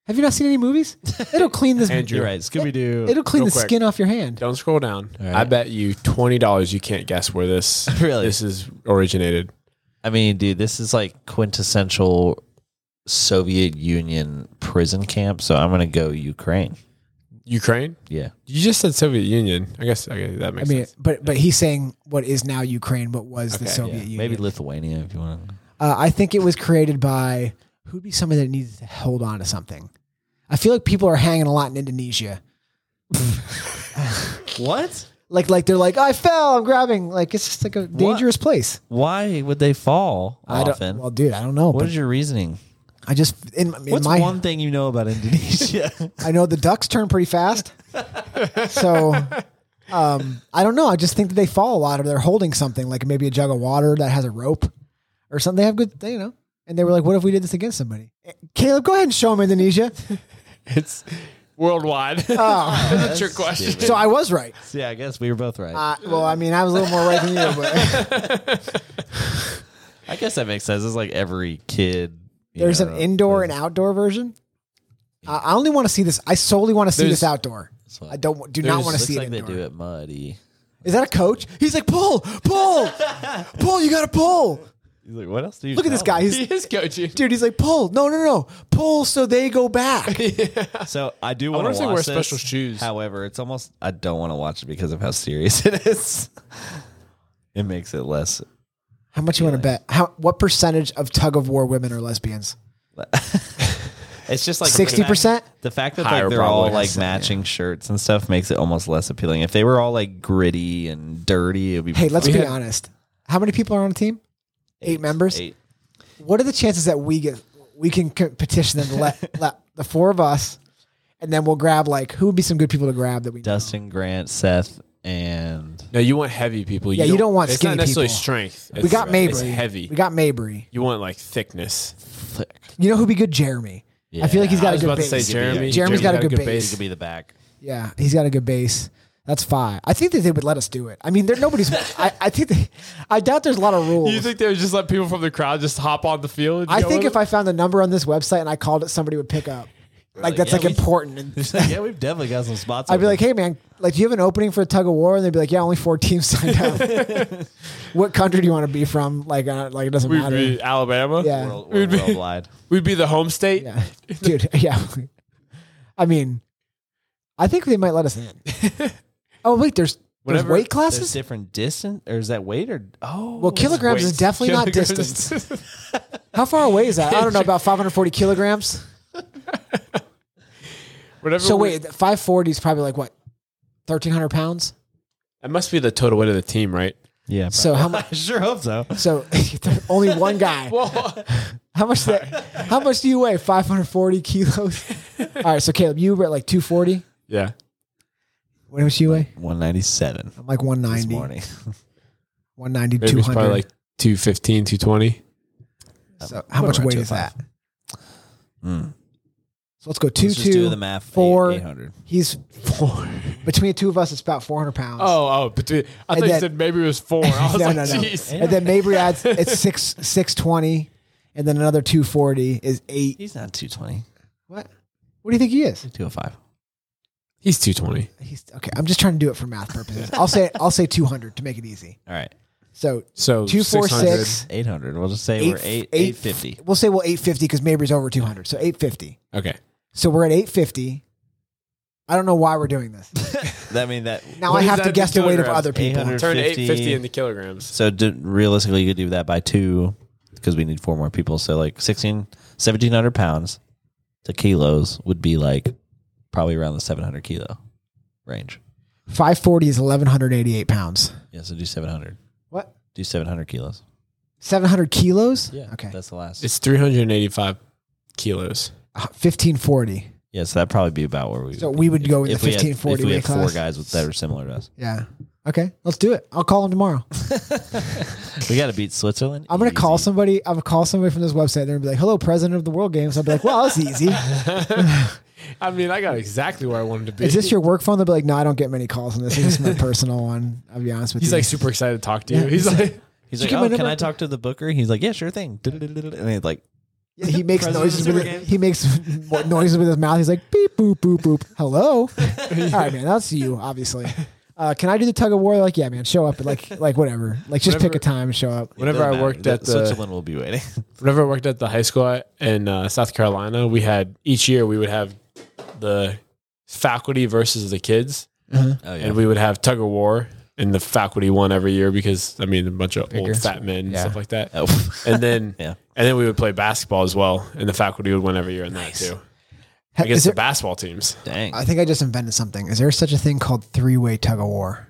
[SPEAKER 3] Have you not seen
[SPEAKER 2] (laughs)
[SPEAKER 3] any movies? It'll clean this.
[SPEAKER 4] Andrew.
[SPEAKER 2] You're right. Scooby Doo.
[SPEAKER 3] It'll clean
[SPEAKER 4] Real
[SPEAKER 3] the
[SPEAKER 4] quick.
[SPEAKER 3] skin off your hand.
[SPEAKER 4] Don't scroll down.
[SPEAKER 2] right.
[SPEAKER 4] I bet you twenty dollars you can't guess
[SPEAKER 3] (laughs)
[SPEAKER 4] where this
[SPEAKER 2] Really?
[SPEAKER 4] this is originated.
[SPEAKER 2] I mean, dude, this is like quintessential Soviet Union prison camp. So I'm gonna go Ukraine.
[SPEAKER 4] Ukraine?
[SPEAKER 2] Yeah.
[SPEAKER 4] You just said Soviet Union. I guess okay, that
[SPEAKER 3] I
[SPEAKER 4] makes
[SPEAKER 3] mean,
[SPEAKER 4] sense.
[SPEAKER 3] but but he's saying what is now Ukraine, but was the
[SPEAKER 4] Okay,
[SPEAKER 2] Yeah.
[SPEAKER 3] Soviet Union.
[SPEAKER 2] Maybe Lithuania if you want. to.
[SPEAKER 3] Uh, I think it was created by who'd be somebody that needed to hold on to something. I feel like people are hanging a lot in Indonesia.
[SPEAKER 2] What?
[SPEAKER 3] Like like they're like I fell, I'm grabbing. Like it's just like a dangerous place.
[SPEAKER 2] Why would they fall
[SPEAKER 3] I don't.
[SPEAKER 2] often?
[SPEAKER 3] Well, dude, I don't know.
[SPEAKER 2] what
[SPEAKER 3] But
[SPEAKER 2] is your reasoning?
[SPEAKER 3] I just in, in
[SPEAKER 2] What's
[SPEAKER 3] my
[SPEAKER 2] one thing you know about
[SPEAKER 3] (laughs)
[SPEAKER 2] Indonesia? (laughs)
[SPEAKER 3] I know the ducks turn pretty fast. so um, I don't know. I just think that they fall a lot or they're holding something like maybe a jug of water that has a rope or something. They have good, they, you know. And they were like, what if we did this against somebody? Eh, Caleb, go ahead and show them Indonesia.
[SPEAKER 4] (laughs) It's worldwide.
[SPEAKER 3] (laughs) Oh.
[SPEAKER 4] (laughs) That's your question.
[SPEAKER 2] stupid.
[SPEAKER 3] so I was right.
[SPEAKER 2] yeah, I guess we were both right.
[SPEAKER 3] Uh, well, I mean, I was a little more right than you,
[SPEAKER 2] (laughs)
[SPEAKER 3] but (laughs)
[SPEAKER 2] I guess that makes sense. It's like every kid. you
[SPEAKER 3] there's
[SPEAKER 2] know,
[SPEAKER 3] an indoor and outdoor version. Uh, I only want to see this. I solely want to see
[SPEAKER 4] There's-
[SPEAKER 3] this outdoor.
[SPEAKER 2] that's what-
[SPEAKER 3] I don't wa- do
[SPEAKER 4] There's-
[SPEAKER 3] not want to
[SPEAKER 2] Looks
[SPEAKER 3] see
[SPEAKER 2] like
[SPEAKER 3] it
[SPEAKER 2] they
[SPEAKER 3] indoor.
[SPEAKER 2] do it muddy.
[SPEAKER 3] Is that a coach? He's like, pull,
[SPEAKER 4] (laughs)
[SPEAKER 3] pull, pull. You got to pull.
[SPEAKER 2] He's like, what else do you?
[SPEAKER 3] Look at this guy. He's
[SPEAKER 4] he is coaching.
[SPEAKER 3] dude. He's like, pull. No, no, no, pull. So they go
[SPEAKER 4] (laughs)
[SPEAKER 3] back.
[SPEAKER 2] So I do
[SPEAKER 4] wonder
[SPEAKER 2] want
[SPEAKER 4] if
[SPEAKER 2] to
[SPEAKER 4] they
[SPEAKER 2] watch
[SPEAKER 4] wear
[SPEAKER 2] this.
[SPEAKER 4] special shoes.
[SPEAKER 2] However, it's almost I don't want to watch it because of how serious (laughs) it is. It makes it less.
[SPEAKER 3] How much you want to bet? How what percentage of tug of war women are lesbians?
[SPEAKER 2] It's just like the
[SPEAKER 3] Sixty percent.
[SPEAKER 2] fact- The fact that
[SPEAKER 4] Higher
[SPEAKER 2] like, they're all
[SPEAKER 4] probably.
[SPEAKER 2] like matching shirts and stuff makes it almost less appealing. If they were all like gritty and dirty, it would be.
[SPEAKER 3] Hey, let's
[SPEAKER 4] We
[SPEAKER 3] be
[SPEAKER 4] had-
[SPEAKER 3] honest. How many people are on a team? Eight, members.
[SPEAKER 2] Eight.
[SPEAKER 3] What are the chances that we get we can co- petition them to
[SPEAKER 4] (laughs)
[SPEAKER 3] let, let the four of us, and then we'll grab like who would be some good people to grab that we know?
[SPEAKER 2] Dustin, Grant, Seth, and
[SPEAKER 4] No, you want heavy people.
[SPEAKER 3] Yeah, you don't want
[SPEAKER 4] It's
[SPEAKER 3] skinny
[SPEAKER 4] not necessarily
[SPEAKER 3] people.
[SPEAKER 4] strength.
[SPEAKER 3] we got Mabry.
[SPEAKER 4] It's heavy.
[SPEAKER 3] We got Mabry.
[SPEAKER 4] you want like thickness.
[SPEAKER 3] You know who'd be good? Jeremy. I feel like he's got
[SPEAKER 4] I
[SPEAKER 3] a
[SPEAKER 4] was
[SPEAKER 3] good
[SPEAKER 4] about
[SPEAKER 3] base.
[SPEAKER 4] to say Jeremy.
[SPEAKER 3] Jeremy's got a good base.
[SPEAKER 2] He could be the back. (laughs)
[SPEAKER 3] Yeah, he's got a good base. That's five. I think that they would let us do it. I mean, there nobody's. I, I think they, I doubt there's a lot of rules.
[SPEAKER 4] (laughs) You think they would just let people from the crowd just hop on the field? and
[SPEAKER 3] I
[SPEAKER 4] go
[SPEAKER 3] think
[SPEAKER 4] with
[SPEAKER 3] if
[SPEAKER 4] it?
[SPEAKER 3] I found the number on this website and I called it, somebody would pick up. Like that's
[SPEAKER 2] yeah,
[SPEAKER 3] like
[SPEAKER 2] we-
[SPEAKER 4] (laughs)
[SPEAKER 3] important. And
[SPEAKER 2] yeah, we've definitely got some spots.
[SPEAKER 3] I'd be like, hey man, like do you have an opening for a tug of war? And they'd be like, yeah, only four teams signed up.
[SPEAKER 4] (laughs)
[SPEAKER 3] what country do you want to be from? Like, uh, like it doesn't
[SPEAKER 4] we'd
[SPEAKER 3] matter.
[SPEAKER 4] be Alabama.
[SPEAKER 3] yeah,
[SPEAKER 2] world, we're
[SPEAKER 4] We'd be- (laughs)
[SPEAKER 2] worldwide.
[SPEAKER 4] We'd be the home state.
[SPEAKER 3] yeah, (laughs) dude, yeah. I mean, I think they might let us in. oh wait, there's there's
[SPEAKER 4] Whatever-
[SPEAKER 2] There's
[SPEAKER 3] weight (laughs) classes.
[SPEAKER 2] different distance, or is that weight or oh?
[SPEAKER 3] Well, kilograms is
[SPEAKER 4] Wait,
[SPEAKER 3] definitely not
[SPEAKER 4] kilograms.
[SPEAKER 3] distance. How far away is that? I don't know, about 540 kilograms.
[SPEAKER 4] Whatever.
[SPEAKER 3] So
[SPEAKER 4] we-
[SPEAKER 3] wait, 540 is probably like what, 1,300 pounds?
[SPEAKER 4] That must be the total weight of the team, right?
[SPEAKER 2] yeah.
[SPEAKER 3] So how much?
[SPEAKER 2] (laughs) I sure hope so.
[SPEAKER 3] So (laughs) only one guy. How much? That, how much do you weigh? 540 kilos. All right, so Caleb, you were at like 240.
[SPEAKER 4] Yeah.
[SPEAKER 3] What much you weigh?
[SPEAKER 2] 197
[SPEAKER 3] I'm like
[SPEAKER 2] this
[SPEAKER 3] 190.
[SPEAKER 2] morning. (laughs)
[SPEAKER 3] 190,
[SPEAKER 4] Maybe it's
[SPEAKER 3] 200.
[SPEAKER 4] probably like 215, 220.
[SPEAKER 3] so how much weight is that? So let's go two
[SPEAKER 2] Hmm. Let's just do the
[SPEAKER 3] two.
[SPEAKER 2] math. eight-
[SPEAKER 3] four.
[SPEAKER 2] 800.
[SPEAKER 3] He's four. Between the two of us, it's about 400 pounds.
[SPEAKER 4] Oh, oh, between. I
[SPEAKER 3] And
[SPEAKER 4] thought you
[SPEAKER 3] then-
[SPEAKER 4] said maybe it was four. I
[SPEAKER 3] (laughs)
[SPEAKER 4] was
[SPEAKER 3] No,
[SPEAKER 4] like,
[SPEAKER 3] no, no.
[SPEAKER 4] jeez.
[SPEAKER 3] and then Mabry adds it's six six twenty, and then another two forty is eight.
[SPEAKER 2] He's not 220.
[SPEAKER 3] What? What do you think he is?
[SPEAKER 2] 205.
[SPEAKER 4] He's 220.
[SPEAKER 3] He's okay. I'm just trying to do it for math purposes. I'll say I'll say two hundred to make it easy.
[SPEAKER 2] All right.
[SPEAKER 3] So
[SPEAKER 4] So
[SPEAKER 3] two four
[SPEAKER 4] 600.
[SPEAKER 3] six
[SPEAKER 2] 800. We'll just say
[SPEAKER 3] eight
[SPEAKER 2] we're eight,
[SPEAKER 3] eight-
[SPEAKER 2] 850.
[SPEAKER 3] We'll say well eight fifty because Mabry's over two hundred. So eight fifty.
[SPEAKER 4] Okay.
[SPEAKER 3] So we're at eight fifty. I don't know why we're doing this.
[SPEAKER 2] I mean, that.
[SPEAKER 3] Now I
[SPEAKER 4] What is
[SPEAKER 3] have to
[SPEAKER 4] that
[SPEAKER 3] guess
[SPEAKER 4] in
[SPEAKER 3] the weight of
[SPEAKER 4] kilograms?
[SPEAKER 3] other people.
[SPEAKER 2] 800.
[SPEAKER 4] Turn
[SPEAKER 2] 50.
[SPEAKER 4] 850 into kilograms.
[SPEAKER 2] So d realistically, you could do that by two because we need four more people. So like 16, 1700 pounds to kilos would be like probably around the 700 kilo range.
[SPEAKER 3] Five forty is eleven hundred eighty eight pounds.
[SPEAKER 2] Yeah. So do 700.
[SPEAKER 3] What?
[SPEAKER 2] Do 700 kilos.
[SPEAKER 3] Seven hundred kilos.
[SPEAKER 2] Yeah.
[SPEAKER 3] Okay.
[SPEAKER 2] That's the last.
[SPEAKER 4] It's 385 kilos.
[SPEAKER 3] Uh, Fifteen forty.
[SPEAKER 2] yeah. So that'd probably be about where we.
[SPEAKER 3] So we would go in the
[SPEAKER 2] if we had-
[SPEAKER 3] fifteen forty
[SPEAKER 2] If we
[SPEAKER 3] weight
[SPEAKER 2] had four
[SPEAKER 3] class.
[SPEAKER 2] guys with, that are similar to us,
[SPEAKER 3] Yeah. Okay. Let's do it. I'll call him tomorrow.
[SPEAKER 2] we got to beat Switzerland.
[SPEAKER 3] I'm gonna call
[SPEAKER 2] Easy.
[SPEAKER 3] somebody. I'm gonna call somebody from this website. They're gonna be like, "Hello, president of the World Games." I'll be like, "Well, that's easy."
[SPEAKER 2] (laughs)
[SPEAKER 4] I mean, I got exactly where I wanted to be.
[SPEAKER 3] Is this your work phone? They'll be like, "No, I don't get many calls on this. This is my (laughs) personal one." I'll be honest with
[SPEAKER 4] He's
[SPEAKER 3] you.
[SPEAKER 4] like super excited to talk to you.
[SPEAKER 3] (laughs)
[SPEAKER 4] He's like,
[SPEAKER 2] He's
[SPEAKER 3] Did
[SPEAKER 2] like,
[SPEAKER 3] you
[SPEAKER 2] oh,
[SPEAKER 3] get my
[SPEAKER 2] can
[SPEAKER 3] number?"
[SPEAKER 2] I talk to the booker? He's like, yeah, sure thing. (laughs) And he's like,
[SPEAKER 3] Yeah, he makes
[SPEAKER 2] President
[SPEAKER 3] noises
[SPEAKER 2] of
[SPEAKER 3] with
[SPEAKER 2] the
[SPEAKER 3] it-
[SPEAKER 2] game.
[SPEAKER 3] he makes (laughs) mo- noises with his mouth. He's like beep boop boop boop.
[SPEAKER 2] (laughs)
[SPEAKER 3] Hello. All right, man. That's you, obviously. Uh, can I do the tug of war? They're like, yeah, man. Show up. at Like, like whatever. Like, just pick
[SPEAKER 4] Whatever.
[SPEAKER 3] a time. and Show up.
[SPEAKER 4] whenever I worked at the
[SPEAKER 2] Switzerland, will be waiting. (laughs)
[SPEAKER 4] whenever I worked at the high school I- in uh, South Carolina, we had each year we would have the faculty versus the kids,
[SPEAKER 2] oh
[SPEAKER 4] and we would have tug of war, and the faculty won every year because I mean a bunch of
[SPEAKER 3] Bigger.
[SPEAKER 4] old fat men and
[SPEAKER 3] Yeah.
[SPEAKER 4] stuff like that.
[SPEAKER 2] (laughs) oh.
[SPEAKER 4] And then
[SPEAKER 2] (laughs) Yeah.
[SPEAKER 4] and then we would play basketball as well, and the faculty would win every year in that too
[SPEAKER 3] Ha-
[SPEAKER 4] against
[SPEAKER 3] is there-
[SPEAKER 4] the basketball teams.
[SPEAKER 2] Dang.
[SPEAKER 3] I think I just invented something. Is there such a thing called three way tug of war?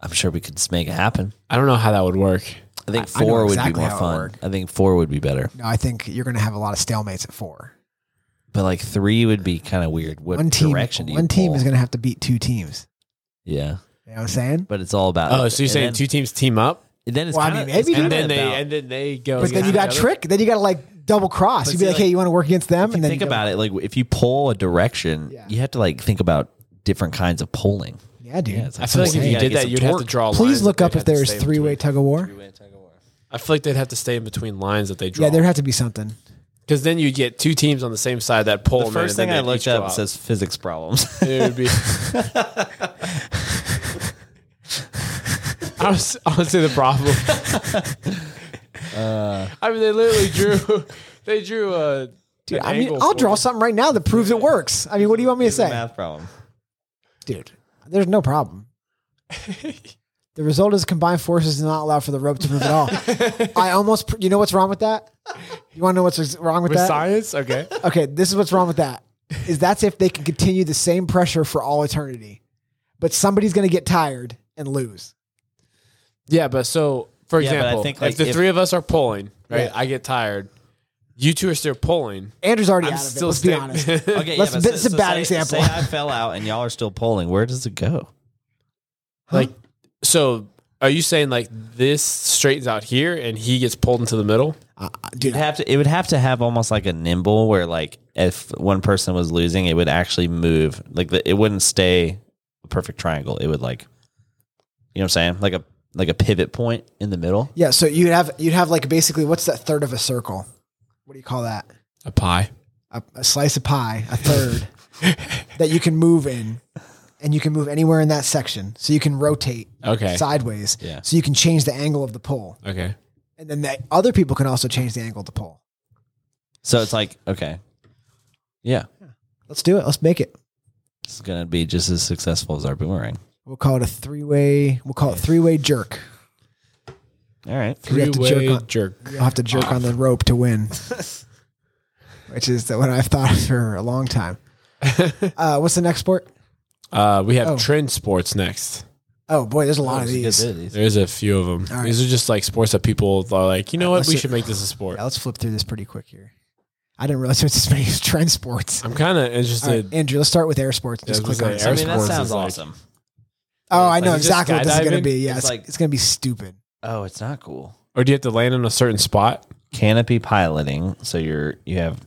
[SPEAKER 2] I'm sure we could just make it happen.
[SPEAKER 4] I don't know how that would work.
[SPEAKER 2] I think
[SPEAKER 3] I- I know
[SPEAKER 2] four would
[SPEAKER 3] exactly
[SPEAKER 2] be more
[SPEAKER 3] how it
[SPEAKER 2] fun.
[SPEAKER 3] worked.
[SPEAKER 2] I think four would be better.
[SPEAKER 3] No, I think you're going to have a lot of stalemates at four.
[SPEAKER 2] But like three would be kind of weird. What
[SPEAKER 3] one team,
[SPEAKER 2] direction do you
[SPEAKER 3] one team
[SPEAKER 2] pull?
[SPEAKER 3] is going to have to beat two teams.
[SPEAKER 2] Yeah.
[SPEAKER 3] You know what I'm saying?
[SPEAKER 2] But it's all about.
[SPEAKER 4] Oh, so you're
[SPEAKER 2] and
[SPEAKER 4] saying
[SPEAKER 2] then-
[SPEAKER 4] two teams team up,
[SPEAKER 2] Then it's
[SPEAKER 3] Well, I
[SPEAKER 2] kinda-
[SPEAKER 3] mean, maybe
[SPEAKER 2] it's
[SPEAKER 3] you
[SPEAKER 4] and
[SPEAKER 2] kinda
[SPEAKER 4] then they
[SPEAKER 2] about-
[SPEAKER 4] and then they go.
[SPEAKER 3] But then
[SPEAKER 4] against
[SPEAKER 3] you got
[SPEAKER 4] each other?
[SPEAKER 3] trick. Then you got to like double cross.
[SPEAKER 2] But
[SPEAKER 3] You'd be
[SPEAKER 2] see,
[SPEAKER 3] like, hey,
[SPEAKER 2] like,
[SPEAKER 3] you want to work against them?
[SPEAKER 2] if you
[SPEAKER 3] And then
[SPEAKER 2] think
[SPEAKER 3] you go-
[SPEAKER 2] about it, like if you pull a direction,
[SPEAKER 3] Yeah.
[SPEAKER 2] you have to like think about different kinds of polling.
[SPEAKER 3] Yeah, dude.
[SPEAKER 2] Yeah, it's
[SPEAKER 4] I feel like if
[SPEAKER 2] Gotta
[SPEAKER 4] you did
[SPEAKER 2] get
[SPEAKER 4] that,
[SPEAKER 2] some
[SPEAKER 4] you'd have to
[SPEAKER 2] torque.
[SPEAKER 4] draw. lines
[SPEAKER 3] Please
[SPEAKER 4] that
[SPEAKER 3] look
[SPEAKER 4] they'd
[SPEAKER 3] up if
[SPEAKER 4] have to
[SPEAKER 3] there's
[SPEAKER 4] stay
[SPEAKER 3] three way
[SPEAKER 4] between.
[SPEAKER 3] tug of war.
[SPEAKER 4] I feel like they'd have to stay in between lines that they draw.
[SPEAKER 3] Yeah, there'd have to be something.
[SPEAKER 4] because then you'd get two teams on the same side that pull.
[SPEAKER 2] The first thing I looked up says physics problems. (laughs)
[SPEAKER 4] it would be. I was honestly the (laughs) problem. I mean, they literally drew. They drew uh, a.
[SPEAKER 3] Dude,
[SPEAKER 4] an
[SPEAKER 3] I mean,
[SPEAKER 4] angle
[SPEAKER 3] I'll
[SPEAKER 4] for
[SPEAKER 3] draw
[SPEAKER 4] it.
[SPEAKER 3] something right now that proves it works. I mean, what do you want me to
[SPEAKER 2] It's a
[SPEAKER 3] say?
[SPEAKER 2] math (laughs) problem.
[SPEAKER 3] Dude, there's no
[SPEAKER 4] (laughs)
[SPEAKER 3] problem. The result is combined forces is not allowed for the rope to move at all. I almost, pr- you know what's wrong with that? You want to know what's wrong with
[SPEAKER 4] with
[SPEAKER 3] that?
[SPEAKER 4] science. Okay,
[SPEAKER 3] Okay, this is what's wrong with that. Is that's if they can continue the same pressure for all eternity. But somebody's going to get tired and lose.
[SPEAKER 4] yeah, but so for
[SPEAKER 2] Yeah, but I
[SPEAKER 4] example,
[SPEAKER 2] think,
[SPEAKER 4] if
[SPEAKER 2] like,
[SPEAKER 4] the
[SPEAKER 2] if-
[SPEAKER 4] three of us are pulling, right?
[SPEAKER 3] Yeah.
[SPEAKER 4] I get tired. You two are still pulling.
[SPEAKER 3] Andrew's already
[SPEAKER 4] I'm
[SPEAKER 3] out of it.
[SPEAKER 4] still
[SPEAKER 3] Let's be
[SPEAKER 4] staying-
[SPEAKER 3] honest.
[SPEAKER 4] (laughs)
[SPEAKER 2] Okay,
[SPEAKER 3] Let's-
[SPEAKER 2] yeah, but
[SPEAKER 3] this is a bad
[SPEAKER 2] say,
[SPEAKER 3] example.
[SPEAKER 2] Say I fell out and y'all are still polling. Where does it go?
[SPEAKER 4] Like, so are you saying like this straightens out here and he gets pulled into the middle?
[SPEAKER 3] Uh, dude,
[SPEAKER 2] It'd have to. It would have to have almost like a nimble where like if one person was losing, it would actually move. Like the, it wouldn't stay a perfect triangle. It would like, you know, what I'm saying like a like a pivot point in the middle.
[SPEAKER 3] yeah, so you'd have, you'd have like basically, what's that third of a circle? What do you call that?
[SPEAKER 4] A pie.
[SPEAKER 3] a, a slice of pie, a third that you can move in, and you can move anywhere in that section. So you can rotate
[SPEAKER 4] Okay.
[SPEAKER 3] sideways.
[SPEAKER 2] Yeah.
[SPEAKER 3] So you can change the angle of the pull,
[SPEAKER 4] Okay.
[SPEAKER 3] and then the other people can also change the angle of the pull.
[SPEAKER 2] So it's like okay, yeah,
[SPEAKER 3] Let's do it. Let's make it.
[SPEAKER 2] it's gonna be just as successful as our boomerang.
[SPEAKER 3] We'll call it a three way. We'll call it three way jerk.
[SPEAKER 2] All right,
[SPEAKER 3] You have to jerk
[SPEAKER 4] Three-way
[SPEAKER 3] on-
[SPEAKER 4] jerk.
[SPEAKER 3] You'll have to jerk on the rope to win, which is the- what I've thought of for a long time. Uh, what's the next sport?
[SPEAKER 4] Uh, we have
[SPEAKER 3] Oh.
[SPEAKER 4] trend sports next.
[SPEAKER 3] Oh boy, there's a lot of these. Yeah,
[SPEAKER 2] these.
[SPEAKER 4] There is a few of them.
[SPEAKER 3] All right.
[SPEAKER 4] These are just like sports that people are like, you know what?
[SPEAKER 3] Let's
[SPEAKER 4] We
[SPEAKER 3] do-
[SPEAKER 4] should make this a sport.
[SPEAKER 3] let's flip through this pretty quick here. I didn't realize there was this many (laughs) trend sports.
[SPEAKER 4] I'm kind of
[SPEAKER 3] All right,
[SPEAKER 4] interested.
[SPEAKER 3] Andrew, let's start with air sports.
[SPEAKER 4] Yeah,
[SPEAKER 3] Just
[SPEAKER 4] I
[SPEAKER 3] click
[SPEAKER 4] was gonna
[SPEAKER 3] on
[SPEAKER 4] say
[SPEAKER 2] I
[SPEAKER 3] air
[SPEAKER 4] air
[SPEAKER 2] mean, that
[SPEAKER 4] sports is
[SPEAKER 2] sounds
[SPEAKER 4] like-
[SPEAKER 2] awesome.
[SPEAKER 3] Oh, I
[SPEAKER 4] Like,
[SPEAKER 3] know
[SPEAKER 4] is this
[SPEAKER 3] exactly what this is going to
[SPEAKER 4] skydiving?
[SPEAKER 3] be. Yeah,
[SPEAKER 2] It's
[SPEAKER 3] it's,
[SPEAKER 2] like-
[SPEAKER 3] it's going to be stupid.
[SPEAKER 2] Oh, it's not cool.
[SPEAKER 4] Or do you have to land in a certain spot?
[SPEAKER 2] Canopy piloting. So you're you have,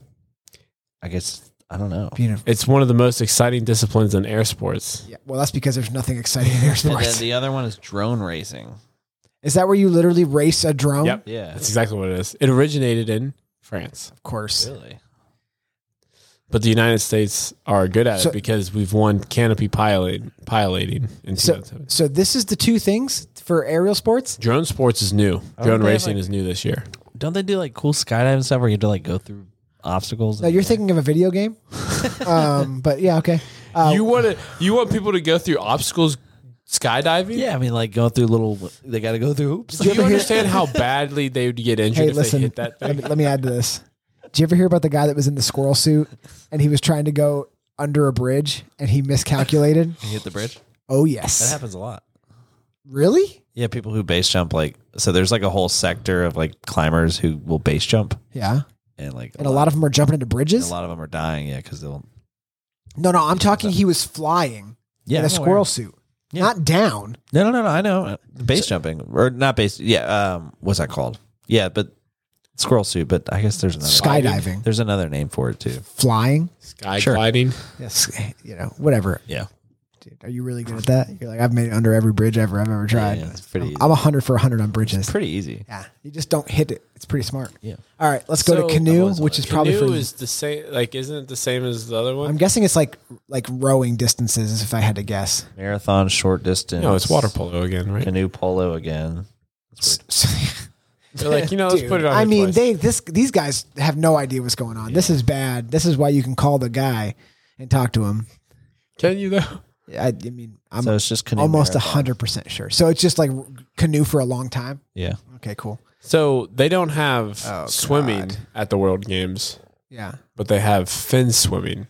[SPEAKER 2] I guess I don't know.
[SPEAKER 3] Beautiful.
[SPEAKER 4] It's one of the most exciting disciplines in air sports.
[SPEAKER 3] Yeah, well, that's because there's nothing exciting
[SPEAKER 4] (laughs)
[SPEAKER 3] in air
[SPEAKER 2] And then
[SPEAKER 3] sports.
[SPEAKER 2] the other one is drone racing.
[SPEAKER 3] is that where you literally race a drone?
[SPEAKER 4] Yep.
[SPEAKER 2] Yeah,
[SPEAKER 4] That's exactly what it is. It originated in France,
[SPEAKER 3] Of course.
[SPEAKER 2] really.
[SPEAKER 4] but the United States are good at
[SPEAKER 3] So-
[SPEAKER 4] it because we've won canopy pilot, piloting in
[SPEAKER 3] So,
[SPEAKER 4] 2007.
[SPEAKER 3] so this is the two things for aerial sports.
[SPEAKER 4] Drone sports is new. Drone
[SPEAKER 2] they have,
[SPEAKER 4] racing
[SPEAKER 2] like-
[SPEAKER 4] is new this year.
[SPEAKER 2] Don't they do like cool skydiving stuff where you have to like go through obstacles?
[SPEAKER 3] No, you're thinking of a video
[SPEAKER 4] (laughs)
[SPEAKER 3] game. um, but yeah, okay. Uh,
[SPEAKER 4] You want to? You want people to go through obstacles skydiving?
[SPEAKER 2] yeah, I mean, like go through little. They got to go through hoops.
[SPEAKER 4] Do you
[SPEAKER 3] ever hear-
[SPEAKER 4] understand how badly they would get injured
[SPEAKER 3] hey,
[SPEAKER 4] if
[SPEAKER 3] listen.
[SPEAKER 4] they hit that
[SPEAKER 3] Let
[SPEAKER 4] thing?
[SPEAKER 3] me, let me add to this. Did you ever hear about the guy that was in the squirrel suit and he was trying to go under a bridge and he
[SPEAKER 4] (laughs)
[SPEAKER 3] miscalculated?
[SPEAKER 2] You hit the bridge.
[SPEAKER 3] Oh
[SPEAKER 2] That
[SPEAKER 3] yes,
[SPEAKER 2] happens a lot.
[SPEAKER 3] really?
[SPEAKER 2] Yeah, people who base jump like so there's like a whole sector of like climbers who will base jump
[SPEAKER 3] Yeah.
[SPEAKER 2] and like
[SPEAKER 3] And a lot of them are jumping into
[SPEAKER 2] and
[SPEAKER 3] bridges.
[SPEAKER 2] a lot of them are dying yeah because they'll
[SPEAKER 3] No, no, I'm talking he was flying
[SPEAKER 2] yeah
[SPEAKER 3] in a
[SPEAKER 2] I'm aware.
[SPEAKER 3] squirrel suit.
[SPEAKER 2] Yeah.
[SPEAKER 3] Not down.
[SPEAKER 2] No, no, no, no. I know Uh, base jumping or not base. Yeah. Um, what's that called? Yeah, but squirrel suit. But I guess there's another
[SPEAKER 3] Skydiving.
[SPEAKER 2] There's another name for it too.
[SPEAKER 3] Flying.
[SPEAKER 4] Sky
[SPEAKER 2] Sure.
[SPEAKER 4] gliding.
[SPEAKER 3] Yes. (laughs) You know, whatever.
[SPEAKER 2] Yeah.
[SPEAKER 3] Dude, are you really good at that? You're like, I've made it under every bridge ever I've ever tried.
[SPEAKER 2] Yeah, it's pretty.
[SPEAKER 3] I'm a hundred for a hundred on bridges.
[SPEAKER 2] pretty easy.
[SPEAKER 3] Yeah. You just don't hit it. It's pretty smart.
[SPEAKER 2] Yeah.
[SPEAKER 3] All right, let's go
[SPEAKER 4] So-
[SPEAKER 3] to canoe,
[SPEAKER 2] Otherwise,
[SPEAKER 3] which is probably
[SPEAKER 4] Canoe
[SPEAKER 3] for
[SPEAKER 4] is the same. Like, isn't it the same as the other one?
[SPEAKER 3] I'm guessing it's like like rowing distances if I had to guess.
[SPEAKER 2] Marathon, short distance.
[SPEAKER 4] no, it's water polo
[SPEAKER 3] (laughs)
[SPEAKER 4] again, right?
[SPEAKER 2] Canoe polo again.
[SPEAKER 4] They're like, you know, let's
[SPEAKER 3] Dude,
[SPEAKER 4] put it on.
[SPEAKER 3] I
[SPEAKER 4] here
[SPEAKER 3] mean,
[SPEAKER 4] twice.
[SPEAKER 3] they this these guys have no idea what's going on. This is bad. This is why you can call the guy and talk to him.
[SPEAKER 4] can you though?
[SPEAKER 3] I, I mean, I'm
[SPEAKER 2] so it's just canoe.
[SPEAKER 3] almost
[SPEAKER 2] marathon.
[SPEAKER 3] hundred percent sure. So it's just like canoe for a long time.
[SPEAKER 2] Yeah.
[SPEAKER 3] Okay, cool.
[SPEAKER 4] So they don't have
[SPEAKER 3] Oh,
[SPEAKER 4] swimming
[SPEAKER 3] God.
[SPEAKER 4] at the World Games,
[SPEAKER 3] Yeah,
[SPEAKER 4] but they have fin swimming.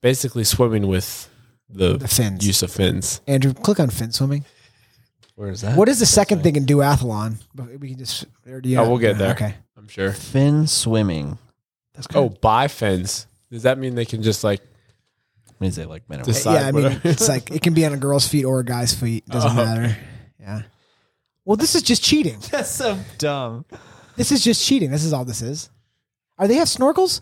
[SPEAKER 4] Basically, swimming with the,
[SPEAKER 3] the fins.
[SPEAKER 4] use of fins.
[SPEAKER 3] Andrew, click on fin swimming.
[SPEAKER 2] Where is that?
[SPEAKER 3] What is the second thing in duathlon? But We can just. Or do you
[SPEAKER 4] Oh, we'll get there.
[SPEAKER 3] Okay.
[SPEAKER 4] I'm sure.
[SPEAKER 2] Fin swimming. That's
[SPEAKER 4] Oh, by fins. Does that mean they can just like?
[SPEAKER 2] means they like minimum.
[SPEAKER 4] Just-
[SPEAKER 3] yeah, I
[SPEAKER 4] Side,
[SPEAKER 3] mean,
[SPEAKER 4] whatever.
[SPEAKER 3] it's like it can be on a girl's feet or a guy's feet. Doesn't
[SPEAKER 4] Oh,
[SPEAKER 3] matter. Yeah. Well, this is just cheating.
[SPEAKER 2] That's so dumb.
[SPEAKER 3] This is just cheating. This is all this is. Are they have snorkels?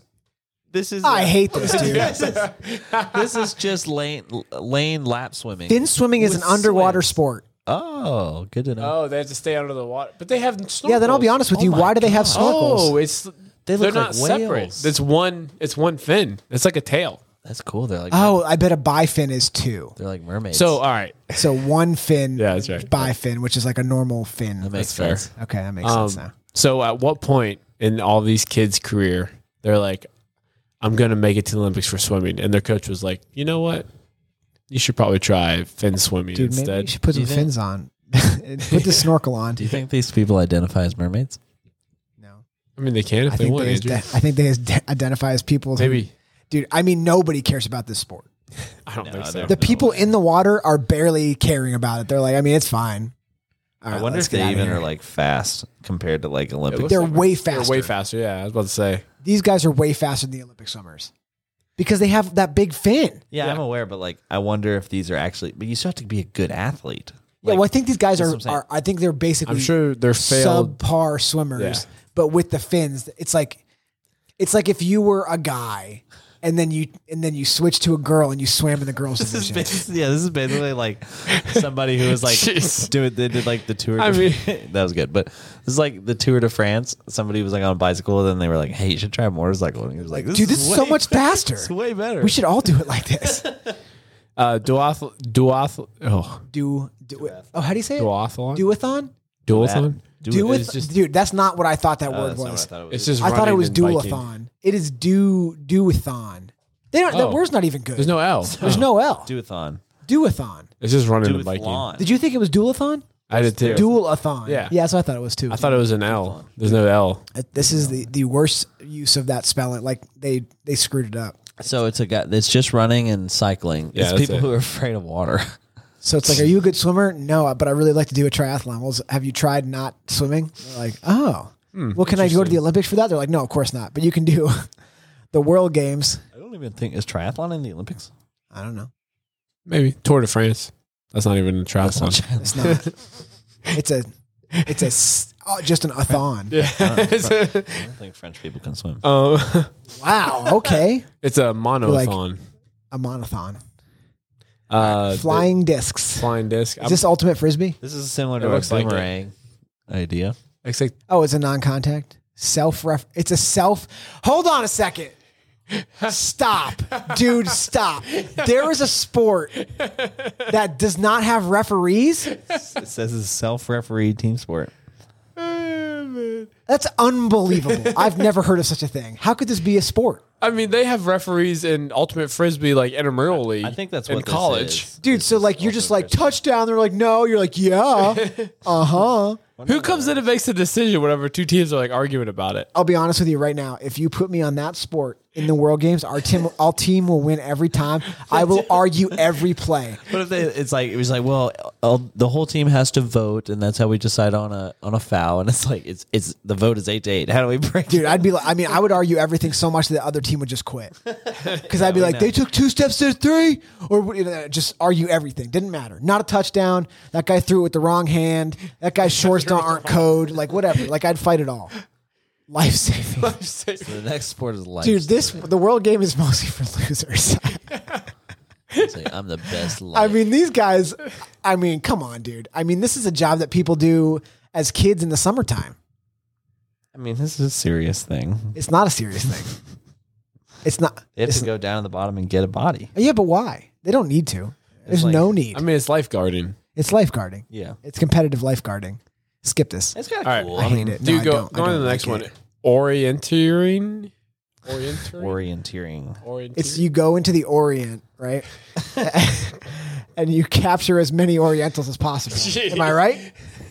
[SPEAKER 2] This is.
[SPEAKER 3] I hate this, dude.
[SPEAKER 2] this is, (laughs) this is just lane lane lap swimming.
[SPEAKER 3] Fin swimming is an
[SPEAKER 2] With
[SPEAKER 3] underwater
[SPEAKER 2] swim.
[SPEAKER 3] sport.
[SPEAKER 2] Oh, good to know.
[SPEAKER 4] (laughs) Oh, they have to stay under the water, but they have snorkels.
[SPEAKER 3] Yeah, then I'll be honest with
[SPEAKER 2] Oh
[SPEAKER 3] you.
[SPEAKER 2] my
[SPEAKER 3] Why do they have
[SPEAKER 4] Oh,
[SPEAKER 3] snorkels?
[SPEAKER 4] it's
[SPEAKER 2] They
[SPEAKER 4] they
[SPEAKER 2] look
[SPEAKER 4] are
[SPEAKER 2] like
[SPEAKER 4] not
[SPEAKER 2] whales.
[SPEAKER 4] separate. It's one. It's one fin. It's like a tail.
[SPEAKER 2] That's cool. They're like
[SPEAKER 3] Oh, I bet a bifin is two.
[SPEAKER 2] they're like mermaids.
[SPEAKER 4] So all right,
[SPEAKER 3] So one fin,
[SPEAKER 4] Yeah, that's right.
[SPEAKER 3] bifin, which is like a normal fin.
[SPEAKER 2] that makes
[SPEAKER 4] that's fair. Um,
[SPEAKER 2] sense.
[SPEAKER 3] okay, that makes sense now.
[SPEAKER 4] So at what point in all these kids' career they're like, I'm gonna make it to the Olympics for swimming, and their coach was like, you know what? You should probably try fin swimming
[SPEAKER 3] Dude, maybe you
[SPEAKER 4] instead.
[SPEAKER 3] should put
[SPEAKER 2] Do
[SPEAKER 3] some
[SPEAKER 2] you think-
[SPEAKER 3] fins on. (laughs)
[SPEAKER 2] (laughs)
[SPEAKER 3] put the snorkel on.
[SPEAKER 2] Do you think these people identify as mermaids?
[SPEAKER 3] No,
[SPEAKER 4] I mean, they can if
[SPEAKER 3] I
[SPEAKER 4] they
[SPEAKER 3] think
[SPEAKER 4] want.
[SPEAKER 3] they,
[SPEAKER 4] Andrew.
[SPEAKER 3] ide- I think they ide- identify as people. who-
[SPEAKER 4] Maybe
[SPEAKER 3] dude. I mean, nobody cares about this sport.
[SPEAKER 4] I don't
[SPEAKER 2] No,
[SPEAKER 4] think so.
[SPEAKER 2] they're-
[SPEAKER 3] The people in the water are barely caring about it. They're like, I mean, it's fine. All
[SPEAKER 2] I
[SPEAKER 3] right,
[SPEAKER 2] wonder
[SPEAKER 3] let's
[SPEAKER 2] if
[SPEAKER 3] get
[SPEAKER 2] they
[SPEAKER 3] outta
[SPEAKER 2] even
[SPEAKER 3] here.
[SPEAKER 2] are like fast compared to like Olympic.
[SPEAKER 4] looks
[SPEAKER 3] They're
[SPEAKER 4] like-
[SPEAKER 3] way
[SPEAKER 4] They're
[SPEAKER 3] faster.
[SPEAKER 4] way faster. Yeah, I was about to say.
[SPEAKER 3] These guys are way faster than the Olympic swimmers because they have that big fin.
[SPEAKER 2] yeah,
[SPEAKER 4] Yeah.
[SPEAKER 2] I'm aware, but like I wonder if these are actually. But you still have to be a good athlete.
[SPEAKER 3] yeah,
[SPEAKER 2] Like,
[SPEAKER 3] well, I think these guys
[SPEAKER 2] that's
[SPEAKER 3] are,
[SPEAKER 2] what I'm saying.
[SPEAKER 3] are. I think they're basically.
[SPEAKER 4] I'm
[SPEAKER 2] Mm.
[SPEAKER 4] sure they're failed.
[SPEAKER 3] subpar swimmers,
[SPEAKER 4] Yeah.
[SPEAKER 3] but with the fins, it's like it's like if you were a guy and then you and then you switched to a girl and you swam in the
[SPEAKER 2] (laughs)
[SPEAKER 3] girls
[SPEAKER 2] this is
[SPEAKER 3] division.
[SPEAKER 2] basically, yeah, this is basically
[SPEAKER 3] (laughs)
[SPEAKER 2] like somebody who was like
[SPEAKER 4] Jeez.
[SPEAKER 2] doing they did like the tour. De,
[SPEAKER 4] I mean-
[SPEAKER 2] (laughs) that was good, but this is like the tour de France. Somebody was like on a bicycle, and then they were like, "Hey, you should try a motorcycle." And he was like,
[SPEAKER 3] Dude, this is so
[SPEAKER 2] way-
[SPEAKER 3] much faster.
[SPEAKER 2] It's way better.
[SPEAKER 3] We should all do it like this.
[SPEAKER 4] Uh, duathl- duathl- oh,
[SPEAKER 3] Do do it. Oh, how do you say it?
[SPEAKER 4] duathlon.
[SPEAKER 3] Duathlon.
[SPEAKER 4] duathlon.
[SPEAKER 2] do,
[SPEAKER 3] Do
[SPEAKER 4] It's just-
[SPEAKER 3] dude. That's not what I thought that
[SPEAKER 2] Oh,
[SPEAKER 3] word
[SPEAKER 2] that's not what
[SPEAKER 3] was.
[SPEAKER 2] I thought it was.
[SPEAKER 4] It's just.
[SPEAKER 3] I thought it
[SPEAKER 4] running
[SPEAKER 3] was
[SPEAKER 4] and biking.
[SPEAKER 3] duathlon. It is do duathon. They don't. That
[SPEAKER 4] Oh.
[SPEAKER 3] word's not even good.
[SPEAKER 4] There's no L.
[SPEAKER 3] (laughs)
[SPEAKER 4] Oh.
[SPEAKER 3] There's no L.
[SPEAKER 2] Duathon.
[SPEAKER 3] Duathon.
[SPEAKER 4] It's just running and biking.
[SPEAKER 2] Duathlon.
[SPEAKER 3] Did you think it was dualathon?
[SPEAKER 4] I did too.
[SPEAKER 3] Dualathon.
[SPEAKER 4] Yeah.
[SPEAKER 3] Yeah, that's what I thought it was too.
[SPEAKER 4] I thought it was an L. There's no L.
[SPEAKER 3] Uh, This is the, the worst use of that spelling. Like they they screwed it up.
[SPEAKER 2] So it's a guy that's just running and cycling.
[SPEAKER 4] Yeah,
[SPEAKER 2] it's
[SPEAKER 4] that's
[SPEAKER 2] people
[SPEAKER 4] it.
[SPEAKER 2] who are afraid of water.
[SPEAKER 3] So it's like, are you a good swimmer? No, but I really like to do a triathlon. Well, have you tried not swimming? They're like, oh, well, can I go to the Olympics for that? They're like, no, of course not. But you can do (laughs) the World Games.
[SPEAKER 2] I don't even think is triathlon in the Olympics.
[SPEAKER 3] I don't know.
[SPEAKER 4] Maybe Tour de France. That's not even a
[SPEAKER 2] That's not
[SPEAKER 4] (laughs) triathlon.
[SPEAKER 2] tri-
[SPEAKER 3] It's not. it's a it's a s- oh, just an athon.
[SPEAKER 4] Yeah.
[SPEAKER 2] I don't think French people can swim.
[SPEAKER 4] um,
[SPEAKER 3] Wow. Okay.
[SPEAKER 4] (laughs) it's a monothon.
[SPEAKER 3] A monothon.
[SPEAKER 4] uh,
[SPEAKER 3] Flying
[SPEAKER 4] the
[SPEAKER 3] discs.
[SPEAKER 4] flying disc.
[SPEAKER 3] Is this ultimate frisbee?
[SPEAKER 2] This is similar
[SPEAKER 4] It
[SPEAKER 2] to a
[SPEAKER 4] looks like it.
[SPEAKER 2] boomerang idea.
[SPEAKER 4] Except
[SPEAKER 3] Oh, it's a non-contact. Self ref. It's a self. Hold on a second. Stop, dude. Stop. There is a sport that does not have referees.
[SPEAKER 2] It says it's self-refereed team sport.
[SPEAKER 3] That's unbelievable. I've never heard of such a thing. How could this be a sport?
[SPEAKER 4] I mean, they have referees in ultimate frisbee like intramural league.
[SPEAKER 2] I think that's
[SPEAKER 4] in
[SPEAKER 2] what this
[SPEAKER 4] college.
[SPEAKER 2] is.
[SPEAKER 3] Dude,
[SPEAKER 2] This
[SPEAKER 3] so
[SPEAKER 2] is
[SPEAKER 3] like you're just
[SPEAKER 2] ultimate
[SPEAKER 3] like touchdown. They're like, no. You're like, yeah. Uh huh.
[SPEAKER 4] Who comes in and makes a decision whenever two teams are like arguing
[SPEAKER 2] (laughs)
[SPEAKER 4] about it?
[SPEAKER 3] I'll be honest with you right now. If you put me on that sport in the World Games, our team, our team will win every time. I will argue every play.
[SPEAKER 2] But if they, it's like it was like, well, uh, the whole team has to vote, and that's how we decide on a on a foul. And it's like it's it's the vote is eight to eight. How do we break
[SPEAKER 3] Dude, I'd be like, I mean, I would argue everything so much that the other team would just quit. Because I'd be like, they took two steps to three, or you know, just argue everything. Didn't matter. Not a touchdown. That guy threw it with the wrong hand. That guy's shorts don't aren't code. Like, whatever. Like, I'd fight it all. Life saving.
[SPEAKER 2] it? The next sport is life.
[SPEAKER 3] Dude, this, the World Game is mostly for losers.
[SPEAKER 2] It's like, I'm the
[SPEAKER 4] (laughs)
[SPEAKER 2] best. Life.
[SPEAKER 3] I mean, these guys, I mean, come on, dude. I mean, this is a job that people do as kids in the summertime.
[SPEAKER 2] I mean, this is a serious thing.
[SPEAKER 3] It's not a serious thing. It's not.
[SPEAKER 2] They have
[SPEAKER 3] It's,
[SPEAKER 2] to go down to the bottom and get a body.
[SPEAKER 3] yeah, but why? They don't need to. There's
[SPEAKER 2] like-
[SPEAKER 3] no need.
[SPEAKER 4] I mean, it's lifeguarding.
[SPEAKER 3] It's lifeguarding.
[SPEAKER 2] Yeah,
[SPEAKER 3] It's competitive lifeguarding. Skip this.
[SPEAKER 2] it's kind
[SPEAKER 4] All right.
[SPEAKER 2] of cool.
[SPEAKER 3] I
[SPEAKER 2] I mean,
[SPEAKER 3] hate it.
[SPEAKER 4] Do
[SPEAKER 3] No, I
[SPEAKER 4] you go
[SPEAKER 3] don't- I
[SPEAKER 4] go on to
[SPEAKER 3] don't
[SPEAKER 4] the next
[SPEAKER 3] like
[SPEAKER 4] one?
[SPEAKER 3] it.
[SPEAKER 4] Orienteering, orienteering,
[SPEAKER 2] orienteering.
[SPEAKER 4] orienteering.
[SPEAKER 3] It's you go into the Orient, right? (laughs) and you capture as many Orientals as possible. Am I right?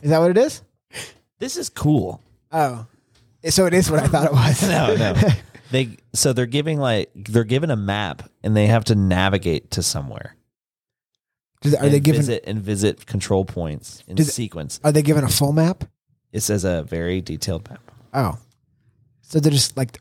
[SPEAKER 3] Is that what it is?
[SPEAKER 2] This is cool.
[SPEAKER 3] Oh, so it is what I thought it
[SPEAKER 2] (laughs)
[SPEAKER 3] was. (laughs)
[SPEAKER 2] No, no. they so they're giving like they're given a map and they have to navigate to somewhere.
[SPEAKER 3] Are they
[SPEAKER 2] and
[SPEAKER 3] given?
[SPEAKER 2] visit and visit control points in
[SPEAKER 3] Does it-
[SPEAKER 2] sequence?
[SPEAKER 3] Are they given a full map?
[SPEAKER 2] It says a very detailed map.
[SPEAKER 3] Oh, so they're just like,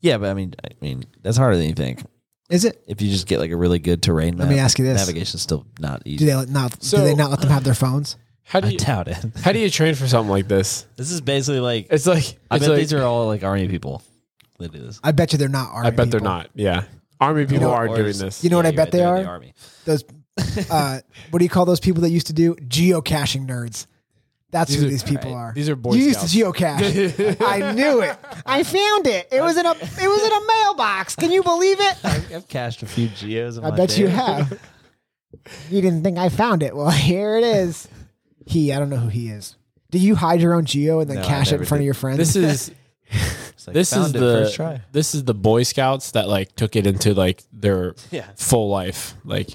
[SPEAKER 2] Yeah, but I mean, I mean, that's harder than you think.
[SPEAKER 3] is it?
[SPEAKER 2] If you just get like a really good terrain map,
[SPEAKER 3] Let me ask you this.
[SPEAKER 2] navigation's still not
[SPEAKER 3] Do
[SPEAKER 2] easy.
[SPEAKER 3] they let- not? do
[SPEAKER 4] So-
[SPEAKER 3] they not let them have their phones?
[SPEAKER 4] How do
[SPEAKER 2] I
[SPEAKER 4] you
[SPEAKER 2] doubt it. (laughs)
[SPEAKER 4] how do you train for something like this?
[SPEAKER 2] This is basically like
[SPEAKER 4] It's like it's
[SPEAKER 2] I bet
[SPEAKER 4] like-
[SPEAKER 2] these are all like army people that do this.
[SPEAKER 3] I bet you they're not. Army
[SPEAKER 4] I bet they're
[SPEAKER 3] people.
[SPEAKER 4] not. Yeah, army people
[SPEAKER 3] know-
[SPEAKER 4] are
[SPEAKER 2] Or
[SPEAKER 4] doing
[SPEAKER 2] it's-
[SPEAKER 4] this.
[SPEAKER 3] You know what I
[SPEAKER 2] you're
[SPEAKER 3] bet
[SPEAKER 2] right,
[SPEAKER 3] they
[SPEAKER 2] they're in
[SPEAKER 3] are?
[SPEAKER 2] The army.
[SPEAKER 3] Those,
[SPEAKER 4] (laughs)
[SPEAKER 3] uh, what do you call those people that used to do geocaching nerds? That's who
[SPEAKER 4] are-
[SPEAKER 3] these people
[SPEAKER 2] alright.
[SPEAKER 3] are.
[SPEAKER 4] These are Boy
[SPEAKER 3] you used
[SPEAKER 4] Scouts.
[SPEAKER 3] to
[SPEAKER 4] (laughs)
[SPEAKER 3] geocache. I knew it. I found it. It was in a. It was in a mailbox. Can you believe it?
[SPEAKER 2] I've cashed a few geos. In
[SPEAKER 3] I
[SPEAKER 2] my
[SPEAKER 3] bet you
[SPEAKER 2] day.
[SPEAKER 3] have. You didn't think I found it. Well, (laughs) here it is. He. I don't know who he is. Do you hide your own geo and then
[SPEAKER 2] No, I
[SPEAKER 3] cache it in
[SPEAKER 2] never
[SPEAKER 3] front of
[SPEAKER 2] did.
[SPEAKER 3] your friends?
[SPEAKER 4] This is
[SPEAKER 2] It's like,
[SPEAKER 4] this is
[SPEAKER 2] found it first
[SPEAKER 4] the
[SPEAKER 2] try.
[SPEAKER 4] this is the Boy Scouts that like took it into like their
[SPEAKER 2] Yeah.
[SPEAKER 4] full life. Like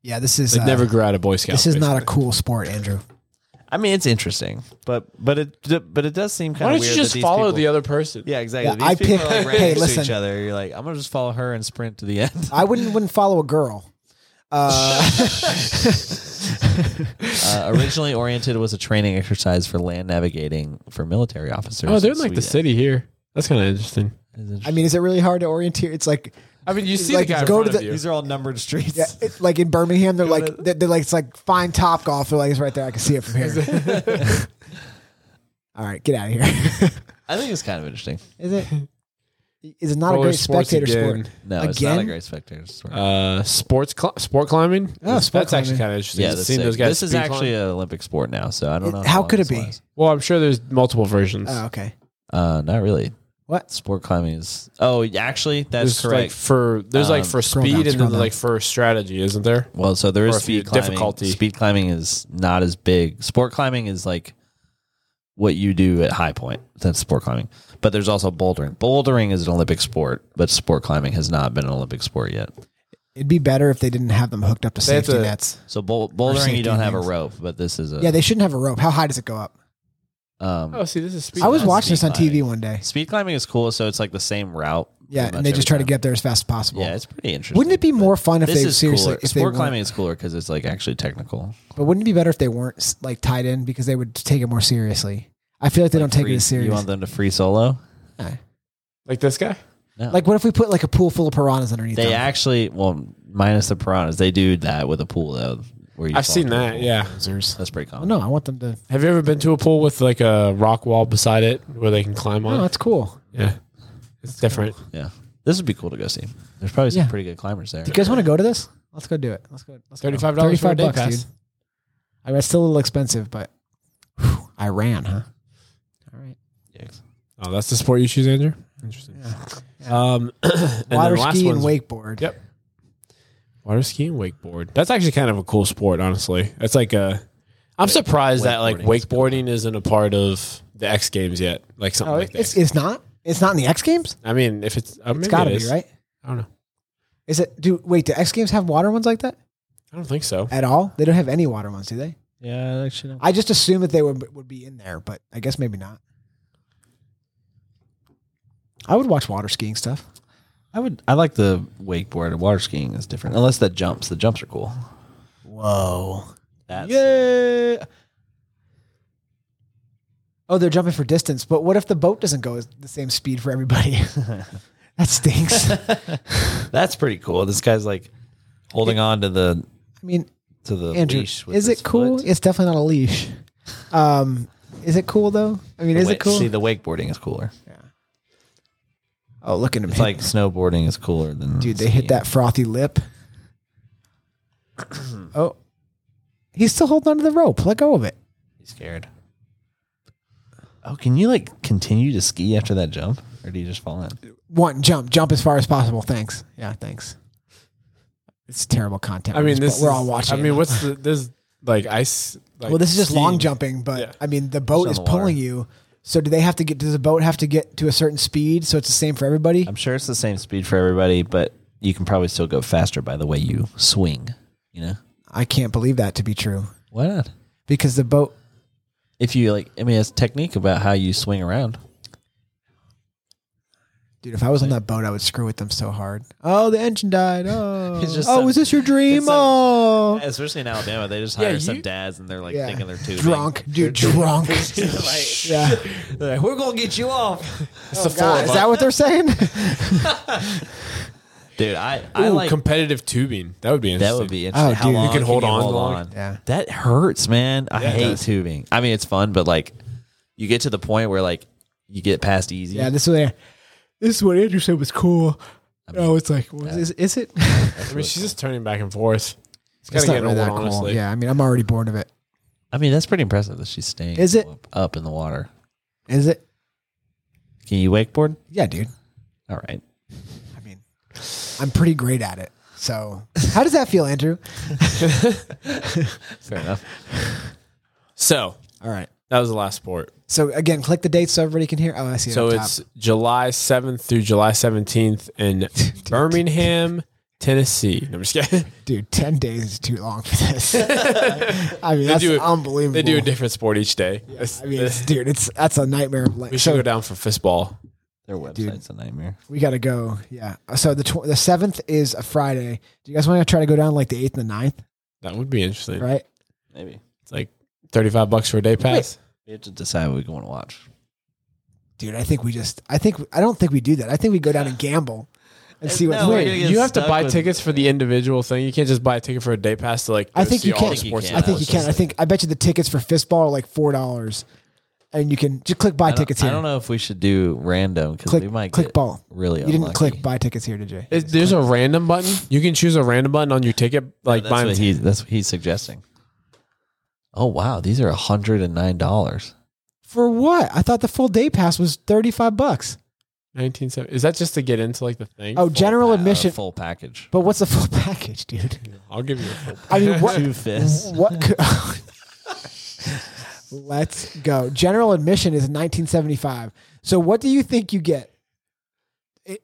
[SPEAKER 3] yeah. This is
[SPEAKER 4] they
[SPEAKER 3] uh,
[SPEAKER 4] never grew out of Boy Scouts.
[SPEAKER 3] This is not a
[SPEAKER 4] basically.
[SPEAKER 3] cool sport, Andrew.
[SPEAKER 2] I mean, it's interesting, but but it but it does seem kind
[SPEAKER 4] Why
[SPEAKER 2] of
[SPEAKER 4] don't
[SPEAKER 2] weird.
[SPEAKER 4] you just follow the other person?
[SPEAKER 2] Yeah, exactly.
[SPEAKER 3] Yeah,
[SPEAKER 2] These
[SPEAKER 3] I
[SPEAKER 2] people are
[SPEAKER 3] pick-
[SPEAKER 2] like right
[SPEAKER 3] (laughs) hey,
[SPEAKER 2] next
[SPEAKER 3] listen.
[SPEAKER 2] to each other. You're like, I'm gonna just follow her and sprint to the
[SPEAKER 3] (laughs)
[SPEAKER 2] end.
[SPEAKER 3] I wouldn't wouldn't follow a girl.
[SPEAKER 2] Uh, originally oriented was a training exercise for land navigating for military officers.
[SPEAKER 4] Oh, they're
[SPEAKER 2] in
[SPEAKER 4] in like the
[SPEAKER 2] Sweden.
[SPEAKER 4] city here. That's kind of interesting.
[SPEAKER 3] I mean, is it really hard to orienteer? It's like
[SPEAKER 4] I mean, you see
[SPEAKER 3] Like,
[SPEAKER 4] the guy in
[SPEAKER 3] go
[SPEAKER 4] front
[SPEAKER 3] to
[SPEAKER 4] of
[SPEAKER 3] the-
[SPEAKER 4] you.
[SPEAKER 2] These are all numbered streets.
[SPEAKER 3] yeah, it, like in Birmingham, they're like
[SPEAKER 2] to-
[SPEAKER 3] they're, they're like it's like fine top golf. They're like it's right there. I can see it from here.
[SPEAKER 2] (laughs)
[SPEAKER 3] All right, get out of here. (laughs)
[SPEAKER 2] I think it's kind of interesting.
[SPEAKER 3] is it? Is it not
[SPEAKER 4] Roller
[SPEAKER 3] a great
[SPEAKER 4] sports
[SPEAKER 3] spectator
[SPEAKER 4] again.
[SPEAKER 3] sport?
[SPEAKER 2] No, it's not a
[SPEAKER 3] Again?
[SPEAKER 2] great spectator sport.
[SPEAKER 4] Uh, sports cl- sport climbing.
[SPEAKER 3] Oh, sport
[SPEAKER 4] that's actually
[SPEAKER 3] climbing.
[SPEAKER 4] kind of interesting. Yeah,
[SPEAKER 2] that's
[SPEAKER 4] seen
[SPEAKER 2] sick.
[SPEAKER 4] those guys.
[SPEAKER 2] This is
[SPEAKER 4] speed
[SPEAKER 2] actually
[SPEAKER 4] climb.
[SPEAKER 2] an Olympic sport now, so I don't know.
[SPEAKER 3] It- how
[SPEAKER 2] long
[SPEAKER 3] could it
[SPEAKER 2] this
[SPEAKER 3] be?
[SPEAKER 2] lasts.
[SPEAKER 4] well, I'm sure there's multiple versions.
[SPEAKER 3] Oh, okay.
[SPEAKER 2] Uh, not really.
[SPEAKER 3] What?
[SPEAKER 2] Sport climbing is. Oh, yeah, actually, that's
[SPEAKER 4] there's like
[SPEAKER 2] correct.
[SPEAKER 4] for there's like
[SPEAKER 2] Um,
[SPEAKER 4] for
[SPEAKER 3] Uh, scroll down,
[SPEAKER 4] speed and
[SPEAKER 3] scroll
[SPEAKER 4] then like for strategy, isn't there?
[SPEAKER 2] well, so there is
[SPEAKER 4] or if you-
[SPEAKER 2] speed climbing.
[SPEAKER 4] difficulty.
[SPEAKER 2] Speed climbing is not as big. Sport climbing is like what you do at high point. That's sport climbing. But there's also bouldering. Bouldering is an Olympic sport, but sport climbing has not been an Olympic sport yet.
[SPEAKER 3] It'd be better if they didn't have them hooked up to
[SPEAKER 4] They have
[SPEAKER 3] safety
[SPEAKER 4] to-
[SPEAKER 3] nets.
[SPEAKER 2] So boul- bouldering,
[SPEAKER 3] safety
[SPEAKER 2] you don't have a
[SPEAKER 3] things.
[SPEAKER 2] rope, but this is a
[SPEAKER 3] Yeah, they shouldn't have a rope. How high does it go up?
[SPEAKER 2] um,
[SPEAKER 4] Oh, see, this is speed.
[SPEAKER 3] I was
[SPEAKER 2] that's
[SPEAKER 3] watching this on
[SPEAKER 2] speed
[SPEAKER 3] TV one day.
[SPEAKER 2] Speed climbing is cool, so it's like the same route.
[SPEAKER 3] Yeah,
[SPEAKER 2] pretty
[SPEAKER 3] and they
[SPEAKER 2] much
[SPEAKER 3] just try
[SPEAKER 2] every
[SPEAKER 3] to
[SPEAKER 2] time.
[SPEAKER 3] get up there as fast as possible.
[SPEAKER 2] Yeah, it's pretty interesting.
[SPEAKER 3] wouldn't it be
[SPEAKER 2] but
[SPEAKER 3] more fun if
[SPEAKER 2] this
[SPEAKER 3] they
[SPEAKER 2] is
[SPEAKER 3] seriously
[SPEAKER 2] cooler.
[SPEAKER 3] if they
[SPEAKER 2] Sport
[SPEAKER 3] weren't-
[SPEAKER 2] climbing is cooler because it's like actually technical.
[SPEAKER 3] But wouldn't it be better if they weren't s- like tied in because they would take it more seriously? I feel like they don't take
[SPEAKER 2] Free-
[SPEAKER 3] it as serious.
[SPEAKER 2] You want them to free solo?
[SPEAKER 4] like this guy.
[SPEAKER 3] Like, what if we put like a pool full of piranhas underneath?
[SPEAKER 2] They
[SPEAKER 3] them?
[SPEAKER 2] actually, well, minus the piranhas, they do that with a pool though. Where you
[SPEAKER 4] I've
[SPEAKER 2] fall
[SPEAKER 4] seen
[SPEAKER 2] into a
[SPEAKER 4] that.
[SPEAKER 2] pool.
[SPEAKER 4] Yeah.
[SPEAKER 3] Losers.
[SPEAKER 2] that's pretty common.
[SPEAKER 3] Oh, No, I want them to.
[SPEAKER 4] Have you ever been to a pool with like a rock wall beside it where they can climb on?
[SPEAKER 3] Oh, that's cool.
[SPEAKER 4] yeah, it's different.
[SPEAKER 2] Yeah, this would be cool to go see. There's probably some
[SPEAKER 3] Yeah.
[SPEAKER 2] pretty good climbers there.
[SPEAKER 3] Do you guys want to go to this? Let's go do it. Let's go. Let's go.
[SPEAKER 4] $35 for a day pass.
[SPEAKER 3] I mean, it's still a little expensive, but whew, I ran, huh? All right.
[SPEAKER 4] Oh, that's the sport you choose, Andrew. Interesting. (laughs) Um, (clears throat) and then
[SPEAKER 3] Water
[SPEAKER 4] last
[SPEAKER 3] ski and
[SPEAKER 4] one's
[SPEAKER 3] wakeboard.
[SPEAKER 4] Yep. Water ski and wakeboard. That's actually kind of a cool sport, honestly. It's like a. I'm surprised that like
[SPEAKER 2] wakeboarding
[SPEAKER 4] wakeboarding isn't a part of the X Games yet, like something
[SPEAKER 3] Oh,
[SPEAKER 4] like that.
[SPEAKER 3] it's it's not. It's not in the X Games.
[SPEAKER 4] I mean, if it's, uh, maybe
[SPEAKER 3] It's got to
[SPEAKER 4] it
[SPEAKER 3] be
[SPEAKER 4] is.
[SPEAKER 3] right.
[SPEAKER 4] I don't know.
[SPEAKER 3] Is it? Do wait? Do X Games have water ones like that
[SPEAKER 4] I don't think so.
[SPEAKER 3] at all? They don't have any water ones, do they?
[SPEAKER 2] Yeah, actually.
[SPEAKER 3] I just assumed that they would would be in there, but I guess maybe not. I would watch water skiing stuff.
[SPEAKER 2] I would. I like the wakeboard. Water skiing is different, unless that jumps. The jumps are cool.
[SPEAKER 3] Whoa!
[SPEAKER 2] That's,
[SPEAKER 3] Yeah. Oh, they're jumping for distance, but what if the boat doesn't go the same speed for
[SPEAKER 2] (laughs)
[SPEAKER 3] everybody? that stinks. I
[SPEAKER 2] that's pretty cool. This guy's like holding on to the
[SPEAKER 3] mean,
[SPEAKER 2] to the
[SPEAKER 3] Andrew,
[SPEAKER 2] leash. With
[SPEAKER 3] is
[SPEAKER 2] his
[SPEAKER 3] it cool?
[SPEAKER 2] foot.
[SPEAKER 3] It's definitely not a leash. Um, is it cool though? I mean, is
[SPEAKER 2] Wa-
[SPEAKER 3] it cool?
[SPEAKER 2] See, the wakeboarding is cooler.
[SPEAKER 3] oh, look at him!
[SPEAKER 2] It's
[SPEAKER 3] hit-
[SPEAKER 2] like
[SPEAKER 3] (laughs)
[SPEAKER 2] snowboarding is cooler than
[SPEAKER 3] dude, they hit that
[SPEAKER 2] (clears throat)
[SPEAKER 3] frothy lip. oh, he's still holding onto the rope. Let go of it.
[SPEAKER 2] He's scared. Oh, can you like continue to ski after that jump, or do you just fall in?
[SPEAKER 3] One jump, jump as far as possible. Thanks. Yeah, thanks. It's terrible content.
[SPEAKER 4] I
[SPEAKER 3] on
[SPEAKER 4] mean,
[SPEAKER 3] but
[SPEAKER 4] this
[SPEAKER 3] we're
[SPEAKER 4] is-
[SPEAKER 3] all watching.
[SPEAKER 4] I
[SPEAKER 3] it
[SPEAKER 4] mean,
[SPEAKER 3] now.
[SPEAKER 4] what's the, this like ice? Like
[SPEAKER 3] well, this is just
[SPEAKER 4] skiing.
[SPEAKER 3] long
[SPEAKER 4] (laughs)
[SPEAKER 3] jumping, but
[SPEAKER 4] Yeah.
[SPEAKER 3] I mean, the boat
[SPEAKER 2] on
[SPEAKER 3] is
[SPEAKER 2] the water.
[SPEAKER 3] pulling you. So do they have to get? Does the boat have to get to a certain speed so it's the same for everybody?
[SPEAKER 2] I'm sure it's the same speed for everybody, but you can probably still go faster by the way you swing. You know
[SPEAKER 3] I can't believe that to be true
[SPEAKER 2] why not?
[SPEAKER 3] because the boat.
[SPEAKER 2] If you like, I mean, it's technique about how you swing around.
[SPEAKER 3] Dude, if I was on that boat, I would screw with them so hard. Oh, the engine
[SPEAKER 2] (laughs)
[SPEAKER 3] died. Oh,
[SPEAKER 2] It's just
[SPEAKER 3] oh,
[SPEAKER 2] some-
[SPEAKER 3] is this your dream?
[SPEAKER 2] it's some-
[SPEAKER 3] oh,
[SPEAKER 2] Especially in Alabama, they just
[SPEAKER 4] Yeah,
[SPEAKER 2] hire some
[SPEAKER 4] you-
[SPEAKER 2] dads and they're like
[SPEAKER 3] Yeah.
[SPEAKER 2] thinking they're too big.
[SPEAKER 3] drunk, dude,
[SPEAKER 2] (laughs)
[SPEAKER 3] drunk. (laughs)
[SPEAKER 2] Like,
[SPEAKER 3] yeah,
[SPEAKER 2] they're like, We're gonna get you off,
[SPEAKER 4] It's the
[SPEAKER 3] God, is that what
[SPEAKER 2] (laughs)
[SPEAKER 3] they're saying?
[SPEAKER 2] dude. I
[SPEAKER 4] Ooh,
[SPEAKER 2] I like
[SPEAKER 4] competitive tubing. That would be interesting.
[SPEAKER 2] that would be interesting.
[SPEAKER 3] Oh,
[SPEAKER 2] how
[SPEAKER 3] dude. You
[SPEAKER 2] long
[SPEAKER 3] can
[SPEAKER 4] hold on long.
[SPEAKER 3] yeah,
[SPEAKER 2] That hurts, man. I
[SPEAKER 4] Yeah, it
[SPEAKER 2] hate
[SPEAKER 4] does.
[SPEAKER 2] tubing. I mean, it's fun, but like, you get to the point where like you get past easy.
[SPEAKER 3] yeah. This is what, this is what Andrew said was cool. no, it's like, was- is, is it?
[SPEAKER 4] I mean, she's just turning back and forth. It's
[SPEAKER 3] (laughs) It's
[SPEAKER 4] gotta
[SPEAKER 3] not
[SPEAKER 4] get
[SPEAKER 3] really
[SPEAKER 4] old,
[SPEAKER 3] that cool.
[SPEAKER 4] honestly.
[SPEAKER 3] Yeah, I mean, I'm already bored of it.
[SPEAKER 2] I mean, that's pretty impressive that she's staying.
[SPEAKER 3] Is it-
[SPEAKER 2] up- up in the water?
[SPEAKER 3] Is it?
[SPEAKER 2] Can you wakeboard?
[SPEAKER 3] Yeah, dude.
[SPEAKER 2] All right.
[SPEAKER 3] I mean, I'm pretty great at it. So, how does that feel, Andrew?
[SPEAKER 2] Fair enough.
[SPEAKER 4] So
[SPEAKER 3] All right.
[SPEAKER 4] that was the last sport.
[SPEAKER 3] So again, click the dates so everybody can hear. Oh, I see. It
[SPEAKER 4] so
[SPEAKER 3] up
[SPEAKER 4] it's
[SPEAKER 3] top.
[SPEAKER 4] July seventh through July seventeenth
[SPEAKER 3] (laughs)
[SPEAKER 4] in Birmingham, Tennessee. No, I'm just kidding.
[SPEAKER 3] (laughs) dude, ten days is too long for
[SPEAKER 4] (laughs)
[SPEAKER 3] this. (laughs) I mean, that's
[SPEAKER 4] do it-
[SPEAKER 3] unbelievable.
[SPEAKER 4] They do a different sport each day. It's-
[SPEAKER 3] I mean, it's, dude, it's that's a nightmare. of
[SPEAKER 4] we
[SPEAKER 3] length.
[SPEAKER 4] should
[SPEAKER 3] So
[SPEAKER 4] go down for fistball.
[SPEAKER 2] (laughs) Their website's a nightmare.
[SPEAKER 3] we got to go. Yeah. So the tw- the seventh is a Friday. Do you guys want to try to go down like the eighth and the 9th,
[SPEAKER 4] That would be interesting.
[SPEAKER 3] Right.
[SPEAKER 2] Maybe
[SPEAKER 4] It's like thirty-five bucks for a day pass.
[SPEAKER 2] we have to decide what we want to watch.
[SPEAKER 3] Dude, I think we just. I think I don't think we do that. I think we go down and gamble
[SPEAKER 4] Uh,
[SPEAKER 3] and see what.
[SPEAKER 2] No, we're gonna get
[SPEAKER 4] You have to
[SPEAKER 2] stuck
[SPEAKER 4] buy
[SPEAKER 2] with-
[SPEAKER 4] tickets for the individual thing. You can't just buy a ticket for a day pass to like.
[SPEAKER 3] I
[SPEAKER 4] go
[SPEAKER 3] think
[SPEAKER 4] see
[SPEAKER 3] you
[SPEAKER 4] all
[SPEAKER 3] can. I
[SPEAKER 4] the
[SPEAKER 3] think
[SPEAKER 2] you
[SPEAKER 4] sports
[SPEAKER 2] can.
[SPEAKER 4] and
[SPEAKER 3] I think you
[SPEAKER 4] stuff.
[SPEAKER 3] can. I think I bet you the tickets for fistball are like four dollars, and you can just click buy
[SPEAKER 2] I don't-
[SPEAKER 3] tickets here.
[SPEAKER 2] I don't know if we should do random because
[SPEAKER 3] Click,
[SPEAKER 2] we might
[SPEAKER 3] click
[SPEAKER 2] get
[SPEAKER 3] ball.
[SPEAKER 2] really.
[SPEAKER 3] You didn't
[SPEAKER 2] unlucky.
[SPEAKER 3] click buy tickets here, did you?
[SPEAKER 4] It- there's a random button. You can choose a random button on your ticket, like
[SPEAKER 2] That's
[SPEAKER 4] buying
[SPEAKER 2] what he's. That's what he's suggesting. Oh wow, these are hundred and nine dollars.
[SPEAKER 3] For what? I thought the full day pass was thirty five bucks.
[SPEAKER 4] 1970. Is that just to get into like the thing?
[SPEAKER 3] Oh, general admission.
[SPEAKER 2] uh, full package.
[SPEAKER 3] but what's the full (laughs)
[SPEAKER 2] (laughs)
[SPEAKER 3] package, dude?
[SPEAKER 4] I'll give you
[SPEAKER 3] (laughs)
[SPEAKER 4] a full.
[SPEAKER 3] I mean, what?
[SPEAKER 2] Two fists.
[SPEAKER 3] (laughs) what? Could, let's go. General admission is nineteen seventy five. So what do you think
[SPEAKER 2] (laughs)
[SPEAKER 3] you get? It-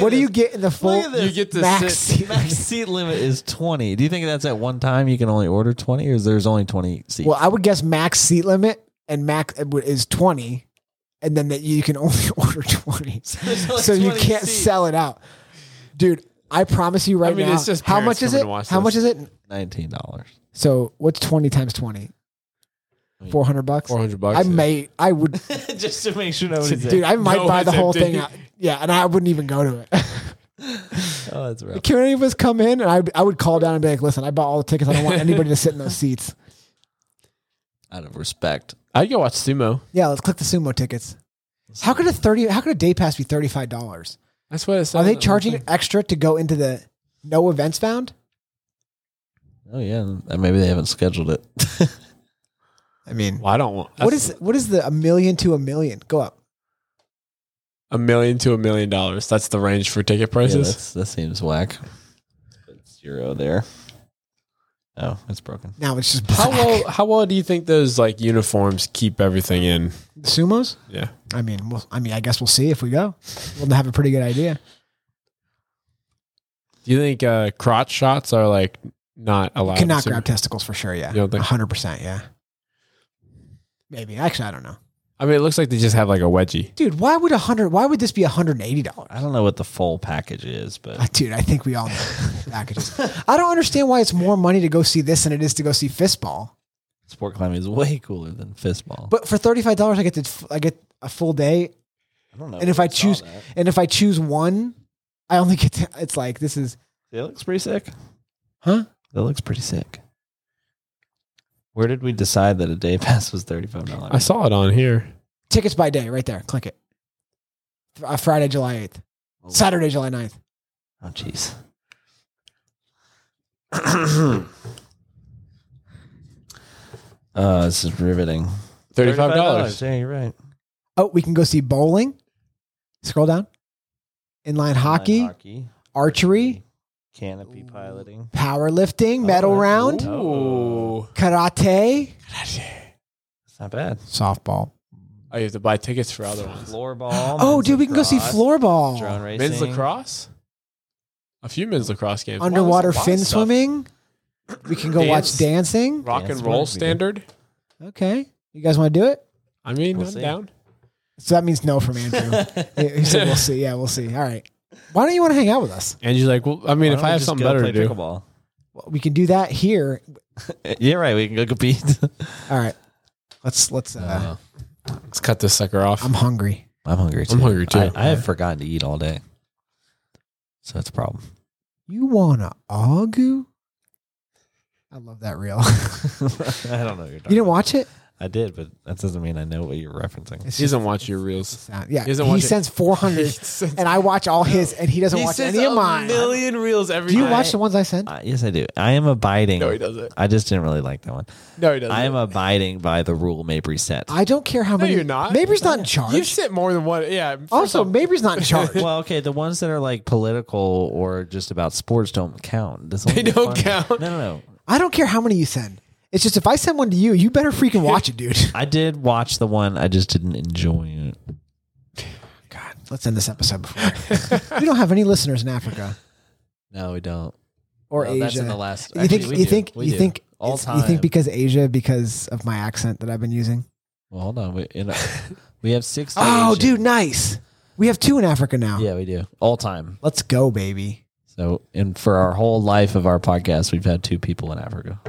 [SPEAKER 3] what do you get in the full?
[SPEAKER 2] at this.
[SPEAKER 4] You get to
[SPEAKER 3] max
[SPEAKER 4] sit-
[SPEAKER 2] (laughs) (laughs)
[SPEAKER 3] seat?
[SPEAKER 2] Max seat limit is twenty. Do you think that's at one time you can only order twenty, or is there's only twenty seats?
[SPEAKER 3] Well, I would guess max seat limit and max uh, is 20, and then that you can (laughs) only order 20. so you can't sell it out. Dude, I promise you right
[SPEAKER 4] I mean,
[SPEAKER 3] now.
[SPEAKER 4] it's just
[SPEAKER 3] how
[SPEAKER 4] parents
[SPEAKER 3] much is
[SPEAKER 4] coming
[SPEAKER 3] it?
[SPEAKER 4] to watch
[SPEAKER 3] How much is
[SPEAKER 4] this.
[SPEAKER 3] it?
[SPEAKER 2] Nineteen dollars.
[SPEAKER 3] So what's 20 times 20? 400 bucks?
[SPEAKER 4] Four hundred bucks.
[SPEAKER 3] I may, I
[SPEAKER 4] (laughs)
[SPEAKER 3] would,
[SPEAKER 2] Just to make sure nobody's
[SPEAKER 3] dude, I might
[SPEAKER 4] No,
[SPEAKER 3] buy the
[SPEAKER 4] it's
[SPEAKER 3] whole
[SPEAKER 4] empty.
[SPEAKER 3] thing out. Yeah, and I wouldn't even go to it. (laughs)
[SPEAKER 2] Oh, that's rough.
[SPEAKER 3] Can any of us come in? And I, I would call down and be like, listen, I bought all the tickets. I don't want anybody to sit in those seats.
[SPEAKER 2] Out of respect,
[SPEAKER 4] I'd go watch sumo.
[SPEAKER 3] Yeah, let's click the sumo tickets. How could a 30, how could a day pass be $35?
[SPEAKER 4] That's what it says.
[SPEAKER 3] Are
[SPEAKER 4] on
[SPEAKER 3] they
[SPEAKER 4] the
[SPEAKER 3] charging
[SPEAKER 4] thing.
[SPEAKER 3] extra to go into the no events found?
[SPEAKER 2] oh yeah, and maybe they haven't scheduled it. (laughs)
[SPEAKER 3] I mean,
[SPEAKER 4] Well, I don't want.
[SPEAKER 3] what
[SPEAKER 4] that's
[SPEAKER 3] is what is the a million to a million? Go up.
[SPEAKER 4] a million to a million dollars? That's the range for ticket
[SPEAKER 2] Yeah,
[SPEAKER 4] prices.
[SPEAKER 2] that's, that seems whack. Put zero there. Oh, it's broken.
[SPEAKER 3] Now it's just
[SPEAKER 4] How
[SPEAKER 3] black.
[SPEAKER 4] well? How well do you think those like uniforms keep everything in?
[SPEAKER 3] Sumos?
[SPEAKER 4] Yeah.
[SPEAKER 3] I mean, we'll, I mean, I guess we'll see if we go. We'll have a pretty good idea.
[SPEAKER 4] Do you think uh, crotch shots are like not allowed? in
[SPEAKER 3] Cannot
[SPEAKER 4] super-
[SPEAKER 3] grab testicles for sure. Yeah,
[SPEAKER 4] You don't think-
[SPEAKER 3] hundred percent. Yeah, maybe. Actually, I don't know,
[SPEAKER 4] I mean, it looks like they just have like a wedgie.
[SPEAKER 3] dude. Why would a hundred? Why would this be hundred and eighty dollars?
[SPEAKER 2] I don't know what the full package is, but
[SPEAKER 3] Uh, Dude, I think we all know packages. I don't understand why it's more money to go see this than it is to go see fistball.
[SPEAKER 2] sport climbing is way cooler than fistball.
[SPEAKER 3] But for thirty five dollars, I get to f- I get a full day,
[SPEAKER 2] I don't know.
[SPEAKER 3] and if I
[SPEAKER 2] saw
[SPEAKER 3] choose-
[SPEAKER 2] that.
[SPEAKER 3] and if I choose one, I only get. To, it's like this is
[SPEAKER 2] it looks pretty sick.
[SPEAKER 3] Huh?
[SPEAKER 2] That looks pretty sick. Where did we decide that a day pass was thirty five dollars?
[SPEAKER 4] I saw it on here.
[SPEAKER 3] tickets by day right there. Click it. Fr- uh, Friday, July eighth. Saturday, July 9th.
[SPEAKER 2] Oh, jeez. (clears throat) Oh, this is riveting.
[SPEAKER 4] Thirty-five dollars.
[SPEAKER 2] Yeah, you're right.
[SPEAKER 3] Oh, we can go see bowling. Scroll down. Inline hockey,
[SPEAKER 2] hockey,
[SPEAKER 3] archery,
[SPEAKER 2] canopy piloting,
[SPEAKER 3] powerlifting, medal
[SPEAKER 2] Oh,
[SPEAKER 3] round,
[SPEAKER 2] Oh.
[SPEAKER 3] karate,
[SPEAKER 2] It's not bad.
[SPEAKER 3] softball.
[SPEAKER 4] Oh, you have to buy tickets for other ones.
[SPEAKER 2] Floorball.
[SPEAKER 3] Oh, dude, we can go see
[SPEAKER 2] Drone
[SPEAKER 3] floorball,
[SPEAKER 2] racing.
[SPEAKER 4] Men's lacrosse. A few men's lacrosse games.
[SPEAKER 3] underwater
[SPEAKER 4] Wow, there's a lot
[SPEAKER 3] fin
[SPEAKER 4] of stuff.
[SPEAKER 3] swimming. We can go
[SPEAKER 4] Dance.
[SPEAKER 3] watch dancing.
[SPEAKER 4] Rock
[SPEAKER 2] Dance
[SPEAKER 4] and
[SPEAKER 2] might be
[SPEAKER 4] roll
[SPEAKER 2] good.
[SPEAKER 4] standard.
[SPEAKER 3] Okay. You guys want to do it?
[SPEAKER 4] I mean,
[SPEAKER 2] We'll
[SPEAKER 4] I'm
[SPEAKER 2] see.
[SPEAKER 4] down.
[SPEAKER 3] So that means no from
[SPEAKER 4] (laughs)
[SPEAKER 3] Andrew. he he said, we'll see. Yeah, we'll see. All right. Why don't you want to hang out with us?
[SPEAKER 4] And you're like, well, I mean, if I have something better to do,
[SPEAKER 2] Pickleball? Uh,
[SPEAKER 3] Well, We can do that here.
[SPEAKER 2] Yeah, right. We can go compete. (laughs)
[SPEAKER 3] All right. Let's, let's, uh,
[SPEAKER 4] let's cut this sucker off.
[SPEAKER 3] I'm hungry.
[SPEAKER 2] I'm hungry too.
[SPEAKER 4] I'm hungry, too.
[SPEAKER 2] I, I have forgotten to eat all day, so it's a (laughs) problem.
[SPEAKER 3] You wanna argue? I love that reel. (laughs)
[SPEAKER 2] I don't know. What you're
[SPEAKER 3] you didn't watch it?
[SPEAKER 2] I did, but that doesn't mean I know what you're referencing.
[SPEAKER 3] It's
[SPEAKER 4] (laughs) he doesn't watch your reels.
[SPEAKER 3] sound. Yeah,
[SPEAKER 4] (laughs) he
[SPEAKER 3] he,
[SPEAKER 4] doesn't watch it.
[SPEAKER 3] sends four hundred, and I watch all his, and he doesn't
[SPEAKER 4] He
[SPEAKER 3] watch
[SPEAKER 4] sends
[SPEAKER 3] any of
[SPEAKER 4] a
[SPEAKER 3] mine. Do
[SPEAKER 4] million reels every
[SPEAKER 3] you
[SPEAKER 4] night.
[SPEAKER 3] watch the ones I send?
[SPEAKER 2] Uh, yes, I do. I am abiding.
[SPEAKER 4] No, he doesn't.
[SPEAKER 2] I just didn't really like that one.
[SPEAKER 4] No, he doesn't.
[SPEAKER 2] I am abiding by the rule Mabry set.
[SPEAKER 3] I don't care how
[SPEAKER 4] No,
[SPEAKER 3] many.
[SPEAKER 4] you're not.
[SPEAKER 3] Mayber's not in
[SPEAKER 4] You
[SPEAKER 3] charge.
[SPEAKER 4] sit more than one. Yeah.
[SPEAKER 3] (laughs)
[SPEAKER 4] first
[SPEAKER 3] Also,
[SPEAKER 4] off,
[SPEAKER 3] Mayber's not in charge. (laughs)
[SPEAKER 2] well, okay, the ones that are like political or just about sports don't count. That's
[SPEAKER 4] They
[SPEAKER 2] only fun-
[SPEAKER 4] don't count.
[SPEAKER 2] No, no, no.
[SPEAKER 3] I don't care how many you send. It's just if I send one to you, you better freaking watch it, dude.
[SPEAKER 2] I did watch the one. I just didn't enjoy it.
[SPEAKER 3] (laughs) God, let's end this episode before (laughs) we don't have any listeners in Africa
[SPEAKER 2] No, we don't.
[SPEAKER 3] or
[SPEAKER 2] No,
[SPEAKER 3] Asia.
[SPEAKER 2] That's in the last.
[SPEAKER 3] you
[SPEAKER 2] actually,
[SPEAKER 3] think?
[SPEAKER 2] we
[SPEAKER 3] You
[SPEAKER 2] do.
[SPEAKER 3] think?
[SPEAKER 2] We
[SPEAKER 3] You
[SPEAKER 2] do.
[SPEAKER 3] think?
[SPEAKER 2] all
[SPEAKER 3] it's-
[SPEAKER 2] time?
[SPEAKER 3] You think because Asia, because of my accent that I've been using.
[SPEAKER 2] Well, hold on. We, (laughs) in, we have six.
[SPEAKER 3] Oh,
[SPEAKER 2] Asian-
[SPEAKER 3] dude, nice. We have two in Africa now.
[SPEAKER 2] Yeah, we do all time.
[SPEAKER 3] Let's go, baby.
[SPEAKER 2] So, and for our whole life of our podcast, we've had two people in Africa.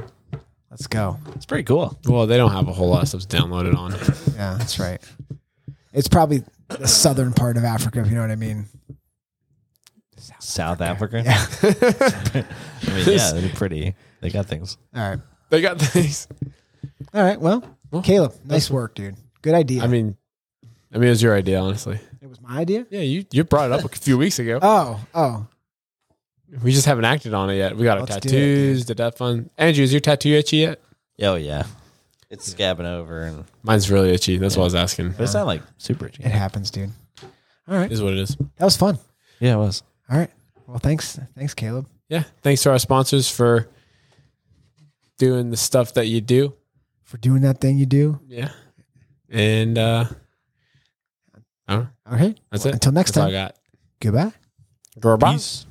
[SPEAKER 3] Let's go.
[SPEAKER 2] It's pretty cool.
[SPEAKER 4] Well, they don't have a whole lot of stuff downloaded on.
[SPEAKER 3] Yeah, that's right. It's probably the southern part of Africa, if you know what I mean.
[SPEAKER 2] South Africa.
[SPEAKER 3] Yeah.
[SPEAKER 2] (laughs) I mean, yeah, (laughs) they're pretty. They got things.
[SPEAKER 3] All right.
[SPEAKER 4] they got things.
[SPEAKER 3] All right. Well,
[SPEAKER 4] Well,
[SPEAKER 3] Caleb, nice work, dude. Good idea.
[SPEAKER 4] I mean, I mean, it was your idea, honestly. Uh,
[SPEAKER 3] it was my idea.
[SPEAKER 4] Yeah, you, you brought it up a few weeks ago.
[SPEAKER 3] Oh, oh.
[SPEAKER 4] We just haven't acted on it yet. We got our
[SPEAKER 3] Let's do it,
[SPEAKER 4] tattoos, did that fun. Andrew, is your tattoo itchy yet?
[SPEAKER 2] Oh yeah, it's scabbing over, and
[SPEAKER 4] Mine's really itchy. That's what I was asking.
[SPEAKER 2] but it's not like super. itchy.
[SPEAKER 3] It happens, dude. All right.
[SPEAKER 4] Is what it is.
[SPEAKER 3] That was fun.
[SPEAKER 2] Yeah, it was.
[SPEAKER 3] All right. Well, thanks. Thanks, Caleb.
[SPEAKER 4] Yeah. Thanks to our sponsors for doing the stuff that you do.
[SPEAKER 3] For doing that thing you do.
[SPEAKER 4] Yeah. And uh oh,
[SPEAKER 3] All right.
[SPEAKER 4] that's it.
[SPEAKER 3] Until next
[SPEAKER 4] That's all I
[SPEAKER 3] time.
[SPEAKER 4] got.
[SPEAKER 3] Goodbye.
[SPEAKER 4] Goodbye.
[SPEAKER 2] Peace.